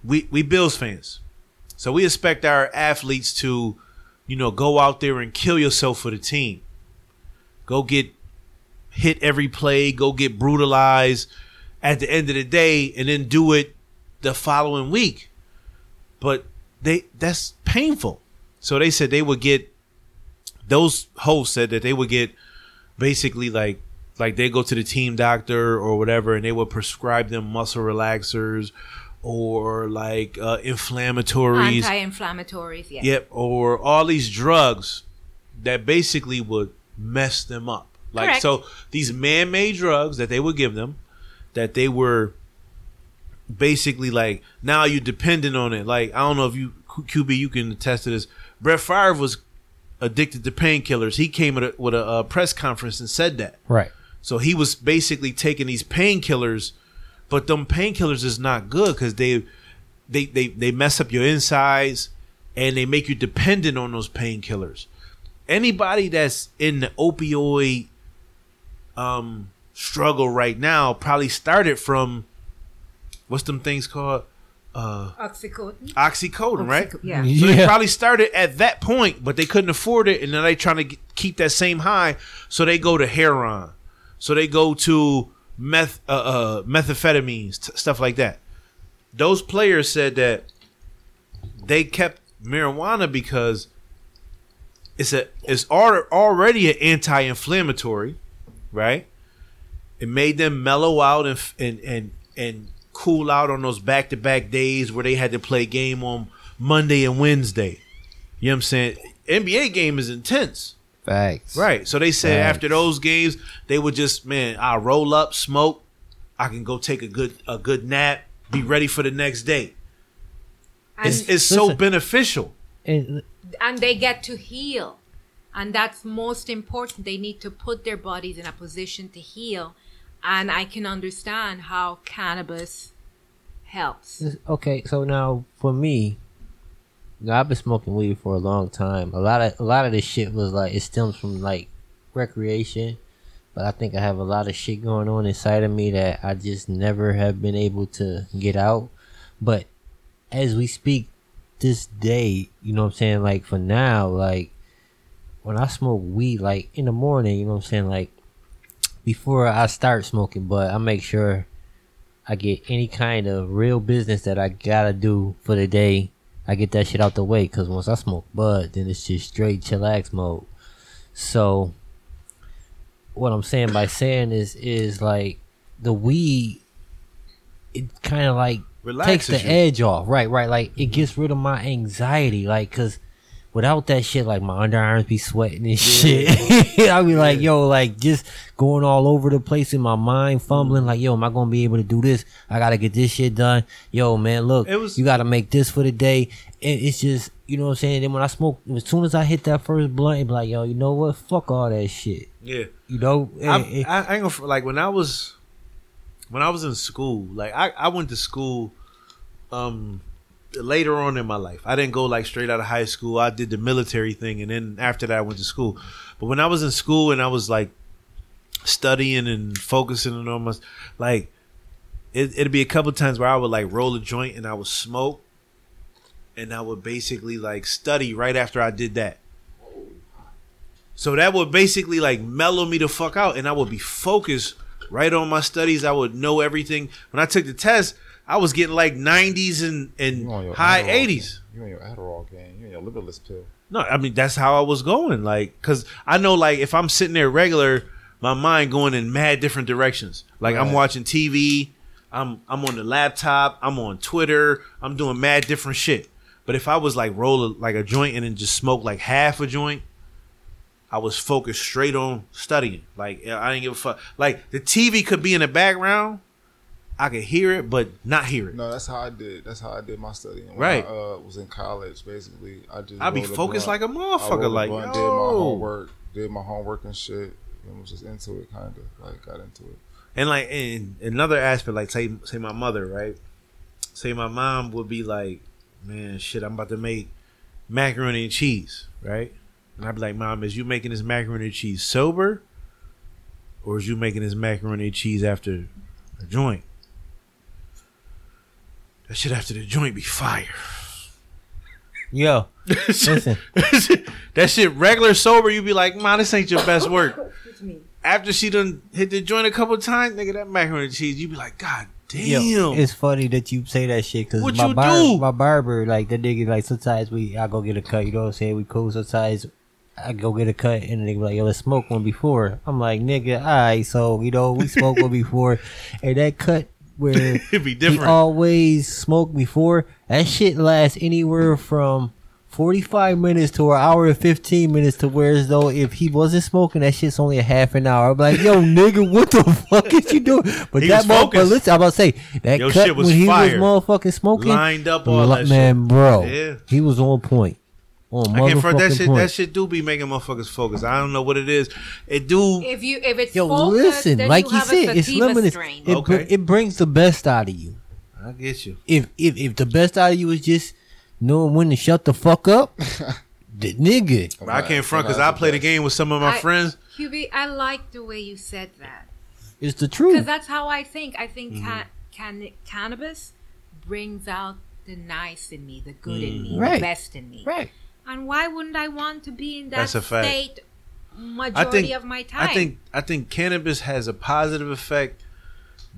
S4: we we Bills fans, so we expect our athletes to you know go out there and kill yourself for the team, go get hit every play, go get brutalized at the end of the day, and then do it the following week. But they that's painful. So they said they would get those hosts said that they would get basically like like they go to the team doctor or whatever and they would prescribe them muscle relaxers or like uh inflammatories
S3: anti-inflammatories. Yeah.
S4: Yep, or all these drugs that basically would mess them up. Like
S3: Correct.
S4: so these man-made drugs that they would give them that they were basically like now you're dependent on it. Like I don't know if you Q- QB you can attest to this. Brett Favre was addicted to painkillers. He came with a, with a uh, press conference and said that.
S1: Right.
S4: So he was basically taking these painkillers, but them painkillers is not good because they, they they they mess up your insides and they make you dependent on those painkillers. Anybody that's in the opioid um struggle right now probably started from what's them things called? Uh
S3: Oxycodone.
S4: oxycodone, right?
S3: Oxyco- Yeah.
S4: So they
S1: Yeah.
S4: probably started at that point, but they couldn't afford it, and now they trying to g- keep that same high. So they go to heroin, so they go to meth, uh, uh, methamphetamines, t- stuff like that. Those players said that they kept marijuana because it's a it's al- already an anti-inflammatory, right? It made them mellow out and f- and and and cool out on those back-to-back days where they had to play game on Monday and Wednesday. You know what I'm saying? NBA game is intense.
S1: Facts.
S4: Right. So they said
S1: Facts.
S4: after those games, they would just, man, I roll up, smoke, I can go take a good a good nap, be ready for the next day. It's,
S3: And,
S4: it's so
S1: Listen.
S4: beneficial.
S1: And
S3: and they get to heal. And that's most important. They need to put their bodies in a position to heal. And I can understand how cannabis helps.
S1: This- Okay, so now for me, now I've been smoking weed for a long time. A lot of a lot of this shit was like it stems from like recreation, but I think I have a lot of shit going on inside of me that I just never have been able to get out. But as we speak this day, you know what I'm saying, like for now, like when I smoke weed like in the morning, you know what I'm saying, like before I start smoking, but I make sure I get any kind of real business that I gotta do for the day. I get that shit out the way because once I smoke bud, then it's just straight chillax mode. So, what I'm saying by saying is, is like the weed it kind of like takes
S4: Relaxes
S1: the
S4: you.
S1: edge off. Right, right. Like it gets rid of my anxiety. Like because without that shit, like my underarms be sweating and shit. [laughs] I be like, yo, like just going all over the place in my mind,
S4: Mm.
S1: fumbling. Like, yo, am I gonna be able to do this? I gotta get this shit done. Yo, man, look,
S4: It was-
S1: you gotta make this for the day. And it's just, you know what I'm saying. Then when I smoke, as soon as I hit that first blunt, it be like, yo, you know what? Fuck all that shit.
S4: Yeah.
S1: You know,
S4: I,
S1: And- and-
S4: I, I ain't gonna, fr- like when I was when I was in school. Like I, I went to school um later on in my life. I didn't go like straight out of high school. I did the military thing, and then after that, I went to school. But when I was in school and I was like studying and focusing and on my like it, it'd be a couple times where I would like roll a joint and I would smoke. And I would basically like study right after I did that. So that would basically like mellow me the fuck out, and I would be focused right on my studies. I would know everything. When I took the test, I was getting like 90s and,
S5: You on your
S4: and high
S5: Adderall
S4: 80s.
S5: game. You on your Adderall game. You on your liberalist pill.
S4: No, I mean that's how I was going. Like, cause I know like if I'm sitting there regular, my mind going in mad different directions. Like I'm
S5: Right.
S4: watching TV, I'm I'm on the laptop, I'm on Twitter, I'm doing mad different shit. But if I was like roll a- like a joint and then just smoke like half a joint, I was focused straight on studying. Like I didn't give a fuck. Like the TV could be in the background, I could hear it but not hear it.
S5: No, that's how I did. That's how I did my studying. When
S4: Right.
S5: I uh, was in college, basically. I just
S4: I'd be
S5: rolled a
S4: focused
S5: blunt.
S4: like a
S5: I rolled a
S4: motherfucker. Like yo.
S5: blunt, did my homework, did my homework and shit, and was just into it, kind of like got into it.
S4: and like and another aspect like say say my mother right say my mom would be like man shit i'm about to make macaroni and cheese right and i'd be like mom is you making this macaroni and cheese sober or is you making this macaroni and cheese after a joint that shit after the joint be fire [laughs]
S1: yo, listen.
S4: that shit regular sober you be like man this ain't your best work
S3: Excuse me.
S4: after she done hit the joint a couple times nigga that macaroni and cheese you be like god damn
S1: Yo, it's funny that you say that shit because
S4: What
S1: my
S4: you
S1: barber,
S4: do?
S1: my barber, like that nigga, like sometimes we, I go get a cut. You know what I'm saying? We cool. Sometimes I go get a cut, and they be like, "Yo, let's smoke one before." I'm like, "Nigga, all right." So you know, we smoke one before,
S4: [laughs]
S1: and that cut where
S4: It'd be
S1: he
S4: different.
S1: always smoked before that shit lasts anywhere from. 45 minutes to an hour and 15 minutes to where as though if he wasn't smoking that shit's only a half an hour i'm like
S4: [laughs]
S1: yo nigga what the fuck is you doing but
S4: He
S1: that
S4: was
S1: motherfucker
S4: focused.
S1: listen i'm about to say that
S4: Yo,
S1: cut
S4: shit was
S1: when he
S4: fire.
S1: was motherfucking smoking,
S4: Lined up all
S1: li-
S4: that
S1: man, bro.
S4: Yeah.
S1: He was on point. On
S4: I can't front that
S1: motherfucking
S4: shit.
S1: point.
S4: That shit do be making motherfuckers focus. I don't know what it is. It do.
S3: If you if it's
S1: Yo,
S3: focused,
S1: listen,
S3: then
S1: like
S3: you
S1: you
S3: have a
S1: said, it's
S3: sativa
S1: limited.
S3: strain.
S1: It, br-
S4: Okay.
S1: it brings the best out of you.
S4: I get you.
S1: If if if the best out of you is just knowing when to shut the fuck up, the nigga.
S4: But I can't front because I
S5: Sometimes
S4: played a
S5: it's
S4: game with some of my
S3: I-
S4: friends.
S3: Hubie, I like the way you said that
S1: It's the
S3: because
S1: truth.
S3: that's how I think. I think
S1: Mm-hmm.
S3: ca- can- cannabis brings out the nice in me, the good in me,
S1: Right.
S3: the best in me.
S1: Right.
S3: And why wouldn't I want to be in that
S4: That's a fact.
S3: state majority
S4: I think.
S3: of my time?
S4: I think. I think cannabis has a positive effect.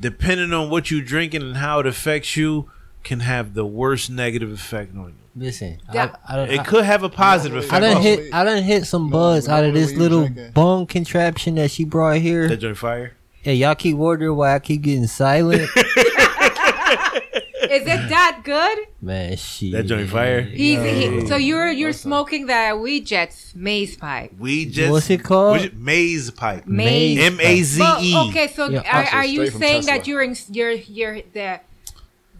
S4: Depending on what you drinking and how it affects you, can have the worst negative effect on you.
S1: Listen,
S3: Yeah.
S1: I, I don't.
S4: It could have a positive
S5: I
S4: effect.
S1: I, I done
S4: also.
S1: hit. I done hit some
S5: No,
S1: buzz out of
S5: normally
S1: this
S5: when you
S1: little
S5: drinking-
S1: bong contraption that she brought here.
S4: That joint fire.
S1: Yeah, y'all keep wondering why I keep getting
S4: [laughs]
S1: silent.
S3: Is it that good?
S1: Man, shit.
S4: That joint fire.
S3: He's, he,
S4: Yeah.
S3: so you're you're smoking the weed jets maze pipe.
S4: We just
S1: What's it called?
S4: we ju- maze pipe.
S3: Maze.
S1: Maze.
S4: M [laughs] A Z E.
S3: Well, okay, so
S1: Yeah,
S3: are,
S5: actually
S3: are you
S5: straight from
S3: saying that
S5: Tesla.
S3: you're in, you're you're the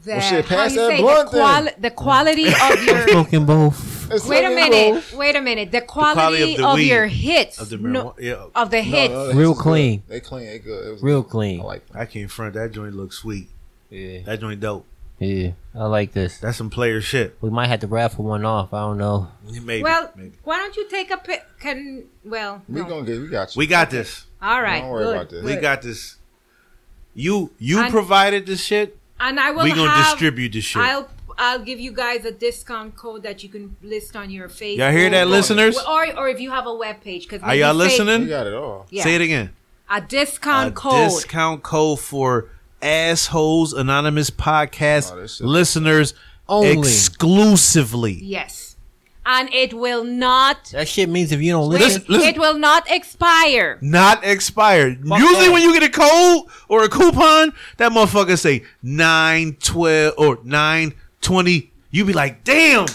S3: the
S5: Well, shit,
S3: how
S5: pass
S3: you
S5: that
S3: say the,
S5: blunt then.
S3: quali- the quality of your
S1: Smoking both.
S5: It's
S3: wait a
S5: like,
S3: minute wait a minute the quality
S4: of the
S3: of,
S4: weed.
S3: your hits
S4: Of the
S3: no-
S4: marijuana. Yeah,
S3: of the
S5: No,
S3: hits
S5: no,
S1: Real
S5: it's good.
S1: clean.
S5: They clean. It good. It was
S1: Real
S5: good.
S1: clean.
S5: I like that.
S4: I can't front. That joint looks sweet.
S1: Yeah.
S4: That joint dope.
S1: Yeah. I like this.
S4: That's some player shit.
S1: We might have to raffle one off. I don't know.
S4: Maybe.
S3: well
S4: maybe.
S3: why don't you take a pic can well
S5: We
S3: no.
S5: gonna get. We got you.
S4: We got this.
S3: all right
S5: Don't worry
S3: good,
S5: about this.
S4: We
S3: good.
S4: got this. You you
S3: I'm-
S4: provided this shit.
S3: and I will
S4: we gonna
S3: have,
S4: distribute this shit.
S3: I'll I'll give you guys a discount code that you can list on your Facebook.
S4: Y'all hear that,
S3: or-
S4: listeners?
S3: Or or if you have a webpage, because
S4: Are y'all
S5: We
S4: listening?
S5: got it all.
S3: Yeah,
S4: Say it again.
S3: a discount
S4: A
S3: code.
S4: discount code for assholes anonymous podcast
S5: Oh, this shit-
S4: listeners
S1: Only.
S4: exclusively.
S3: Yes. and it will not.
S1: That shit means if you don't listen,
S4: Listen, listen.
S3: It will not expire.
S4: Not expired. Usually,
S1: that.
S4: when you get a code or a coupon, that motherfucker say nine twelve or nine twenty. You be like, damn,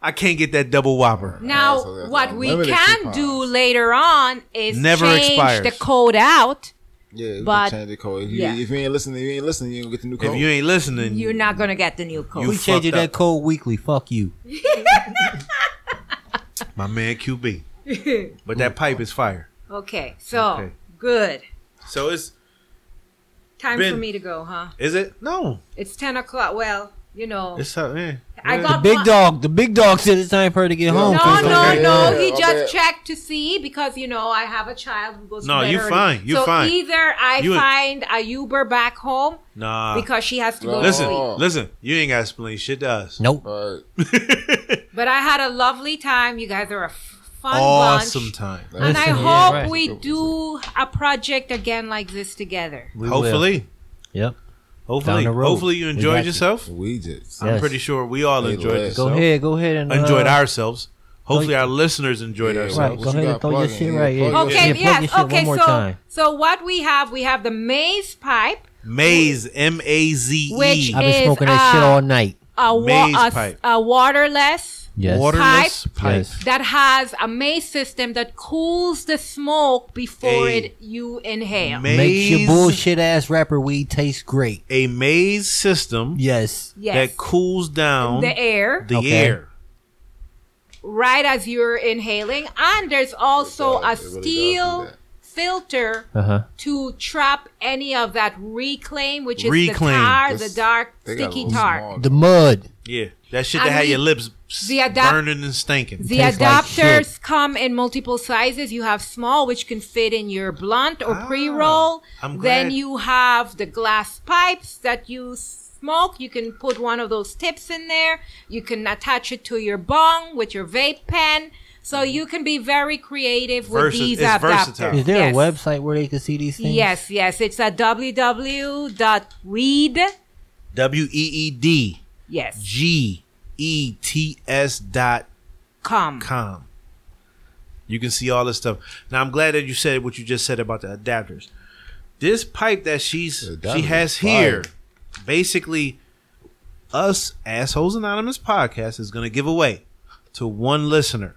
S4: I can't get that double whopper.
S3: Now,
S5: so that's
S3: what we
S5: unlimited
S3: can
S5: coupons.
S3: do later on is
S4: Never
S3: change
S4: expires.
S3: the code out.
S5: Yeah, you
S3: But-
S5: can change the code. If,
S3: yeah.
S5: you, if you ain't listening, you ain't listening. You ain't gonna get the new code.
S4: If you ain't listening,
S3: You're not gonna get the new code.
S4: You
S1: we
S3: [laughs]
S1: changing
S4: fucked up.
S1: that code weekly. Fuck you.
S4: my man QB. But that pipe is fire.
S3: okay, so
S4: Okay.
S3: good.
S4: So it's
S3: Time for
S4: Ben-
S3: me to go, huh?
S4: is it? No,
S3: It's ten o'clock. Well, you know,
S4: it's uh, eh.
S3: Oh. I
S4: Yeah.
S1: The
S3: got
S1: big
S3: one-
S1: dog. The big dog said it's time for her to get home.
S5: No,
S1: so
S3: No,
S1: it's
S3: no,
S1: okay.
S3: no.
S5: Yeah,
S3: he
S5: I'll bet.
S3: just checked to see because you know I have a child who goes.
S4: No,
S3: to bed
S4: you
S3: early.
S4: fine, you
S3: so
S4: fine.
S3: Either I
S4: You-
S3: find a Uber back home
S4: Nah.
S3: because she has to go
S4: listen,
S3: to sleep.
S5: Oh.
S4: listen. You ain't gotta explain shit to us. [laughs]
S1: Nope.
S5: All
S3: But I had a lovely time. You guys are a f- fun
S4: awesome
S3: bunch.
S4: time.
S5: right.
S3: And I
S1: Yeah,
S3: hope
S1: right.
S3: we do a project again like this together.
S1: We will.
S4: hopefully,
S1: Yep.
S4: hopefully,
S1: the road.
S4: hopefully you
S1: We
S4: enjoyed
S1: got you.
S4: yourself.
S5: widgets.
S4: I'm
S1: Yes.
S4: pretty sure we all
S5: Hey,
S4: enjoyed
S5: Les.
S4: yourself.
S1: Go ahead. Go ahead and uh,
S4: enjoyed ourselves. Hopefully,
S1: like-
S4: our listeners enjoyed
S5: Yeah,
S1: Right.
S4: ourselves.
S1: Go
S5: What you
S1: ahead and
S5: got
S1: throw your
S5: plugging?
S1: shit
S5: Yeah,
S1: right here.
S5: plug
S1: Yeah,
S3: Okay,
S1: plug your
S3: yes.
S1: shit
S3: Okay,
S1: one more
S3: so
S1: time.
S3: so what we have, we have the maize pipe,
S4: Maze, M A Z
S3: Which
S4: E,
S1: I've been
S3: is,
S1: smoking that shit
S3: uh,
S1: all night.
S3: a, wa-
S4: Maize
S3: a s-
S4: pipe.
S3: a waterless
S1: Yes.
S4: waterless pipe.
S1: Yes.
S3: that has a maze system that cools the smoke before
S4: Hey.
S3: it you inhale.
S4: Maze,
S1: Makes your bullshit ass rapper weed taste great.
S4: A maze system
S1: Yes.
S3: yes,
S4: that cools down
S3: the
S4: the,
S3: air
S1: Okay.
S4: air.
S3: right as you're inhaling, and there's also
S5: It
S3: a
S5: does, it really does do
S3: steel
S5: that.
S3: filter
S1: Uh huh.
S3: to trap any of that reclaim, which is
S4: Reclaim.
S3: the tar,
S5: This-
S3: the dark
S5: They got
S3: sticky
S5: real
S3: tar.
S5: small-
S1: The mud.
S4: Yeah, that shit
S3: I
S4: that had
S3: mean,
S4: your lips
S3: the
S4: s-
S3: adapt-
S4: burning and stinking.
S3: The
S1: tastes like
S3: adapters
S1: shit.
S3: come in multiple sizes. You have small, which can fit in your blunt or
S4: Ah,
S3: pre-roll.
S4: I'm
S3: Then
S4: glad-
S3: you have the glass pipes that you smoke. You can put one of those tips in there. You can attach it to your bong with your vape pen. So you can be very creative with
S4: Versa-
S3: these
S4: Mm-hmm. it's
S3: adapters.
S4: versatile.
S1: Is there
S3: Yes.
S1: a website where they can see these things?
S3: Yes, yes. It's at www.weed.
S4: W E E D
S3: Yes,
S4: G E T S dot
S3: com.
S4: com. You can see all this stuff. Now I'm glad that you said what you just said about the adapters. This pipe that she's
S5: The adapters
S4: she has
S5: is fire.
S4: here, basically, us assholes anonymous podcast is going to give away to one listener.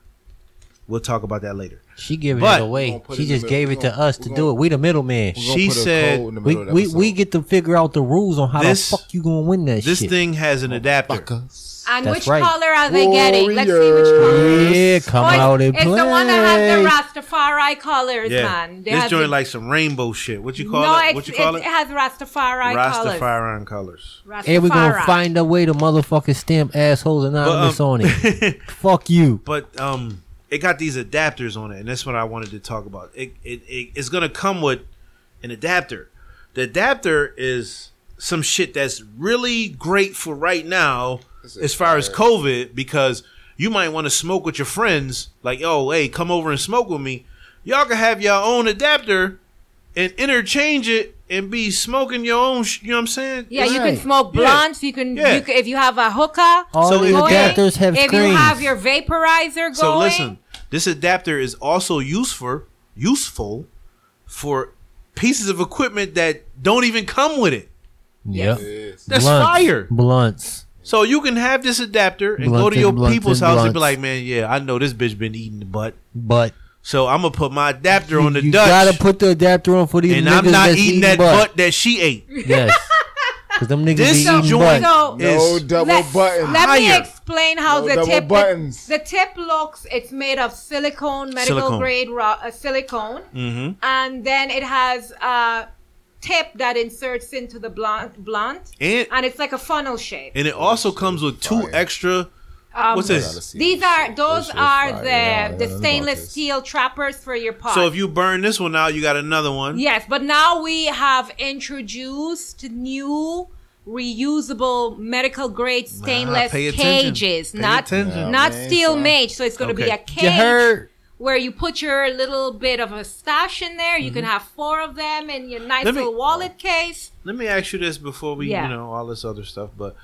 S4: We'll talk about that later.
S1: She giving
S4: But-
S1: it
S5: We
S1: away.
S5: gonna put
S1: She
S5: it in
S1: just
S5: the
S1: gave
S5: middle.
S1: it to
S5: We
S1: us to
S5: gonna-
S1: do it. We the middleman.
S5: We're gonna
S4: She
S5: put a
S4: said-
S5: code in the
S1: We,
S5: middle of the
S1: we, we
S5: episode.
S1: get to figure out the rules on how
S4: This-
S1: the fuck you gonna win that
S4: This
S1: shit.
S4: thing has an adapter.
S5: Fuckers.
S3: And
S1: That's
S3: which
S1: right.
S3: color are they getting? Let's see which color.
S1: yeah, come
S3: Oh, it's-
S1: out and
S3: it's
S1: play.
S3: the one that has the Rastafari colors, man. They
S4: this
S3: have
S4: joint
S3: the-
S4: like some rainbow shit. What you call
S3: no,
S4: it?
S3: it's-
S4: What you call
S3: it,
S4: it?
S3: it has Rastafari, colors.
S4: Rastafarian colors.
S3: Rastafari.
S1: and we gonna find a way to motherfucking stamp assholes anonymous
S4: um,
S1: on
S4: [laughs]
S1: it. [laughs] fuck you.
S4: but um it got these adapters on it and that's what i wanted to talk about it, it, it it's gonna come with an adapter the adapter is some shit that's really great for right now as far as covid because you might want to smoke with your friends like oh hey come over and smoke with me y'all can have your own adapter and interchange it and be smoking your own sh- you know what i'm saying
S3: Yeah, you can
S5: Right.
S3: smoke
S4: Yeah.
S3: blunts. You can,
S4: Yeah.
S3: you can if you have a hookah.
S1: All
S4: So
S1: the
S4: if-
S3: going,
S1: adapters have
S3: If
S1: screens.
S3: you have your vaporizer going,
S4: So listen, this adapter is also useful useful for pieces of equipment that don't even come with it.
S1: yep.
S5: Yes.
S4: That's
S1: Blunts.
S4: fire.
S1: Blunts.
S4: So you can have this adapter and go
S1: Blunts
S4: to your
S1: and blunts
S4: people's
S1: and
S4: house and be
S1: blunts.
S4: like, man, yeah, I know this bitch been eating the butt.
S1: But
S4: So I'm gonna put my adapter on the
S1: you
S4: Dutch,
S1: gotta put the adapter on for these
S4: and
S1: niggas
S4: I'm not
S1: that's
S4: eating that butt. that she ate.
S1: [laughs] Yes. Cause them niggas
S4: This
S1: be eating
S4: joint-
S1: butt.
S3: so
S5: No
S4: It's-
S5: double
S3: let,
S5: button.
S3: let me
S4: Higher.
S3: explain how
S5: No
S3: the
S5: double
S3: tip
S5: buttons.
S3: The, tip looks. It's made of silicone, medical
S4: Silicone.
S3: grade raw, uh, silicone,
S4: Mhm.
S3: and then it has a tip that inserts into the blunt, blunt,
S4: And
S3: and it's like a funnel shape.
S4: and it also comes with two
S5: Fire.
S4: extra.
S3: Um,
S4: What's
S5: I gotta
S4: this?
S5: see
S3: These
S5: this
S3: are
S5: shit.
S3: those
S5: This shit
S3: are
S5: fire.
S3: the
S5: Yeah, I don't
S3: the
S5: know about
S3: stainless
S5: this.
S3: steel trappers for your pot.
S4: So if you burn this one out, you got another one.
S3: Yes, but now we have introduced new reusable medical grade stainless
S4: pay attention.
S3: cages,
S4: Pay
S3: not
S4: attention.
S3: not
S5: Yeah, man,
S3: steel
S5: son.
S3: made. So it's going to be
S4: Okay.
S3: a
S1: You
S3: cage
S1: heard?
S3: where you put your little bit of a stash in there. You can have four of them in your
S4: Mm-hmm.
S3: nice
S4: Let me-
S3: little wallet case.
S4: let me ask you this before we
S3: Yeah.
S4: you know all this other stuff but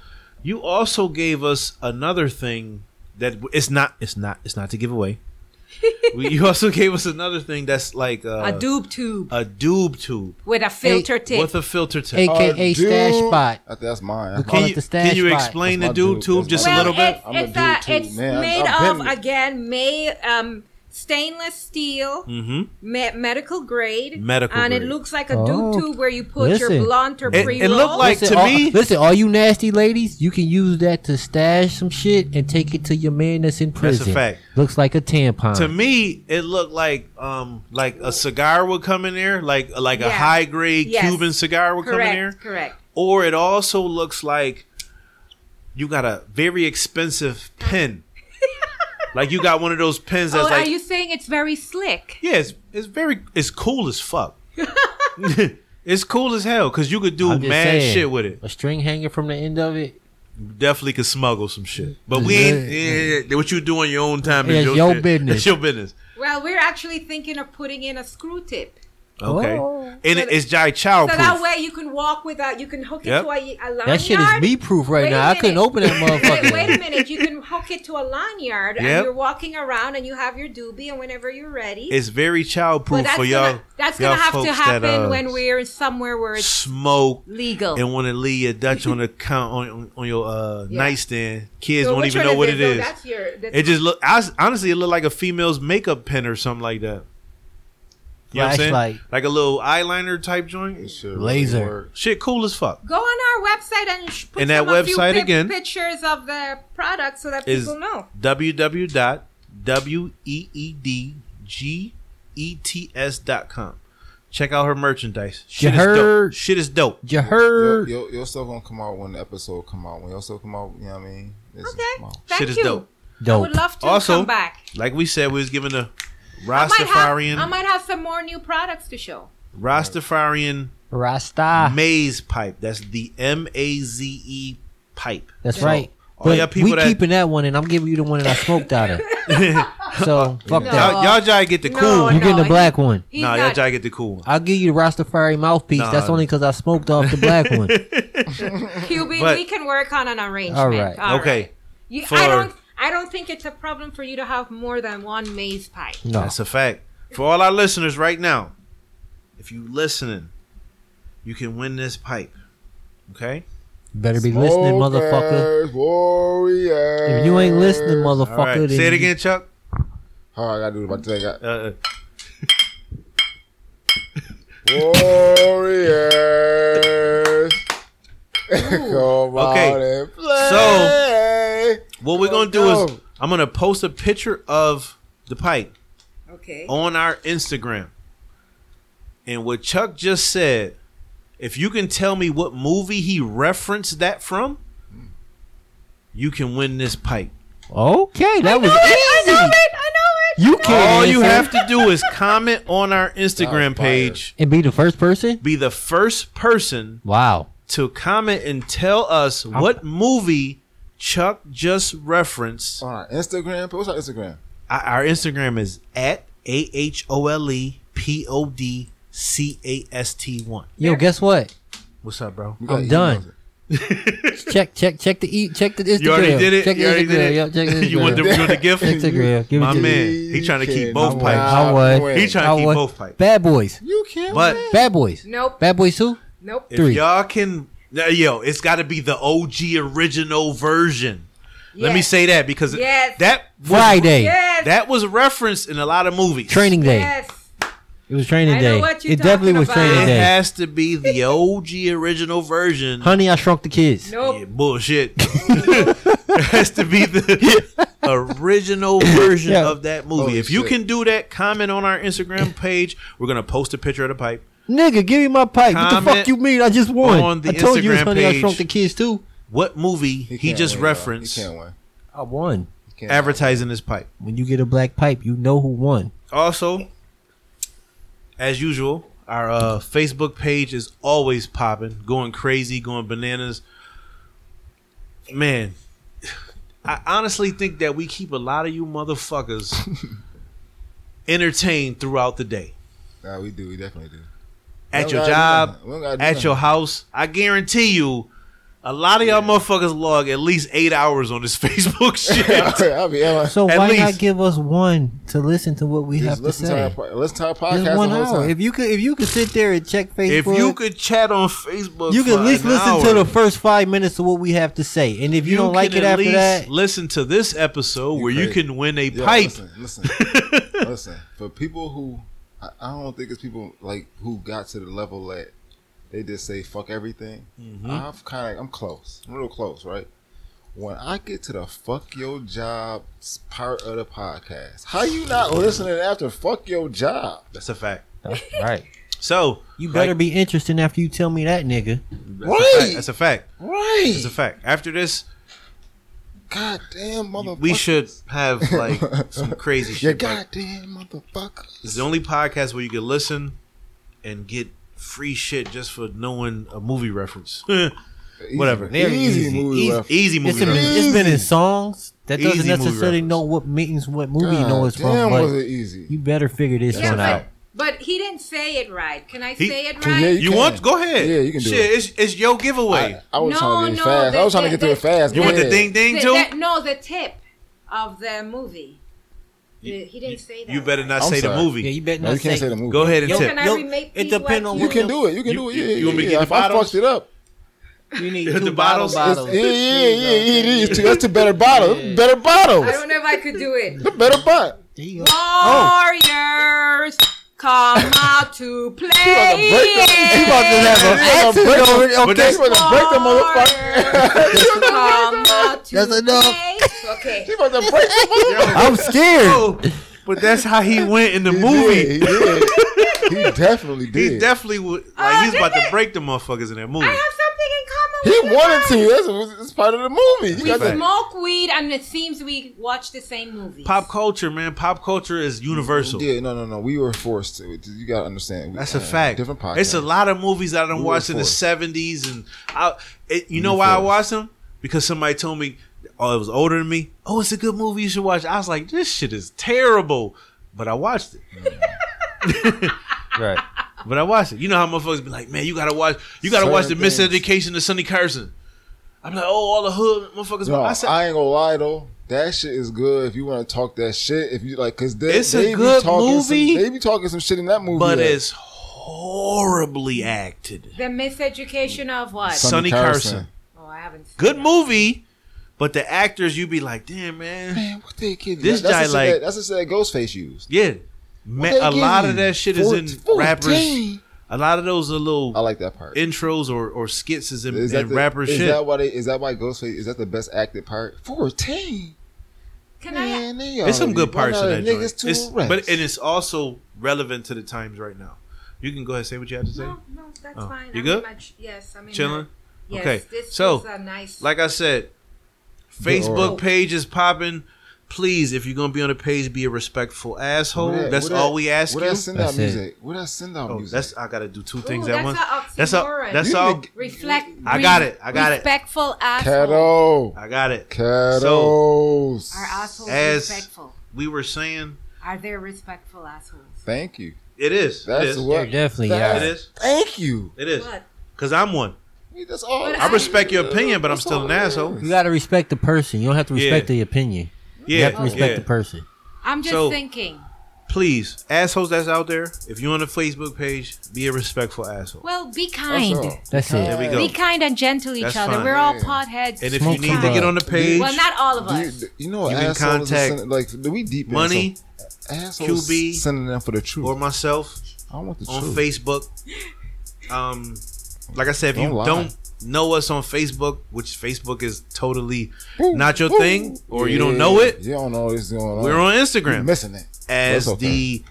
S4: you also gave us another thing that it's not it's not it's not to give
S3: [laughs]
S4: away. we, you also gave us another thing that's like uh,
S3: a doob tube
S4: a doob tube
S3: with a filter tip.
S4: with a filter tip.
S1: Hey, AKA stash spot.
S5: I think That's mine.
S1: We call
S4: can
S1: it
S4: you,
S1: the stash
S4: can you
S1: spot.
S4: explain
S5: That's
S4: the
S5: my
S4: doob
S5: dude.
S4: tube
S5: That's
S4: just
S5: my
S4: a
S3: well,
S4: little bit?
S3: it-
S5: I'm a
S3: it's, uh,
S5: dude too,
S3: it's
S5: man.
S3: made
S5: I've
S3: of
S5: been-
S3: again made um, stainless steel,
S1: Mm-hmm.
S3: me- medical grade,
S4: Mm. Medical
S3: and it
S4: grade.
S3: looks like a
S1: Oh.
S3: doob tube where you put your
S1: Listen.
S3: blunt or
S4: It-
S3: pre
S4: it looked like-
S1: listen,
S4: to
S1: all,
S4: me-
S1: listen, all you nasty ladies, you can use that to stash some shit and take it to your man that's in
S4: That's a
S1: prison.
S4: fact.
S1: Looks like a tampon.
S4: To me, it looked like um like a cigar would come in there, like like a
S3: Yeah.
S4: high grade
S3: Yes.
S4: Cuban cigar would come in there.
S3: correct, correct.
S4: or it also looks like you got a very expensive
S3: [laughs]
S4: pen. like you got one of those pens
S3: Oh,
S4: that's like
S3: are you saying it's very slick?
S4: yeah, it's, it's very it's cool as fuck. [laughs] it's cool as hell because you could do
S1: I'm
S4: mad
S1: just saying,
S4: shit with it.
S1: A string hanging from the end of it.
S4: Definitely could smuggle some shit, but we ain't. Yeah, yeah, what you do on your own time
S1: It's
S4: is your,
S1: your
S4: shit.
S1: business.
S4: It's your business.
S3: Well, we're actually thinking of putting in a screw tip,
S4: Okay,
S1: Oh.
S4: and it, it's Jai child
S3: so
S4: proof.
S3: that way you can walk without. You can hook it
S4: Oh, Yep.
S3: to a, a lanyard.
S1: That shit is me proof right
S3: Wait a
S1: now. I couldn't
S3: minute.
S1: open
S4: [laughs]
S1: that
S3: [laughs] Wait,
S1: motherfucker.
S3: wait a minute. You can hook it to a lanyard,
S4: Yep.
S3: and you're walking around, and you have your doobie, and whenever you're ready,
S4: It's very child
S3: But
S4: proof for y'all.
S3: Gonna, that's
S4: y'all
S3: gonna have to
S4: folks
S3: happen
S4: that, uh,
S3: when we're somewhere where it's
S4: smoke
S3: legal.
S4: and want to leave your Dutch on the count on, on, on your uh,
S3: Yeah.
S4: nightstand. Kids
S3: So
S4: don't
S3: which
S4: even
S3: one
S4: know what
S3: it
S4: it is.
S3: That's your. That's,
S4: It just look I, honestly, it looked like a female's makeup pen or something like that. You know what I'm saying?
S1: Flashlight.
S4: Like a little eyeliner type joint.
S1: Laser.
S4: Shit, cool as fuck.
S3: go on our website and sh- put
S4: And that
S3: some- a few
S4: website
S3: pic-
S4: again
S3: pictures of the product so that
S4: Is
S3: people know.
S4: E www.weedgets.com. Check out her merchandise.
S1: You
S4: Shit is dope.
S1: heard?
S4: Shit is dope.
S1: You heard?
S5: Your, your, your stuff gonna come out when the episode come out. When your stuff come out, you know what I mean? It's-
S3: Okay,
S5: come out.
S3: thank
S4: Shit is
S3: you.
S4: dope.
S3: I
S1: Dope.
S3: would love to
S4: Also,
S3: come back.
S4: Like we said, we was given a
S3: I might, have, I
S4: Rastafarian
S3: might have some more new products to show.
S4: Rastafarian
S1: Rasta.
S4: maze pipe. That's the M A Z E pipe.
S1: That's right.
S4: all y'all
S1: But
S4: people
S1: we
S4: that-
S1: keeping that one, and I'm giving you the one that I smoked out
S4: [laughs]
S1: of. so fuck
S3: No.
S1: that.
S4: Y'all, y'all try to get the
S3: No,
S4: cool.
S1: You're
S4: one.
S3: no.
S1: getting the black one.
S3: He's
S4: nah, y'all
S3: not.
S4: try to get the
S3: [laughs]
S4: cool. one.
S1: I'll give you the Rastafari mouthpiece.
S4: Nah.
S1: That's only because I smoked off the black
S4: [laughs]
S1: one.
S3: QB,
S4: but-
S3: we can work on an arrangement.
S1: All right.
S4: okay,
S3: right. You,
S4: For-
S3: I don't. I don't think it's a problem for you to have more than one maze pipe.
S1: No.
S4: that's a fact. For all our listeners right now, if you listening, you can win this pipe. Okay,
S1: Better be listening, motherfucker.
S5: Smokers, Warriors.
S1: If you ain't listening,
S4: all
S1: motherfucker,
S4: right.
S1: then
S4: Say it
S1: you-
S4: again, Chuck.
S5: All right, I gotta do what I think. I-
S4: Uh, Uh,
S5: Warriors. [laughs] Come
S4: Okay.
S5: out and
S4: So-
S5: play.
S4: what we're
S5: Go,
S4: gonna do is
S5: go.
S4: I'm gonna post a picture of the pipe
S3: Okay.
S4: on our Instagram. And what Chuck just said, if you can tell me what movie he referenced that from, you can win this pipe.
S1: Okay, that was
S3: I know
S1: easy.
S3: it. I know it.
S1: You can't.
S4: All you
S1: answer
S4: have to do is comment on our
S5: That
S4: Instagram
S5: was fire.
S4: page.
S1: and be the first person.
S4: Be the first person
S1: Wow.
S4: to comment and tell us what movie Chuck just referenced.
S5: on our Instagram. What's our Instagram?
S4: Our our Instagram is at A H O L E P O D C A S T 1.
S1: Yo, guess what?
S4: What's up, bro?
S5: We got
S1: I'm
S5: emails.
S1: done. check, check, check the eat, check the Instagram.
S4: You already did it.
S1: Check the
S4: you already
S1: Instagram.
S4: did it.
S1: Yo, check the Instagram.
S4: [laughs] you want the, you want the gift?
S1: Instagram. Give
S4: My
S1: it to
S4: man,
S1: me.
S4: he trying to
S5: You
S4: keep both
S5: cannot
S4: pipes.
S1: I would.
S5: win.
S4: He trying
S1: I
S4: to keep
S1: would-
S4: both pipes.
S1: Bad boys.
S5: You can't.
S4: But
S5: win.
S1: Bad boys.
S3: Nope.
S1: Bad boys who?
S3: Nope.
S4: if
S1: Three.
S4: y'all can, now, yo, it's got to be the OG original version. Let me
S3: Yes.
S4: say that because
S3: Yes.
S4: that was-
S1: Friday.
S3: Yes.
S4: that was referenced in a lot of movies.
S1: Training day.
S3: Yes.
S1: It was training
S3: I know
S1: day.
S3: what you're
S1: it definitely was
S3: talking
S1: training
S4: It
S3: about.
S4: [laughs]
S1: day.
S4: has to be the OG original version.
S1: Honey, I shrunk the kids.
S4: Yeah,
S3: Nope.
S4: bullshit. [laughs] it has to be the
S1: [laughs]
S4: original version
S1: Yeah.
S4: of that movie.
S5: Holy
S4: if you
S5: shit.
S4: can do that, comment on our Instagram page. We're gonna post a picture of the pipe.
S1: Nigga, give me my pipe. what the
S4: Comment
S1: fuck you mean? I just won.
S4: on the
S1: I told you it's
S4: Instagram
S1: honey, I
S4: page.
S1: shrunk the kids too.
S4: What movie he,
S5: can't
S4: just
S5: win, y'all.
S4: referenced
S5: He can't win.
S1: I won.
S5: He can't
S4: advertising this pipe.
S1: When you get a black pipe, you know who won.
S4: Also, as usual, our uh, Facebook page is always popping, going crazy, going bananas. Man, I honestly think that we keep a lot of you motherfuckers entertained throughout the day.
S5: win. Nah, we do. We definitely do.
S4: At
S5: We
S4: your
S5: don't gotta do
S4: job,
S5: nothing. [laughs] We don't gotta do
S4: at your
S5: nothing.
S4: house. I guarantee you, A lot of y'all motherfuckers log at least eight hours on this [laughs] Facebook
S5: [laughs]
S4: shit.
S5: I'll be yeah, like,
S1: So
S4: At
S1: why not
S4: least-
S1: give us one to listen to what we
S5: just
S1: have to
S5: listen to, our
S1: say?
S5: our, listen to our
S1: Just
S5: podcast
S1: one
S5: the whole
S1: hour.
S5: time.
S1: If you could, if you could sit there and check
S4: if
S1: Facebook,
S4: you could chat on Facebook,
S1: you could
S4: for
S1: at least
S4: an
S1: listen to
S4: hour,
S1: the first five minutes of what we have to say. And if you, don't like
S4: can
S1: it
S4: at
S1: after
S4: least
S1: that,
S4: listen to this episode where you
S5: crazy.
S4: can win a
S5: Yeah,
S4: pipe.
S5: Listen, listen, listen. For people who, I, I don't think it's people like who got to the level that they just say fuck everything.
S4: Mm-hmm.
S5: I've kind of, I'm close. I'm real close, right? When I get to the fuck your job part of the podcast, how you not listening after fuck your job?
S4: [laughs] [laughs] That's a fact.
S1: right,
S4: So
S1: you better
S4: like,
S1: be interesting after you tell me that, nigga.
S4: that's a fact.
S5: Right,
S4: That's a fact. That's
S5: right.
S4: a fact. After this,
S5: Goddamn motherfucker.
S4: we should have
S5: [laughs]
S4: like some crazy
S5: You
S4: shit. Like,
S5: goddamn motherfucker.
S4: it's the only podcast where you can listen and get free shit just for knowing a movie reference. Whatever.
S1: Very
S5: Easy,
S1: easy.
S5: movie
S1: Easy.
S5: reference.
S4: Easy
S1: It's
S4: movie
S1: been,
S4: reference.
S1: it's been in songs that doesn't
S4: Easy movie
S1: necessarily
S4: reference.
S1: know what means what movie you know
S5: God
S1: it's
S5: damn,
S1: from. But
S5: was it easy?
S1: you better figure this
S3: Yeah,
S1: one out.
S3: but, but he didn't say it right. Can I
S4: He-
S3: say it
S5: Yeah,
S3: right?
S5: you
S4: You
S5: can.
S4: want? Go ahead.
S5: Yeah, you can do
S4: Shit,
S5: it.
S4: It's, it's your giveaway.
S5: I, I was
S3: No,
S5: trying to get
S3: no,
S5: it fast. I was
S3: they-
S5: trying to get
S3: they-
S5: through it fast.
S4: you want
S5: Go
S4: the ding
S5: ahead.
S4: ding
S3: The-
S4: too?
S3: that- no, the tip of the movie. The- he didn't say that.
S4: you better
S3: right.
S4: not
S5: I'm
S4: say
S5: sorry.
S4: the movie.
S1: Yeah, you better
S5: No,
S1: not
S5: you can't say the movie.
S4: Go ahead and
S3: Yo,
S4: tip.
S3: can I
S1: Yo,
S3: remake
S1: it depend on
S3: PYT?
S5: You
S1: what
S5: can do it. You can
S4: You-
S5: do it.
S4: you-
S5: Yeah, yeah,
S4: you want me to
S5: yeah.
S4: get
S5: If
S4: the
S5: I
S4: bottles?
S5: fucked it up,
S1: You need
S4: Hit
S1: two
S4: the
S1: bottles.
S4: bottles.
S5: It's-
S1: bottles.
S5: yeah, yeah, yeah, yeah, yeah.
S4: [laughs]
S5: It's two, that's two better bottles. Better
S3: I
S5: bottles.
S3: don't know if I could do
S4: [laughs]
S3: it.
S5: The better bottle.
S1: There you go.
S4: Oh.
S3: Warriors come out
S5: about
S3: to
S5: to
S3: play.
S5: break the- you about to have a-
S1: That's
S4: [laughs]
S5: break
S1: enough.
S5: them.
S4: But
S5: Okay,
S4: that's-
S5: you about to break the motherfucker. [laughs]
S3: Warriors come out to
S1: That's enough.
S3: play. Okay.
S5: You about to break the
S4: [laughs]
S5: motherfucker.
S1: I'm scared. [laughs]
S4: Oh,
S3: [laughs]
S4: [laughs] but that's how he went in the
S5: He
S4: movie.
S5: did, He did. He definitely
S4: He
S5: did.
S4: definitely would. Like
S3: Oh,
S4: he was about
S3: did
S4: to
S3: it?
S4: break the motherfuckers in that movie.
S3: I have something in common
S5: He
S3: with you
S5: wanted
S3: guys.
S5: to. That's what- it's part of the movie. You
S3: We
S5: got to-
S4: Right.
S3: smoke weed and it seems we watch the same movies.
S4: Pop culture, man. Pop culture is universal.
S5: Yeah, no, no, no. We were forced to. You got to understand. We-
S4: That's a
S5: uh,
S4: fact.
S5: Different podcast.
S4: It's a lot of movies I done
S5: We were
S4: watched in the
S5: forced.
S4: seventies, and I, it, you
S5: We
S4: know
S5: were
S4: why I
S5: forced.
S4: watched them? Because somebody told me, oh, it was older than me. Oh, it's a good movie. You should watch. I was like, this shit is terrible, but I watched it. [laughs]
S1: Right.
S4: But I watched it. You know how motherfuckers be like, man, you gotta watch, you gotta watch the
S5: Certain things.
S4: miseducation of Sonny Carson. I'm like, oh, all the hood motherfuckers.
S5: No,
S4: I
S5: I,
S4: said,
S5: ain't gonna lie though. That shit is good if you want to talk that shit. If you like, cause they,
S4: It's a
S5: they
S4: good
S5: be talking
S4: movie.
S5: Some, they be talking some shit in that movie.
S4: but
S5: that-
S4: it's horribly acted.
S3: The miseducation of what?
S4: So- Sonny Carson.
S3: oh, I haven't seen
S4: Good
S3: it.
S4: movie, but the actors, you be like, damn, man,
S5: Man, what they kidding?
S4: This
S5: that's the
S4: guy,
S5: shit
S4: like-
S5: that, that's the shit that Ghostface used.
S4: yeah. Ma-
S5: What they
S4: a lot
S5: give
S4: of
S5: you?
S4: that shit
S5: Four-
S4: is in
S5: 14.
S4: rappers. A lot of those are little
S5: I like that part.
S4: intros or, or skits is in,
S5: Is that
S4: in
S5: the-
S4: rapper
S5: is
S4: shit.
S5: that why they? Is that why Ghostface? Is that the best acted part? Fourteen.
S3: Can I?
S5: Man, they
S4: There's
S5: already
S4: some good
S5: run
S4: parts
S5: out
S4: in
S5: of
S4: that
S5: niggas
S4: joint.
S5: to
S4: It's-
S5: arrest.
S4: but and it's also relevant to the times right now. You can go ahead and say what you have to say.
S3: No, no, that's
S4: Oh,
S3: fine.
S4: you
S3: I'm
S4: good?
S3: in my ch- yes, I'm in
S4: Chilling?
S3: my- Yes,
S4: Okay,
S3: This
S4: so,
S3: was a nice.
S4: Like I said,
S5: aura.
S4: Facebook page is popping. Please, if you're gonna be on the page, be a respectful asshole.
S5: Where that-
S4: that's
S5: where
S4: all
S5: that-
S4: we ask
S5: Where
S4: you.
S5: that send out
S1: That's it.
S5: music? Where that send out
S4: Oh,
S5: music?
S4: that's I gotta do two things
S3: Ooh,
S4: at
S3: that's
S4: once.
S3: a
S4: That's all.
S3: oxymoron.
S4: That's
S5: You
S4: all.
S5: need to-
S3: reflect.
S4: I got it, I got it.
S3: respectful it. Respectful asshole.
S5: Cato.
S4: I got it.
S5: Catos.
S3: Are assholes
S4: As-
S3: respectful?
S4: We were saying
S3: Are there respectful assholes?
S5: Thank you.
S4: it is.
S5: That's
S4: it is.
S5: what.
S1: They definitely
S5: that-
S1: are.
S4: It is.
S5: Thank you.
S4: It is.
S3: What?
S4: Cause I'm one.
S5: Yeah, That's all.
S3: But
S4: I respect your opinion, but I'm
S5: That's
S4: still
S5: all
S4: an
S5: it
S4: asshole.
S5: is.
S1: You gotta respect the person. You don't have to respect
S4: Yeah.
S1: the opinion.
S4: Yeah.
S1: You have to respect
S4: yeah.
S1: the person.
S3: I'm just
S4: So-
S3: thinking.
S4: Please, assholes that's out there, if you're on the Facebook page, be a respectful asshole.
S3: Well, be
S5: That's
S3: kind.
S5: all.
S1: That's it.
S4: There we
S3: Be
S4: go.
S3: kind and gentle to each
S4: That's
S3: other.
S4: fine.
S3: We're all
S5: Yeah.
S3: potheads.
S4: And if
S1: Smoke
S4: you need to
S1: some
S4: get on the page,
S3: well, not all of
S5: Do you,
S3: us.
S5: do you know, what
S4: You can
S5: assholes
S4: contact
S5: are sending, like do we deep in
S4: money
S5: some assholes
S4: QB,
S5: sending them for the truth.
S4: or myself
S5: I want the
S4: on
S5: truth.
S4: Facebook. Um, like I said, if
S5: Don't
S4: you
S5: lie.
S4: don't know us on Facebook, which Facebook is totally
S5: Woo,
S4: not your
S5: woo.
S4: thing, or you don't
S5: Yeah,
S4: know it,
S5: You don't know what's going on.
S4: we're on
S5: You
S4: Instagram
S5: missing it.
S4: as
S5: That's okay.
S4: the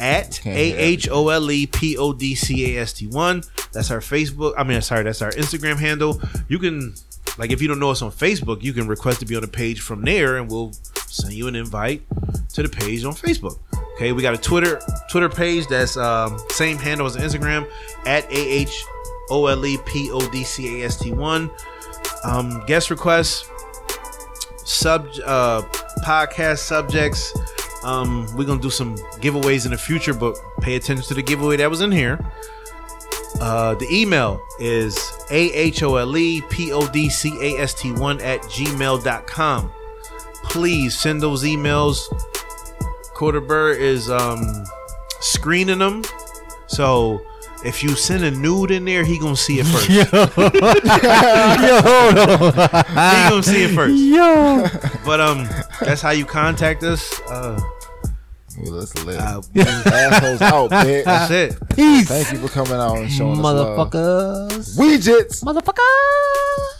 S4: at
S5: Can't
S4: a
S5: hear
S4: h o l e p o d c a s t one. That's our Facebook. I mean, sorry, that's our Instagram handle. You can like if you don't know us on Facebook, you can request to be on the page from there, and we'll send you an invite to the page on Facebook. Okay, we got a Twitter Twitter page that's um, same handle as Instagram at a h o l e p o d c a s t one. Um, guest requests, sub uh, podcast subjects. Um, we're gonna do some giveaways in the future, but pay attention to the giveaway that was in here. Uh, the email is E A-H-O-L-E-P-O-D-C-A-S-T-1 at gmail.com. Please send those emails. Quarterbird is um, screening them. So if you send a nude in there, he gonna see it
S1: [laughs]
S4: first.
S1: Yo, [laughs] yo, hold on.
S4: He gonna see it
S1: [laughs]
S4: first.
S1: Yo,
S4: But um, that's how you contact us. Uh,
S5: Well, that's lit.
S4: uh,
S5: Assholes
S4: [laughs]
S5: out,
S4: that's
S5: bitch.
S4: it.
S1: peace,
S5: Thank you for coming out and showing us love.
S1: motherfuckers,
S5: Widgets.
S1: motherfuckers.